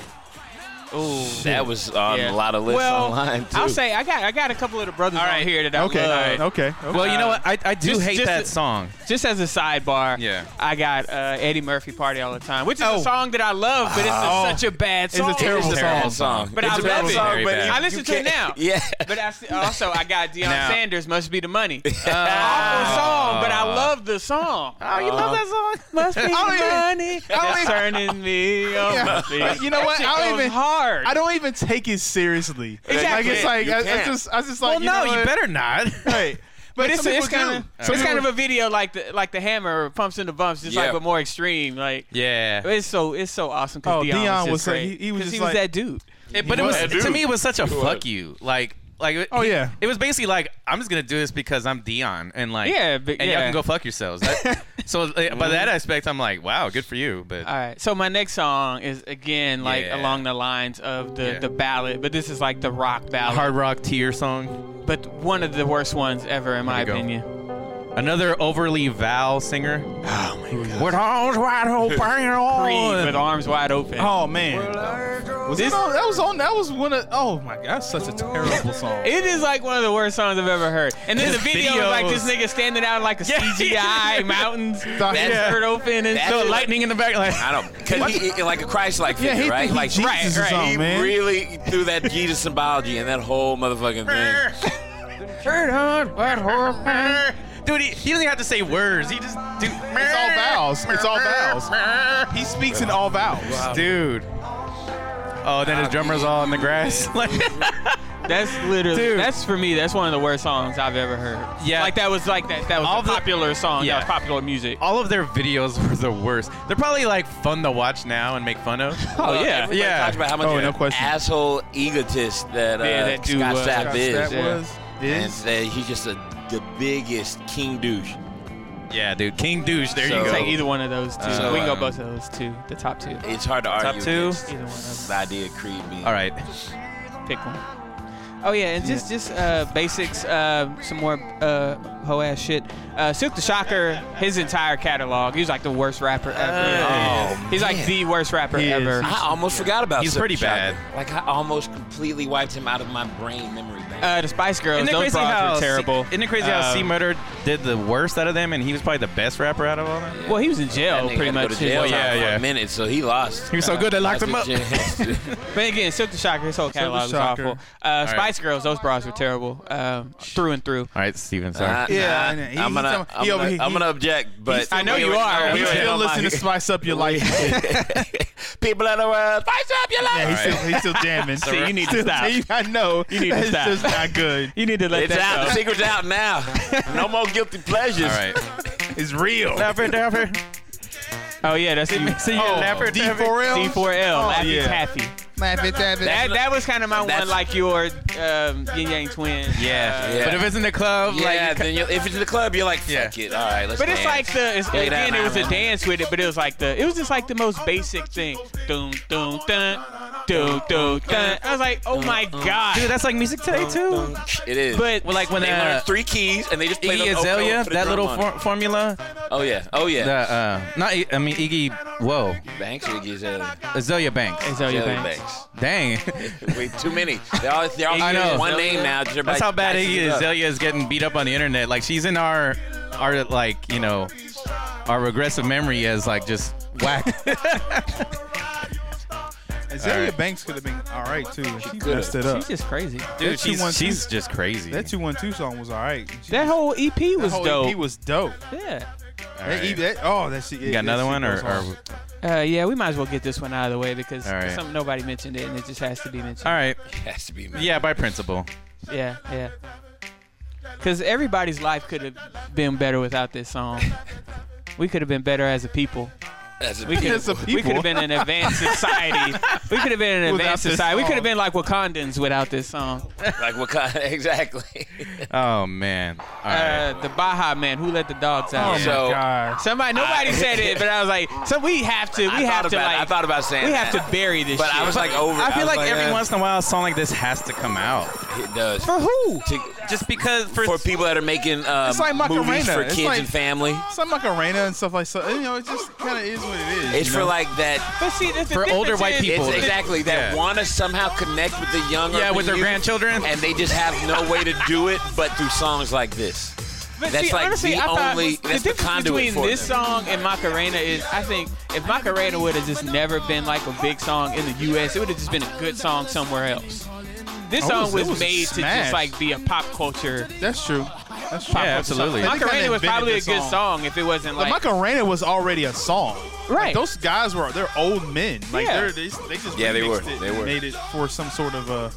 S3: That was on
S2: Yeah.
S3: a lot of lists
S2: well,
S3: online too.
S2: I'll say I got I got a couple of the brothers
S1: All
S2: on
S1: right.
S2: here that I
S5: Okay,
S2: love.
S5: okay, okay.
S1: well, oh, you know what? I, I do
S5: Just-
S1: hate
S5: just
S1: that
S5: the-
S1: song.
S2: Just as a sidebar,
S1: Yeah.
S2: I got uh, Eddie Murphy "Party All the Time," which is
S5: Oh.
S2: a song that I love, but it's a- such a bad
S5: a
S2: song.
S5: terrible
S3: It's a
S5: song.
S3: terrible song.
S2: But
S3: it's
S2: I
S3: a
S2: love
S3: terrible
S2: it.
S3: song,
S1: Very
S3: but
S1: bad.
S3: you-
S2: I listen
S3: you
S2: to it now.
S3: can't- Yeah.
S2: (laughs) But I s- also I got
S1: (laughs)
S2: Deion
S1: Now-
S2: Sanders "Must Be the
S5: (laughs)
S2: Money." Uh, Awful song, but I love the song.
S1: Oh, you love that song?
S2: (laughs) Must be the
S5: don't even-
S2: money that's turning
S5: (laughs)
S2: me on my
S1: (laughs)
S2: feet.
S5: Yeah. You know what?
S2: Shit
S5: I don't
S2: goes
S5: even.
S2: hard.
S5: I don't even take it seriously.
S2: Exactly.
S5: Like it's like
S3: You
S5: I, I
S3: can't.
S5: just, I just
S1: Well,
S5: like.
S1: no,
S5: you, know
S1: you
S5: what?
S1: better not.
S5: Right. But,
S2: But it's,
S5: some
S2: it's
S5: people
S2: kind
S5: do.
S2: of so it's
S5: Some
S2: kind of
S5: people-
S2: a video like the like the hammer pumps into bumps, just
S3: Yeah.
S2: like but more extreme. Like
S1: (laughs) Yeah.
S2: it's so it's so awesome because
S5: Oh,
S2: Dion, was,
S5: Deion was
S2: just
S5: like-
S2: great.
S5: he- he was
S2: 'Cause
S5: just
S2: he
S5: like-
S2: was that dude.
S1: It- but it was
S3: Yeah,
S1: to
S3: dude.
S1: me it was such a
S3: It
S1: fuck
S3: was.
S1: you. Like like it-
S5: Oh, yeah.
S1: It was basically like I'm just going to do this because I'm Dion and like
S2: Yeah, but-
S1: and
S2: yeah.
S1: y'all can go fuck yourselves. That- so like, by that aspect I'm like, wow, good for you, but
S2: All right, so my next song is again like
S1: Yeah.
S2: along the lines of the
S1: Yeah.
S2: the ballad, but this is like the rock ballad,
S1: hard rock tear song.
S2: but one of the worst ones ever in my
S1: you go.
S2: opinion.
S1: Another overly vowel singer. Oh my god. With arms wide
S2: (laughs)
S1: open.
S2: Creed
S1: on.
S2: with arms wide open.
S5: Oh man. Was
S2: This-
S5: that on- that was on. That was one of. Oh my God, that's such a terrible song.
S2: It is like one of the worst songs I've ever heard. And then the video is like this nigga standing out in like
S1: (laughs)
S2: a CGI mountains,
S5: Doc-
S2: his
S5: yeah.
S2: shirt open and
S3: That's
S2: stuff.
S3: it.
S2: Like,
S1: Lightning in the back like
S3: I don't because he, he- like a Christ-like
S5: Yeah,
S3: figure,
S5: he
S3: right?
S5: think he
S3: Like
S2: right,
S5: Jesus or
S2: right.
S5: something,
S3: he
S5: man.
S3: really threw that Jesus symbology and that whole motherfucking
S1: (laughs)
S3: thing.
S2: shirt on, but horse
S1: Dude, he, he doesn't have to say words. He just dude, it's
S5: It's all vowels. It's all vowels. He speaks in all vowels.
S1: Dude. Oh, then his drummer's all in the grass. (laughs) like
S2: That's literally.
S1: Dude.
S2: That's for me. That's one of the worst songs I've ever heard.
S1: Yeah.
S2: Like that was like that. That was
S1: All
S2: a
S1: the-
S2: popular song.
S1: Yeah.
S2: That was popular music.
S1: all of their videos were the worst. They're probably like fun to watch now and make fun of.
S2: Oh
S3: Well,
S2: yeah.
S3: Uh, everybody
S1: Yeah.
S3: talks about how much
S5: Oh,
S3: of
S5: no
S3: an
S5: question.
S3: asshole egotist that, uh,
S2: Yeah, that dude
S3: Scott
S2: was.
S3: Stapp
S5: Gosh,
S3: is.
S5: That
S2: yeah.
S5: was
S3: And
S5: is.
S3: that he's just a, the biggest king douche.
S1: Yeah, dude. King douche. There
S3: So-
S1: you go.
S2: Take either one of those two.
S3: So,
S2: we can go
S3: um,
S2: both of those two. The top two. Either
S3: It's hard to argue.
S1: two?
S3: against
S2: one of
S3: The idea of Creed being.
S1: All right.
S2: them. Pick one. Oh yeah, and just just uh, basics. Uh, some more uh, hoe ass shit. Uh, Silk the Shocker. His entire catalog. He was like the worst rapper ever.
S3: Oh,
S2: He's like
S3: man.
S2: the worst rapper
S5: He is.
S2: ever.
S3: I almost forgot about.
S1: He's
S3: Silk
S1: pretty
S3: Shocker.
S1: bad.
S3: Like I almost completely wiped him out of my brain memory bank.
S2: Uh, the Spice Girls.
S1: Isn't it
S2: Those
S1: crazy
S2: bras
S1: how
S2: were terrible.
S1: Isn't it crazy how
S2: Um,
S1: C Murder did the worst out of them, and he was probably the best rapper out of all them?
S2: Well, he was in jail
S3: That nigga
S2: pretty
S3: had to go
S2: much.
S3: to jail
S2: Well,
S1: yeah,
S3: for
S1: yeah.
S3: a minute, so he lost.
S1: He was so good they locked him up.
S2: But again, Silk the Shocker, his whole catalog was
S5: Shocker.
S2: awful. Uh, Spice Girls, those bras were terrible um, through and through.
S1: All right, Steven, sorry.
S3: Uh,
S5: Yeah, I
S3: nah,
S5: know. He-
S3: I'm
S5: he
S3: gonna,
S5: tell-
S3: I'm
S5: he over
S3: gonna,
S5: here-
S3: I'm
S5: he-
S3: gonna object, but
S2: I know you are.
S5: He
S2: Wait, wait,
S5: still
S2: hold (laughs)
S5: listening to Spice Up Your Life.
S3: (laughs) People of the world, spice up your life.
S5: Yeah, he's, still, he's still jamming.
S2: See, you need to
S5: Still-
S2: stop.
S5: see, I know. You
S2: need to
S5: it's
S2: stop.
S5: just not good.
S2: You need to let
S3: It's out. The secret's out
S5: (laughs)
S3: now. No more guilty pleasures.
S1: all right.
S5: It's real.
S1: Dapper, dapper.
S2: Oh yeah, that's you.
S1: See you,
S5: Oh,
S1: dapper, dapper.
S5: D4L.
S2: D4L,
S5: Oh,
S2: Laffy
S5: yeah.
S2: Taffy. That that was kind of my
S3: That's-
S2: one, like your um, yin yang twin.
S1: Yeah.
S2: uh,
S3: Yeah.
S1: But if it's in the club, like,
S3: yeah, then you if it's in the club, you're like, fuck
S1: Yeah.
S3: it. All right, let's
S2: But it's
S3: dance.
S2: like the it's,
S3: Take it out,
S2: again, it was a
S3: man.
S2: dance with it, but it was like the it was just like the most basic thing. Doom doom dun doom doom dun. I was like, oh my
S1: dude,
S2: god.
S1: that's like music today too.
S3: It is.
S2: But
S1: Uh-huh.
S2: (laughs)
S1: Well, like when
S3: they
S1: uh,
S3: learn three keys and they just play
S1: Iggy
S3: those over and
S1: Azalea,
S3: over for the
S1: that
S3: drum
S1: little
S3: line.
S1: for- formula.
S3: Oh yeah. Oh yeah.
S1: The, uh, not I I mean Iggy. Whoa,
S3: Banks or Iggy Azalea.
S1: Azalea Banks.
S2: Azalea
S3: Azalea
S2: Banks.
S1: Dang, (laughs)
S3: Banks. Wait, too many. They all, they're all
S1: I know.
S3: one name now. just everybody
S1: that's how bad
S3: dices
S1: Iggy
S3: it up.
S1: Azalea is getting beat up on the internet. Like she's in our, our like you know, our regressive memory as like just whack.
S5: Azalea
S1: right.
S5: Banks could have been all right too. and She
S3: coulda.
S5: messed it up.
S2: She's just crazy.
S1: (laughs) Dude,
S5: That
S1: (laughs)
S5: two one
S1: she's,
S5: two-
S1: she's just crazy.
S5: That two one two song was all right. She-
S2: That whole EP was
S5: whole
S1: E
S2: dope.
S5: EP was dope.
S2: yeah.
S1: All
S5: That
S1: right.
S5: E- that- oh, that shit.
S1: You got another one or, or
S2: Uh, yeah, we might as well get this one out of the way because
S1: All right.
S2: some, nobody mentioned it and it just has to be mentioned.
S1: all right?
S3: Has to be man.
S1: Yeah, by principle.
S2: Yeah, yeah. Because everybody's life could have been better without
S1: (laughs)
S2: this song. We could have been better as a people.
S3: That's a (laughs)
S2: We could
S5: As a
S2: have we could
S5: people.
S2: have been an advanced society. We could have
S3: (laughs)
S2: been an
S5: Without
S2: advanced
S5: this
S2: society. We could have
S5: song.
S2: been like Wakandans without this song.
S3: like what kind? (laughs) Exactly.
S1: Oh man. All right.
S2: Uh, the Baja Man, who let the dogs out?
S3: Oh, my So-
S5: God.
S2: Somebody, nobody said it, but I was like, so we have to, we
S3: I
S2: have
S3: thought
S2: to
S3: about.
S2: like,
S3: I thought about saying.
S2: we have
S3: that.
S2: to bury this.
S3: But
S2: shit.
S3: I was like over.
S1: I feel
S3: was
S1: like, every
S3: eh,
S1: once in a while, a song like this has to come out.
S3: it does.
S2: for who?
S3: To-
S1: Just because for,
S3: for people that are making um,
S5: It's like
S3: movies
S5: Macarena.
S3: for
S5: It's
S3: kids
S5: like-
S3: and family.
S5: Some Macarena and stuff like so. You know, it just kind of is what it is.
S3: It's
S5: you
S3: for
S5: know?
S3: like that.
S2: But see, that's the
S1: For older
S2: difference
S1: white
S2: is-
S1: people.
S3: It's
S1: Well,
S3: exactly that
S1: yeah.
S3: want to somehow connect with the younger.
S1: yeah, with their
S3: youth,
S1: grandchildren.
S3: and they just have no way to do it but through songs like this.
S2: But
S3: That's
S2: see,
S3: like
S2: honestly,
S3: the
S2: I thought
S3: only-
S2: the
S3: that's the
S2: difference
S3: conduit
S2: between
S3: for
S2: this
S3: them.
S2: song and Macarena is, I think, if Macarena would have just never been like a big song in the U.S., it would have just been a good song somewhere else. This
S5: Oh,
S2: song
S5: it
S2: was,
S5: was a
S2: made to just
S5: smash.
S2: like be a pop culture.
S5: That's true. That's true.
S1: Yeah, absolutely.
S5: They kinda
S2: Macarena was
S5: invented
S2: probably a
S5: the
S2: good song if it wasn't
S5: But
S2: like.
S5: Macarena was already a song. Like,
S2: Right.
S5: those guys were they're old men. Like
S2: Yeah.
S5: they're, they they just
S3: Yeah, they
S5: remixed
S3: were.
S5: It
S3: They
S5: and
S3: were.
S5: made it for some sort of uh,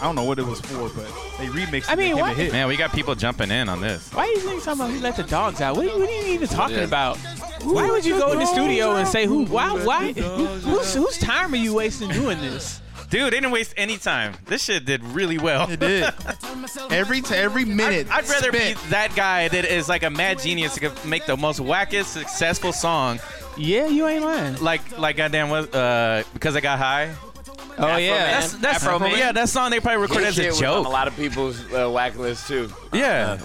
S5: I don't know what it was for, but they remixed.
S2: I
S5: it
S2: mean,
S5: and
S2: why-
S5: it hit.
S1: Man, we got people jumping in on this.
S2: why are you even talking about who let the dogs out? What are you, what are you even talking
S3: Yeah.
S2: about? Why would you go in the studio and say who? Why? Why? Whose, whose time are you wasting doing this?
S1: Dude, they didn't waste any time. This shit did really well.
S5: It did. (laughs) every t- every minute.
S1: (laughs) I'd rather
S5: spent,
S1: be that guy that is like a mad genius to make the most wackest successful song,
S2: Yeah, you ain't lying.
S1: like like goddamn what uh because I got high.
S2: Oh
S3: Man.
S2: yeah,
S1: That's that's
S3: Afro Man.
S1: yeah that song they probably recorded as
S3: Shit
S1: a
S3: was On um, a
S1: joke.
S3: lot of people's uh, whack list too.
S1: Yeah,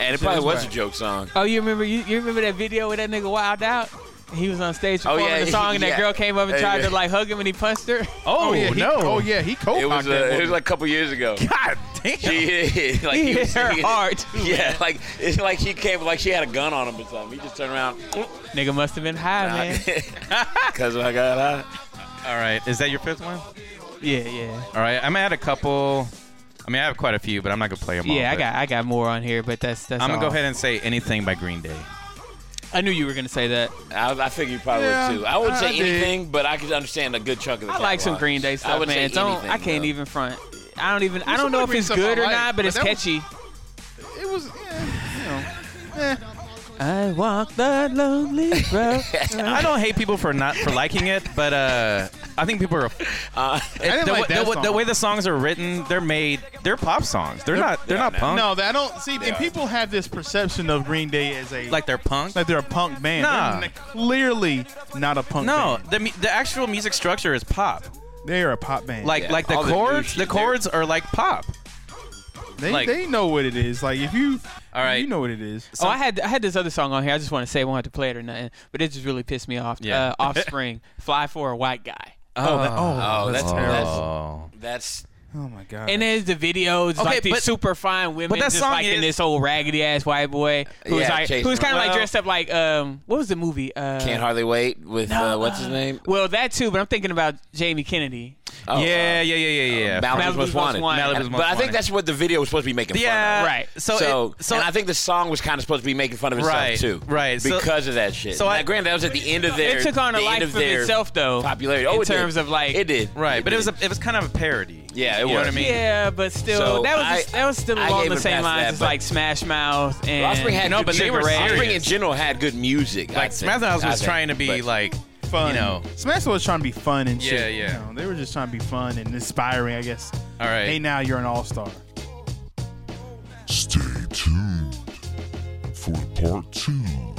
S3: And it probably was a joke song.
S2: Oh, you remember you, you remember that video where that nigga wild out? He was on stage
S3: Oh,
S2: performing
S3: yeah,
S2: the song, and that
S3: yeah.
S2: girl came up and
S3: Hey,
S2: tried
S3: yeah.
S2: to like hug him, and he punched her.
S1: Oh,
S5: Oh yeah, he,
S1: no.
S5: Oh yeah, he co
S3: It was, uh, it was like a couple years ago.
S1: God damn.
S3: (laughs) She, (laughs) like
S2: He
S3: he
S2: hit
S3: was-
S2: her
S3: he-
S2: hard too.
S3: (laughs) Yeah, like it's like he came like she had a gun on him or something. He just turned around
S2: (laughs) Nigga must have been high,
S3: (laughs)
S2: man. (laughs)
S3: because I got out.
S1: All right, is that your fifth one?
S2: Yeah, yeah,
S1: All right, I'm at a couple. I mean, I have quite a few, but I'm not gonna play them all.
S2: yeah. I
S1: but
S2: got I got more on here, but that's that's.
S1: I'm gonna go
S2: all.
S1: ahead and say anything by Green Day.
S2: I knew you were gonna say that.
S3: I, I figure you probably
S5: Yeah,
S3: would too. I wouldn't
S5: I
S3: say
S5: did.
S3: anything, but I could understand a good chunk of the
S2: I like some
S3: catalog.
S2: Green Day stuff,
S3: I would
S2: man.
S3: say
S2: Don't
S3: anything,
S2: I can't
S3: though.
S2: even front. I don't even. I
S5: There's
S2: don't
S5: so
S2: know
S5: much
S2: if
S5: Green
S2: it's
S5: stuff
S2: good
S5: I
S2: or
S5: like,
S2: not, but
S5: but
S2: it's
S5: that was-
S2: catchy.
S5: It was. Yeah, you know. Eh.
S2: I walk the (laughs) lonely road.
S1: I don't hate people for not for liking it, but uh, I think people are.
S3: Uh,
S1: the,
S5: didn't like
S1: way- the
S5: that
S1: way- the
S5: song.
S1: way the songs are written, they're made. They're pop songs. They're not. They're
S3: yeah,
S1: not
S3: no.
S1: punk.
S5: No, that I don't see.
S3: Yeah.
S5: And people have this perception of Green Day as a
S1: like they're punk.
S5: like they're a punk band.
S1: Nah.
S5: They're clearly not a punk.
S1: no,
S5: band.
S1: the mu- the actual music structure is pop.
S5: they are a pop band.
S1: Like
S3: Yeah,
S1: like the
S3: all the new
S1: chords,
S3: shit
S1: the
S3: there.
S1: chords are like pop.
S5: they
S1: like-
S5: they know what it is. Like if you,
S1: All right.
S5: you know what it is.
S2: oh, I had I had this other song on here. I just want to say I won't have to play it or nothing, but it just really pissed me off.
S1: Yeah.
S2: Uh, Offspring, "Fly for a White Guy,"
S5: Oh, that-
S3: oh, that's
S5: terrible.
S1: Oh.
S3: that's
S5: Oh my god.
S2: and there's the videos
S1: Okay,
S2: like these
S1: but-
S2: super fine women,
S1: but that
S2: just
S1: song
S2: like in
S1: is-
S2: this old raggedy ass white boy who's
S3: Yeah,
S2: like
S3: chasing
S2: who's kind of like
S1: around.
S2: dressed up like um what was the movie? Uh,
S3: can't hardly wait with uh, what's his name?
S2: well, that too, but I'm thinking about Jamie Kennedy.
S3: Oh,
S1: yeah, yeah, yeah, yeah, yeah.
S3: Malibu's,
S2: Malibu's Most
S3: Most Wanted.
S2: Wanted.
S1: Malibu's Most
S3: but I
S1: Wanted.
S3: think that's what the video was supposed to be making fun
S1: yeah.
S3: of.
S2: Right.
S1: So
S3: so,
S1: it- so
S3: and I think the song was kind of supposed to be making fun of itself
S1: Right,
S3: too,
S1: right. So-
S3: Because of that shit.
S1: so
S3: So,
S1: I-
S3: I, granted, that was at the end of their.
S2: It took on a
S3: the end
S2: life
S3: of
S2: for
S3: their
S2: itself though,
S3: Popularity. Oh,
S2: in
S3: it did.
S2: terms of like
S3: it did.
S1: right, but it
S3: did.
S1: was a, it was kind of a parody.
S3: Yeah, it
S1: you Know what I
S3: was.
S1: mean?
S2: Yeah, but still,
S3: So
S2: that was
S3: I-
S2: just, that was still
S3: I
S2: along
S3: gave
S2: the
S3: it
S2: same
S3: past
S2: lines
S3: that,
S2: as
S3: but-
S2: like Smash Mouth and
S3: Offspring had
S1: No,
S3: good
S1: but they
S3: music.
S1: were
S3: Offspring
S1: serious.
S3: in general had good music. I
S1: Like
S3: think.
S1: Smith House
S3: I
S1: was
S3: think.
S1: trying to be
S3: But-
S1: like you
S5: fun.
S1: know.
S5: Smash was trying to be fun and shit.
S1: Yeah, yeah.
S5: you know. they were just trying to be fun and inspiring, I guess.
S1: All right.
S5: Hey, now you're an all star.
S7: Stay tuned for part two.